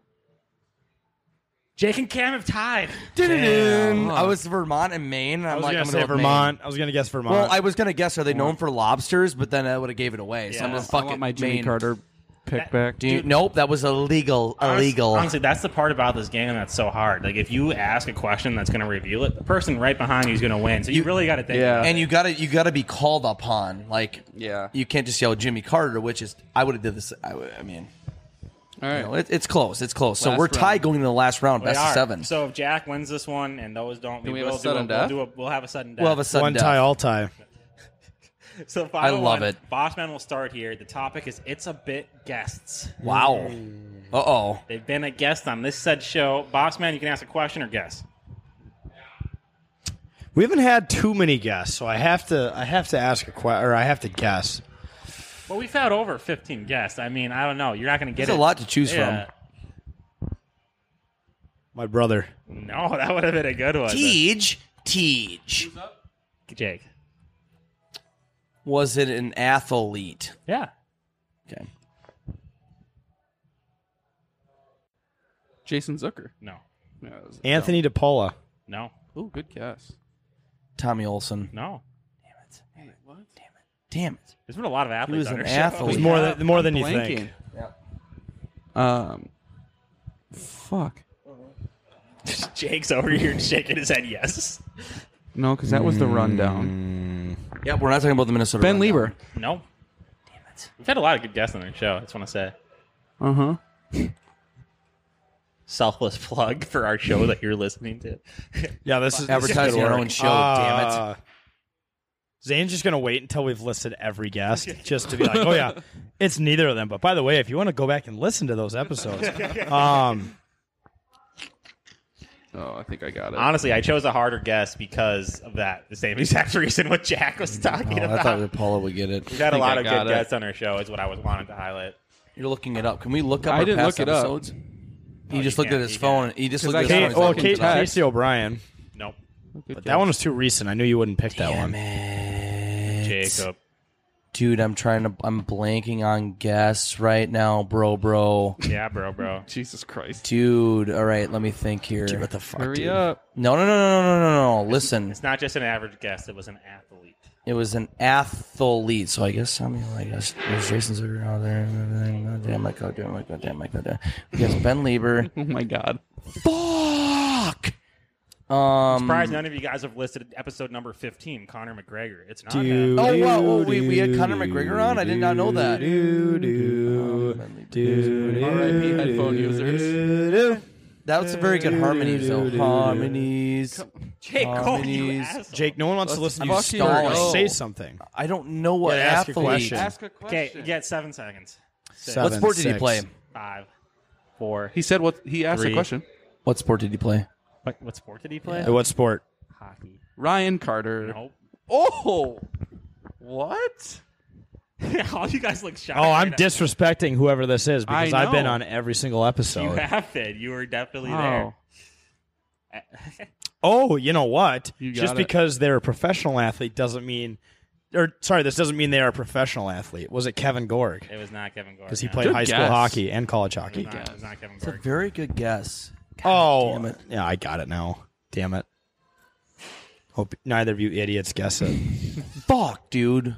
[SPEAKER 10] Jake and Cam have tied.
[SPEAKER 7] Damn. I was Vermont and Maine. and I'm
[SPEAKER 1] was
[SPEAKER 7] like,
[SPEAKER 1] gonna
[SPEAKER 7] I'm
[SPEAKER 1] say
[SPEAKER 7] go with
[SPEAKER 1] Vermont.
[SPEAKER 7] Maine.
[SPEAKER 1] I was gonna guess Vermont.
[SPEAKER 7] Well, I was gonna guess. Are they known for lobsters? But then I would have gave it away. So I'm
[SPEAKER 10] Yeah.
[SPEAKER 7] gonna fuck
[SPEAKER 10] I want
[SPEAKER 7] it,
[SPEAKER 10] my Jimmy
[SPEAKER 7] Maine.
[SPEAKER 10] Carter
[SPEAKER 9] pick
[SPEAKER 10] That-
[SPEAKER 9] back.
[SPEAKER 7] Do you- nope, that was illegal.
[SPEAKER 10] Honest-
[SPEAKER 7] illegal.
[SPEAKER 10] Honestly, that's the part about this game that's so hard. Like, if you ask a question that's going to reveal it, the person right behind you is going to win. So you, really got to think. about
[SPEAKER 7] And you gotta you gotta be called upon. Like
[SPEAKER 9] yeah.
[SPEAKER 7] you can't just yell Jimmy Carter, which is I would have did this. I, would- I mean,
[SPEAKER 9] all right,
[SPEAKER 7] you know, it, it's close. It's close. so
[SPEAKER 10] Last
[SPEAKER 7] we're tied
[SPEAKER 10] round.
[SPEAKER 7] going into the last round,
[SPEAKER 10] We
[SPEAKER 7] best of
[SPEAKER 10] are.
[SPEAKER 7] seven.
[SPEAKER 10] So if Jack wins this one and those don't,
[SPEAKER 9] Can we have
[SPEAKER 10] will
[SPEAKER 9] a sudden
[SPEAKER 10] do a,
[SPEAKER 9] death?
[SPEAKER 10] We'll, do a, we'll have a sudden death.
[SPEAKER 7] We'll have a sudden
[SPEAKER 1] one
[SPEAKER 7] death.
[SPEAKER 1] tie, all tie.
[SPEAKER 10] So final
[SPEAKER 7] I love
[SPEAKER 10] one,
[SPEAKER 7] it.
[SPEAKER 10] Bossman will start here. The topic is it's a bit guests.
[SPEAKER 7] Wow. Uh oh.
[SPEAKER 10] They've been a guest on this said show. Bossman, you can ask a question or guess.
[SPEAKER 1] We haven't had too many guests, so I have to I have to ask a question or I have to guess.
[SPEAKER 10] Well, we've had over 15 guests. I mean, I don't know. You're not going to get
[SPEAKER 7] There's a
[SPEAKER 10] it.
[SPEAKER 7] lot to choose
[SPEAKER 10] Yeah.
[SPEAKER 1] My brother.
[SPEAKER 10] No, that would have been a good one.
[SPEAKER 7] from. Teej. Teej.
[SPEAKER 10] uh, Jake.
[SPEAKER 7] Was it an athlete?
[SPEAKER 10] Yeah.
[SPEAKER 7] Okay.
[SPEAKER 9] Jason Zucker.
[SPEAKER 10] No.
[SPEAKER 9] Yeah, that was-
[SPEAKER 1] Anthony DePaula.
[SPEAKER 10] No.
[SPEAKER 9] Ooh, good guess.
[SPEAKER 7] Tommy Olson.
[SPEAKER 10] No.
[SPEAKER 7] Damn it.
[SPEAKER 10] There's been a lot of athletes.
[SPEAKER 7] was
[SPEAKER 10] on
[SPEAKER 7] an
[SPEAKER 10] our show.
[SPEAKER 7] athlete.
[SPEAKER 1] There's more than more
[SPEAKER 9] I'm
[SPEAKER 1] than you
[SPEAKER 9] blanking.
[SPEAKER 1] think.
[SPEAKER 9] Um, fuck.
[SPEAKER 10] Jake's over here shaking his head. Yes.
[SPEAKER 9] No, because that
[SPEAKER 7] Hmm.
[SPEAKER 9] was the rundown.
[SPEAKER 7] Yeah, we're not talking about the Minnesota.
[SPEAKER 9] Ben
[SPEAKER 7] Rundown.
[SPEAKER 9] Lieber.
[SPEAKER 10] No. Damn it. We've had a lot of good guests on our show. I just want to say.
[SPEAKER 9] Uh huh.
[SPEAKER 10] Selfless plug for our show that you're listening to.
[SPEAKER 1] Yeah, this is this is
[SPEAKER 7] Advertising
[SPEAKER 1] good
[SPEAKER 7] our
[SPEAKER 1] work.
[SPEAKER 7] own show, damn
[SPEAKER 1] Uh, Zane's just gonna wait until we've listed every guest just to be like, oh yeah, it's neither of them. But by the way, if you want to go back and listen to those episodes, um,
[SPEAKER 9] Oh, I think I got it.
[SPEAKER 10] Honestly, I chose a harder guess because of that. The same exact reason what Jack was talking
[SPEAKER 7] Oh, I
[SPEAKER 10] about.
[SPEAKER 7] thought that Paula would get it.
[SPEAKER 10] We've had a
[SPEAKER 9] think
[SPEAKER 10] lot
[SPEAKER 9] I
[SPEAKER 10] of
[SPEAKER 9] got
[SPEAKER 10] good
[SPEAKER 9] it.
[SPEAKER 10] guests on our show. Is what I was wanting to highlight.
[SPEAKER 7] You're looking it up. Can we look up?
[SPEAKER 9] I
[SPEAKER 7] our
[SPEAKER 9] didn't
[SPEAKER 7] past
[SPEAKER 9] look it up.
[SPEAKER 7] episodes? He
[SPEAKER 10] Oh,
[SPEAKER 7] just
[SPEAKER 10] you
[SPEAKER 7] looked at
[SPEAKER 10] can't,
[SPEAKER 7] his
[SPEAKER 10] you
[SPEAKER 7] phone.
[SPEAKER 10] can't.
[SPEAKER 7] He just
[SPEAKER 9] 'Cause
[SPEAKER 7] looked at
[SPEAKER 9] I
[SPEAKER 7] his
[SPEAKER 9] can't-
[SPEAKER 7] phone. He's
[SPEAKER 1] well,
[SPEAKER 7] like,
[SPEAKER 9] looking
[SPEAKER 1] Kate
[SPEAKER 9] it up.
[SPEAKER 1] Casey O'Brien,
[SPEAKER 10] Nope.
[SPEAKER 1] but that one was too recent. I knew you wouldn't pick that one.
[SPEAKER 10] Jacob.
[SPEAKER 7] Dude, I'm trying to. I'm blanking on guests right now, bro, bro.
[SPEAKER 10] Yeah, bro, bro.
[SPEAKER 9] Jesus Christ.
[SPEAKER 7] Dude, all right, let me think here.
[SPEAKER 1] What the fuck?
[SPEAKER 9] Hurry
[SPEAKER 1] dude?
[SPEAKER 9] up.
[SPEAKER 7] No, no, no, no, no, no, no, no. Listen,
[SPEAKER 10] It's not just an average guest. It was an athlete.
[SPEAKER 7] it was an athlete, so I guess I mean, I guess there's Jason Zucker out there. and everything. Oh, damn, Mike, oh, damn, Mike, oh, damn, Mike, oh, damn. We got Ben Lieber.
[SPEAKER 9] Oh my God.
[SPEAKER 7] Fuck. Um.
[SPEAKER 10] Surprised none of you guys have listed episode number 15, Connor McGregor. It's not an
[SPEAKER 1] Do,
[SPEAKER 10] athlete.
[SPEAKER 7] Oh
[SPEAKER 1] do,
[SPEAKER 7] wow! Oh, we, we had
[SPEAKER 1] do,
[SPEAKER 7] Conor McGregor on. I did not know that.
[SPEAKER 1] do, do, do, do,
[SPEAKER 9] R.I.P. headphone users.
[SPEAKER 1] do, do.
[SPEAKER 7] That was a very good harmony, though.
[SPEAKER 9] Um,
[SPEAKER 7] Harmonies.
[SPEAKER 10] Jake Cole, you
[SPEAKER 7] Harmonies.
[SPEAKER 10] asshole.
[SPEAKER 1] Jake, no one wants to
[SPEAKER 9] Let's
[SPEAKER 1] listen to you
[SPEAKER 9] fucking
[SPEAKER 1] stall
[SPEAKER 7] go.
[SPEAKER 1] say something.
[SPEAKER 7] I don't know what
[SPEAKER 1] Yeah, ask your
[SPEAKER 7] athlete.
[SPEAKER 1] question.
[SPEAKER 9] a
[SPEAKER 10] Okay, you get seven seconds.
[SPEAKER 7] What
[SPEAKER 1] Seven,
[SPEAKER 7] sport did he
[SPEAKER 1] six.
[SPEAKER 7] play?
[SPEAKER 10] Five, four.
[SPEAKER 9] He said what he asked
[SPEAKER 10] Three.
[SPEAKER 9] a question.
[SPEAKER 7] What sport did he play?
[SPEAKER 10] What, what sport did he play?
[SPEAKER 1] Uh, What sport?
[SPEAKER 10] Hockey.
[SPEAKER 9] Ryan Carter.
[SPEAKER 10] Nope.
[SPEAKER 9] Oh. What?
[SPEAKER 10] All you guys look shocked.
[SPEAKER 1] Oh, I'm
[SPEAKER 10] right
[SPEAKER 1] disrespecting whoever this is because
[SPEAKER 9] I
[SPEAKER 1] I've been
[SPEAKER 9] know.
[SPEAKER 1] on every single
[SPEAKER 10] now. You
[SPEAKER 1] episode.
[SPEAKER 10] have it. You were definitely
[SPEAKER 9] Oh.
[SPEAKER 10] there.
[SPEAKER 1] oh, you know what?
[SPEAKER 9] You got
[SPEAKER 1] Just
[SPEAKER 9] it.
[SPEAKER 1] because they're a professional athlete doesn't mean, or sorry, this doesn't mean they are a professional athlete. Was it Kevin Gorg?
[SPEAKER 10] it was not Kevin Gore.
[SPEAKER 1] Because he
[SPEAKER 10] no.
[SPEAKER 1] played
[SPEAKER 9] Good
[SPEAKER 1] high school
[SPEAKER 9] guess.
[SPEAKER 1] hockey and college hockey.
[SPEAKER 10] It was not, it was not Kevin
[SPEAKER 7] It's a
[SPEAKER 10] Gore.
[SPEAKER 7] very good guess.
[SPEAKER 1] oh,
[SPEAKER 7] damn it.
[SPEAKER 1] yeah, I got it now. Damn it. Hope neither of you idiots guess it.
[SPEAKER 7] Fuck, dude.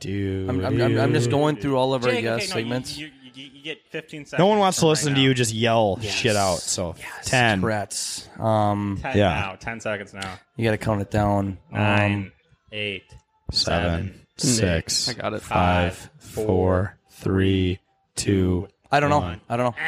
[SPEAKER 1] Dude.
[SPEAKER 7] I'm, I'm, I'm, I'm just going through all of our
[SPEAKER 10] Jake,
[SPEAKER 7] guest
[SPEAKER 10] okay, no, you-
[SPEAKER 7] segments.
[SPEAKER 10] You, you, you get 15 seconds.
[SPEAKER 1] no one wants to
[SPEAKER 10] from
[SPEAKER 1] listen
[SPEAKER 10] right
[SPEAKER 1] to
[SPEAKER 10] now.
[SPEAKER 1] you just yell shit out. So 10,
[SPEAKER 7] Congrats. Um,
[SPEAKER 10] Ten
[SPEAKER 1] Yeah.
[SPEAKER 10] now. 10 seconds now.
[SPEAKER 7] you got to count it down. Um,
[SPEAKER 10] Nine, eight,
[SPEAKER 1] seven, six,
[SPEAKER 9] I got it.
[SPEAKER 1] five, four, three, two.
[SPEAKER 7] I don't know.
[SPEAKER 1] Nine.
[SPEAKER 7] I don't know.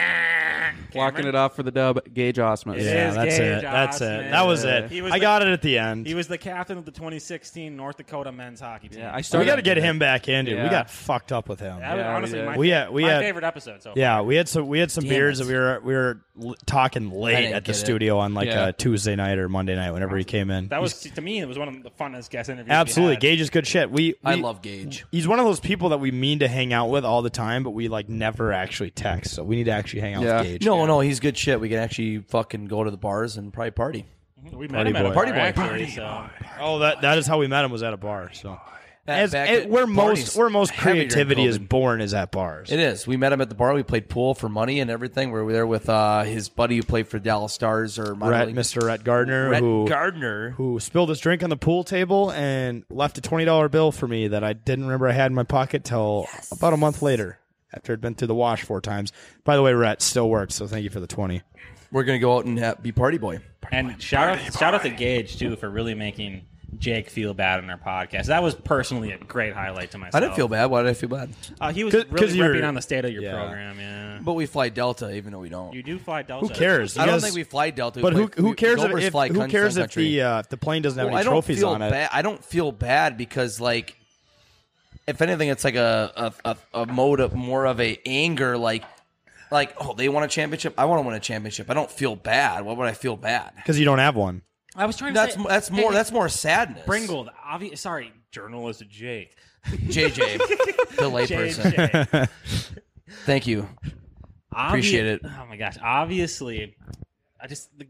[SPEAKER 9] Blocking it off for the dub, Gage Osmus.
[SPEAKER 10] It Yeah, is that's Gage it. That's it. Osmus. That was it. He was I the- got it at the end.
[SPEAKER 9] Yeah,
[SPEAKER 10] He was the captain of the 2016 North Dakota men's hockey team.
[SPEAKER 9] I started.
[SPEAKER 1] we got to get him back in, dude. We
[SPEAKER 10] Yeah.
[SPEAKER 1] got fucked up with him.
[SPEAKER 10] That was Yeah, we honestly did. my-
[SPEAKER 1] we had, we
[SPEAKER 10] my
[SPEAKER 1] had-
[SPEAKER 10] favorite episode so
[SPEAKER 1] yeah,
[SPEAKER 10] far.
[SPEAKER 1] we had some we had some
[SPEAKER 10] Damn
[SPEAKER 1] beers
[SPEAKER 10] it.
[SPEAKER 1] and we were we were l- talking late
[SPEAKER 10] didn't
[SPEAKER 1] at the
[SPEAKER 10] get it.
[SPEAKER 1] studio on like
[SPEAKER 10] Yeah.
[SPEAKER 1] a Tuesday night or Monday night whenever he came in.
[SPEAKER 10] That was to me. It was one of the funnest guest interviews. we
[SPEAKER 1] Absolutely,
[SPEAKER 10] had.
[SPEAKER 1] Gage is good shit. We,
[SPEAKER 10] I
[SPEAKER 1] we-
[SPEAKER 10] love Gage.
[SPEAKER 1] He's one of those people that we mean to hang out with all the time, but we like never actually text. So we need to actually hang out with Gage.
[SPEAKER 7] No, no, he's good shit. We could actually fucking go to the bars and probably party.
[SPEAKER 10] We
[SPEAKER 1] Mm-hmm. met Party him at a boy. bar,
[SPEAKER 7] Party boy.
[SPEAKER 1] actually, so- Oh, that that is how we met him was at a bar. So As- it- where most where most creativity is born is at bars.
[SPEAKER 7] It is. We met him at the bar. We played pool for money and everything. We were there with uh, his buddy who played for Dallas Stars or minor
[SPEAKER 1] Rhett,
[SPEAKER 7] league-
[SPEAKER 1] Mr. Rhett Gardner,
[SPEAKER 7] Rhett
[SPEAKER 1] who
[SPEAKER 7] Gardner.
[SPEAKER 1] who spilled his drink on the pool table and left a twenty dollar bill for me that I didn't remember I had in my pocket till about a month later after it'd been through the wash four times. By the way, Rhett still works, so thank you for the twenty.
[SPEAKER 7] We're gonna go out and ha- be party boy.
[SPEAKER 10] And shout out, shout out to Gage too for really making Jake feel bad on our podcast. That was personally a great highlight to myself.
[SPEAKER 7] I didn't feel bad. Why did I feel bad?
[SPEAKER 10] Uh, he was
[SPEAKER 7] 'Cause- 'cause
[SPEAKER 10] really
[SPEAKER 7] you're-
[SPEAKER 10] ripping on the state of your
[SPEAKER 7] Yeah.
[SPEAKER 10] program. Yeah,
[SPEAKER 7] But we fly Delta, even though we don't.
[SPEAKER 10] You do fly Delta.
[SPEAKER 1] Who cares?
[SPEAKER 7] I
[SPEAKER 1] You
[SPEAKER 7] don't
[SPEAKER 1] guys-
[SPEAKER 7] think we fly Delta. We
[SPEAKER 1] But who
[SPEAKER 7] fly-
[SPEAKER 1] who
[SPEAKER 7] we-
[SPEAKER 1] cares if,
[SPEAKER 7] Gophers
[SPEAKER 1] if-
[SPEAKER 7] fly
[SPEAKER 1] who
[SPEAKER 7] Sun
[SPEAKER 1] cares if
[SPEAKER 7] Country.
[SPEAKER 1] the uh, if the plane doesn't have
[SPEAKER 7] Well,
[SPEAKER 1] any
[SPEAKER 7] I don't
[SPEAKER 1] trophies
[SPEAKER 7] feel
[SPEAKER 1] on it?
[SPEAKER 7] bad. I don't feel bad because like, if anything, it's like a a, a, a mode of more of a anger like. Like, oh, they won a championship. I want to win a championship. I don't feel bad. Why would I feel bad?
[SPEAKER 1] Because you don't have one.
[SPEAKER 10] I was trying to.
[SPEAKER 7] That's
[SPEAKER 10] say,
[SPEAKER 7] mo- that's more
[SPEAKER 10] and-
[SPEAKER 7] that's more sadness.
[SPEAKER 10] Bringold, obvi- sorry, journalist Jake,
[SPEAKER 7] JJ, the layperson.
[SPEAKER 10] JJ.
[SPEAKER 7] Thank you.
[SPEAKER 10] Obvi-
[SPEAKER 7] Appreciate it.
[SPEAKER 10] Oh my gosh! Obviously, I just the,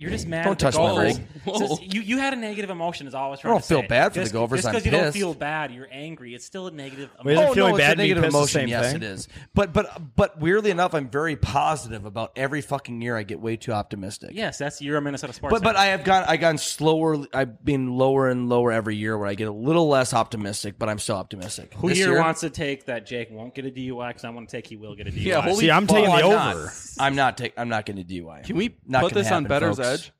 [SPEAKER 10] you're just mad.
[SPEAKER 7] Don't
[SPEAKER 10] at the
[SPEAKER 7] touch my
[SPEAKER 10] Gophers.
[SPEAKER 7] leg.
[SPEAKER 10] It's just-
[SPEAKER 7] Whoa.
[SPEAKER 10] you you had a negative emotion. Is all I was
[SPEAKER 7] I
[SPEAKER 10] trying
[SPEAKER 7] don't
[SPEAKER 10] to
[SPEAKER 7] feel
[SPEAKER 10] say.
[SPEAKER 7] bad for the
[SPEAKER 10] Just-
[SPEAKER 7] Gophers,
[SPEAKER 10] Just
[SPEAKER 7] I'm
[SPEAKER 10] because you don't
[SPEAKER 7] pissed.
[SPEAKER 10] feel bad, you're angry. It's still a negative.
[SPEAKER 1] Wait, isn't
[SPEAKER 10] emotion.
[SPEAKER 1] feeling
[SPEAKER 7] Oh, it's a
[SPEAKER 1] bad being
[SPEAKER 7] negative
[SPEAKER 1] pissed the
[SPEAKER 7] emotion.
[SPEAKER 1] same
[SPEAKER 7] yes,
[SPEAKER 1] thing?
[SPEAKER 7] it is. But but but weirdly enough, I'm very positive about every fucking year. I get way too optimistic.
[SPEAKER 10] Yes, that's you're a Minnesota sports.
[SPEAKER 7] But but
[SPEAKER 10] fan.
[SPEAKER 7] I have gone I gone slower. I've been lower and lower every year, where I get a little less optimistic, but I'm still optimistic.
[SPEAKER 10] who
[SPEAKER 7] This
[SPEAKER 10] here,
[SPEAKER 7] year,
[SPEAKER 10] wants to take that Jake won't get a DUI? Because I want to take he will get a DUI.
[SPEAKER 7] Yeah, holy fuck. Why not? I'm not taking. I'm not getting a DUI.
[SPEAKER 9] Can we
[SPEAKER 7] not
[SPEAKER 9] put
[SPEAKER 7] gonna
[SPEAKER 9] this on
[SPEAKER 7] happen,
[SPEAKER 9] Better's
[SPEAKER 7] folks.
[SPEAKER 9] Edge?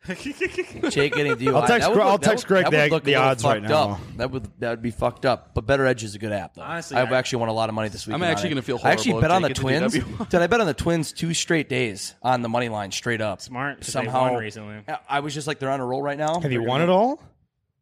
[SPEAKER 7] Jake getting a DUI.
[SPEAKER 1] I'll text
[SPEAKER 7] That would
[SPEAKER 1] Gre-
[SPEAKER 7] look-
[SPEAKER 1] I'll
[SPEAKER 7] that
[SPEAKER 1] text
[SPEAKER 7] would-
[SPEAKER 1] Greg
[SPEAKER 7] that
[SPEAKER 1] the-
[SPEAKER 7] would look a
[SPEAKER 1] the
[SPEAKER 7] little
[SPEAKER 1] odds right
[SPEAKER 7] fucked up.
[SPEAKER 1] now.
[SPEAKER 7] That would that would be fucked up. But Better Edge is a good app though.
[SPEAKER 10] Honestly,
[SPEAKER 7] I've
[SPEAKER 10] I-
[SPEAKER 7] actually won a lot of money this week.
[SPEAKER 9] I'm
[SPEAKER 7] on
[SPEAKER 9] actually
[SPEAKER 7] it.
[SPEAKER 9] gonna feel
[SPEAKER 7] I actually
[SPEAKER 9] horrible
[SPEAKER 7] bet
[SPEAKER 9] if
[SPEAKER 7] on the
[SPEAKER 9] Jake gets
[SPEAKER 7] twins.
[SPEAKER 9] a
[SPEAKER 7] Did I bet on the twins two straight days on the money line straight up? Smart.
[SPEAKER 10] 'cause they
[SPEAKER 7] Somehow
[SPEAKER 10] won recently.
[SPEAKER 7] I- I was just like they're on a roll right now.
[SPEAKER 1] Have you
[SPEAKER 7] They're
[SPEAKER 1] won it
[SPEAKER 7] gonna-
[SPEAKER 1] all?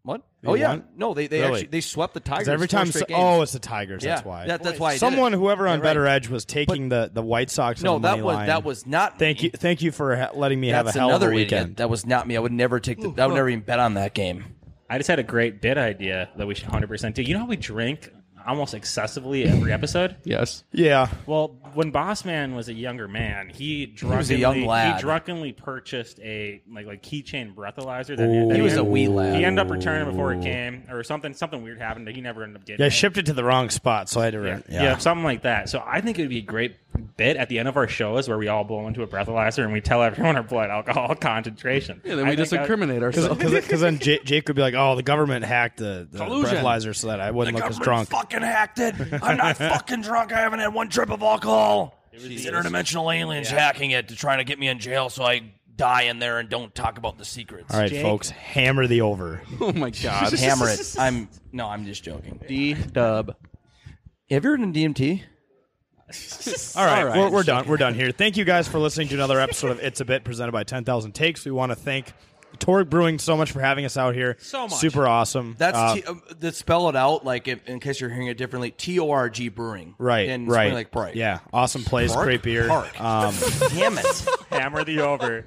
[SPEAKER 7] What?
[SPEAKER 1] Have
[SPEAKER 7] oh
[SPEAKER 1] you
[SPEAKER 7] yeah.
[SPEAKER 1] won?
[SPEAKER 7] No, they they
[SPEAKER 1] Really?
[SPEAKER 7] actually they swept the
[SPEAKER 1] 'Cause
[SPEAKER 7] Tigers.
[SPEAKER 1] every
[SPEAKER 7] four
[SPEAKER 1] time,
[SPEAKER 7] straight games.
[SPEAKER 1] oh, it's the Tigers.
[SPEAKER 7] Yeah,
[SPEAKER 1] That's why.
[SPEAKER 7] that- that's why. I did it.
[SPEAKER 1] Someone, whoever on
[SPEAKER 7] You're right.
[SPEAKER 1] Better Edge, was taking the, the White Sox.
[SPEAKER 7] No,
[SPEAKER 1] on the
[SPEAKER 7] that
[SPEAKER 1] money
[SPEAKER 7] was-
[SPEAKER 1] line.
[SPEAKER 7] that was not
[SPEAKER 1] Thank you, thank you for ha- letting me have a
[SPEAKER 7] That's
[SPEAKER 1] hell of
[SPEAKER 7] another
[SPEAKER 1] a
[SPEAKER 7] way to get-
[SPEAKER 1] weekend.
[SPEAKER 7] That was not me. I would never take. The, I would never even bet on that game.
[SPEAKER 10] I just had a great bid idea that we should 100 percent do. You know how we drink almost excessively every episode.
[SPEAKER 9] Yes.
[SPEAKER 1] Yeah.
[SPEAKER 10] Well, when Bossman was a younger man, he drunkenly
[SPEAKER 7] was a young lad.
[SPEAKER 10] he drunkenly purchased a like like keychain breathalyzer.
[SPEAKER 1] Ooh.
[SPEAKER 10] that
[SPEAKER 1] He was a wee lad.
[SPEAKER 10] He ended up returning before it came, or something. Something weird happened that he never ended up getting.
[SPEAKER 1] Yeah, I
[SPEAKER 10] it.
[SPEAKER 1] shipped it to the wrong spot, so I had to. Yeah,
[SPEAKER 10] Yeah. something like that. So I think it would be a great bit at the end of our shows where we all blow into a breathalyzer and we tell everyone our blood alcohol concentration.
[SPEAKER 9] Yeah, then we
[SPEAKER 10] I
[SPEAKER 9] just
[SPEAKER 10] think that-
[SPEAKER 9] incriminate ourselves.
[SPEAKER 1] Because then Jake, Jake would be like, "Oh, the government hacked the, the
[SPEAKER 7] Collusion.
[SPEAKER 1] breathalyzer so that I wouldn't
[SPEAKER 7] The
[SPEAKER 1] look as drunk."
[SPEAKER 7] government Fucking hacked it. I'm not fucking drunk. I haven't had one drip of alcohol. These interdimensional aliens hacking it to trying to get me in jail so I die in there and don't talk about the secrets.
[SPEAKER 1] All right, folks, hammer the over.
[SPEAKER 9] Oh my god.
[SPEAKER 7] hammer it. I'm no, I'm just joking.
[SPEAKER 9] D Dub.
[SPEAKER 7] Have you ever done DMT?
[SPEAKER 1] All right, We're, we're done. We're done here. Thank you guys for listening to another episode of It's a Bit presented by 10,000 Takes. We want to thank Torg Brewing so much for having us out here.
[SPEAKER 7] So much.
[SPEAKER 1] Super awesome.
[SPEAKER 7] That's
[SPEAKER 1] Uh,
[SPEAKER 7] T, um, that spell it out like if, in case you're hearing it differently. T O R G Brewing.
[SPEAKER 1] right.
[SPEAKER 7] In
[SPEAKER 1] right.
[SPEAKER 7] Spring Lake Pride.
[SPEAKER 1] Yeah. Awesome place.
[SPEAKER 7] Park?
[SPEAKER 1] Great beer.
[SPEAKER 7] Park.
[SPEAKER 1] Um,
[SPEAKER 7] Damn it.
[SPEAKER 10] Hammer the over.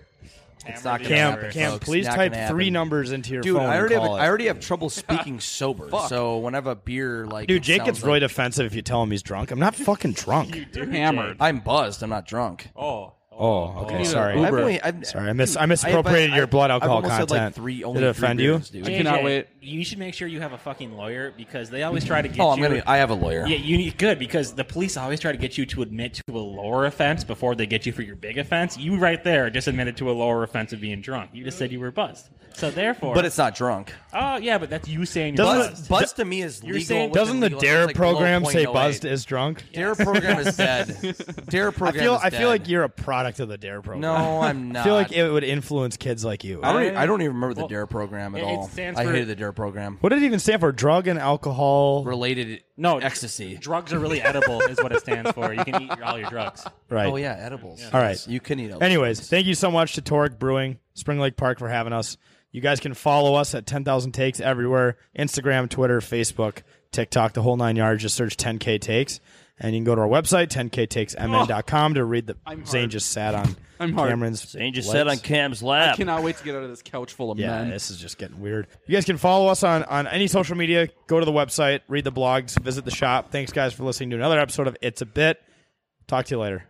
[SPEAKER 7] It's not gonna
[SPEAKER 1] Cam,
[SPEAKER 7] happen,
[SPEAKER 1] Cam,
[SPEAKER 7] folks.
[SPEAKER 1] please
[SPEAKER 7] Not
[SPEAKER 1] type
[SPEAKER 7] gonna happen.
[SPEAKER 1] three numbers into your
[SPEAKER 7] Dude,
[SPEAKER 1] phone.
[SPEAKER 7] I
[SPEAKER 1] and
[SPEAKER 7] already have
[SPEAKER 1] call it.
[SPEAKER 7] I already have trouble speaking sober.
[SPEAKER 9] Fuck.
[SPEAKER 7] So when I have a beer, like
[SPEAKER 1] Dude,
[SPEAKER 7] it
[SPEAKER 1] Jake
[SPEAKER 7] sounds
[SPEAKER 1] gets really
[SPEAKER 7] like,
[SPEAKER 1] defensive if you tell him he's drunk. I'm not fucking drunk.
[SPEAKER 9] hammered.
[SPEAKER 7] I'm buzzed. I'm not drunk.
[SPEAKER 10] Oh.
[SPEAKER 1] Oh, okay.
[SPEAKER 7] Oh.
[SPEAKER 1] sorry.
[SPEAKER 7] I've only- I've- Hmm,
[SPEAKER 1] sorry, I mis I
[SPEAKER 7] I've-
[SPEAKER 1] misappropriated
[SPEAKER 7] I've-
[SPEAKER 1] your blood
[SPEAKER 7] I've
[SPEAKER 1] alcohol
[SPEAKER 7] almost had,
[SPEAKER 1] content.
[SPEAKER 7] like, three- only
[SPEAKER 1] Did it
[SPEAKER 7] three
[SPEAKER 1] offend
[SPEAKER 7] beers,
[SPEAKER 1] you?
[SPEAKER 7] dude.
[SPEAKER 10] JJ,
[SPEAKER 7] cannot wait.
[SPEAKER 10] You should make sure you have a fucking lawyer because they always try to get
[SPEAKER 7] Oh, I'm
[SPEAKER 10] you.
[SPEAKER 7] gonna- I have a lawyer.
[SPEAKER 10] Yeah, you need good because the police always try to get you to admit to a lower offense before they get you for your big offense. You right there just admitted to a lower offense of being drunk. You just said you were buzzed. So therefore,
[SPEAKER 7] But it's not drunk.
[SPEAKER 10] Oh yeah, but that's you saying you're
[SPEAKER 7] Buzz,
[SPEAKER 10] buzzed.
[SPEAKER 7] buzz to me is
[SPEAKER 10] You're
[SPEAKER 7] legal.
[SPEAKER 10] saying-
[SPEAKER 7] within
[SPEAKER 1] Doesn't the
[SPEAKER 7] legal-
[SPEAKER 1] Dare
[SPEAKER 7] it's like
[SPEAKER 1] program say
[SPEAKER 7] 0.08.
[SPEAKER 1] buzzed is drunk?
[SPEAKER 7] Dare program is dead. Dare
[SPEAKER 1] I
[SPEAKER 7] program.
[SPEAKER 1] feel
[SPEAKER 7] is
[SPEAKER 1] I feel
[SPEAKER 7] dead.
[SPEAKER 1] like you're a product of the Dare program.
[SPEAKER 7] No, I'm
[SPEAKER 1] I feel
[SPEAKER 7] not.
[SPEAKER 1] like it would influence kids like you.
[SPEAKER 7] I don't. Even, I don't even remember the Dare program at
[SPEAKER 10] it- it
[SPEAKER 7] all.
[SPEAKER 10] stands
[SPEAKER 7] I
[SPEAKER 10] for-
[SPEAKER 7] hated the Dare program.
[SPEAKER 1] What did it even stand for? Drug and alcohol.
[SPEAKER 7] Related
[SPEAKER 10] No,
[SPEAKER 7] ecstasy.
[SPEAKER 10] Drugs are really edible, is what it stands for. You can eat your- all your drugs.
[SPEAKER 1] Right.
[SPEAKER 7] Oh yeah, edibles.
[SPEAKER 1] All right.
[SPEAKER 7] you can eat. edibles.
[SPEAKER 1] Anyways, thank you so much to Toric Brewing, Spring Lake Park for having us. You guys can follow us at 10,000 Takes everywhere Instagram, Twitter, Facebook, TikTok, the whole nine yards. Just search 10K Takes. And you can go to our website, 10ktakesmn.com, to read the. Zane just sat on
[SPEAKER 9] I'm hard.
[SPEAKER 1] Cameron's. legs.
[SPEAKER 9] I cannot wait to get out of this couch full of
[SPEAKER 1] Yeah,
[SPEAKER 9] men.
[SPEAKER 1] this is just getting weird. You guys can follow us on, on any social media. Go to the website, read the blogs, visit the shop. Thanks, guys, for listening to another episode of It's a Bit. Talk to you later.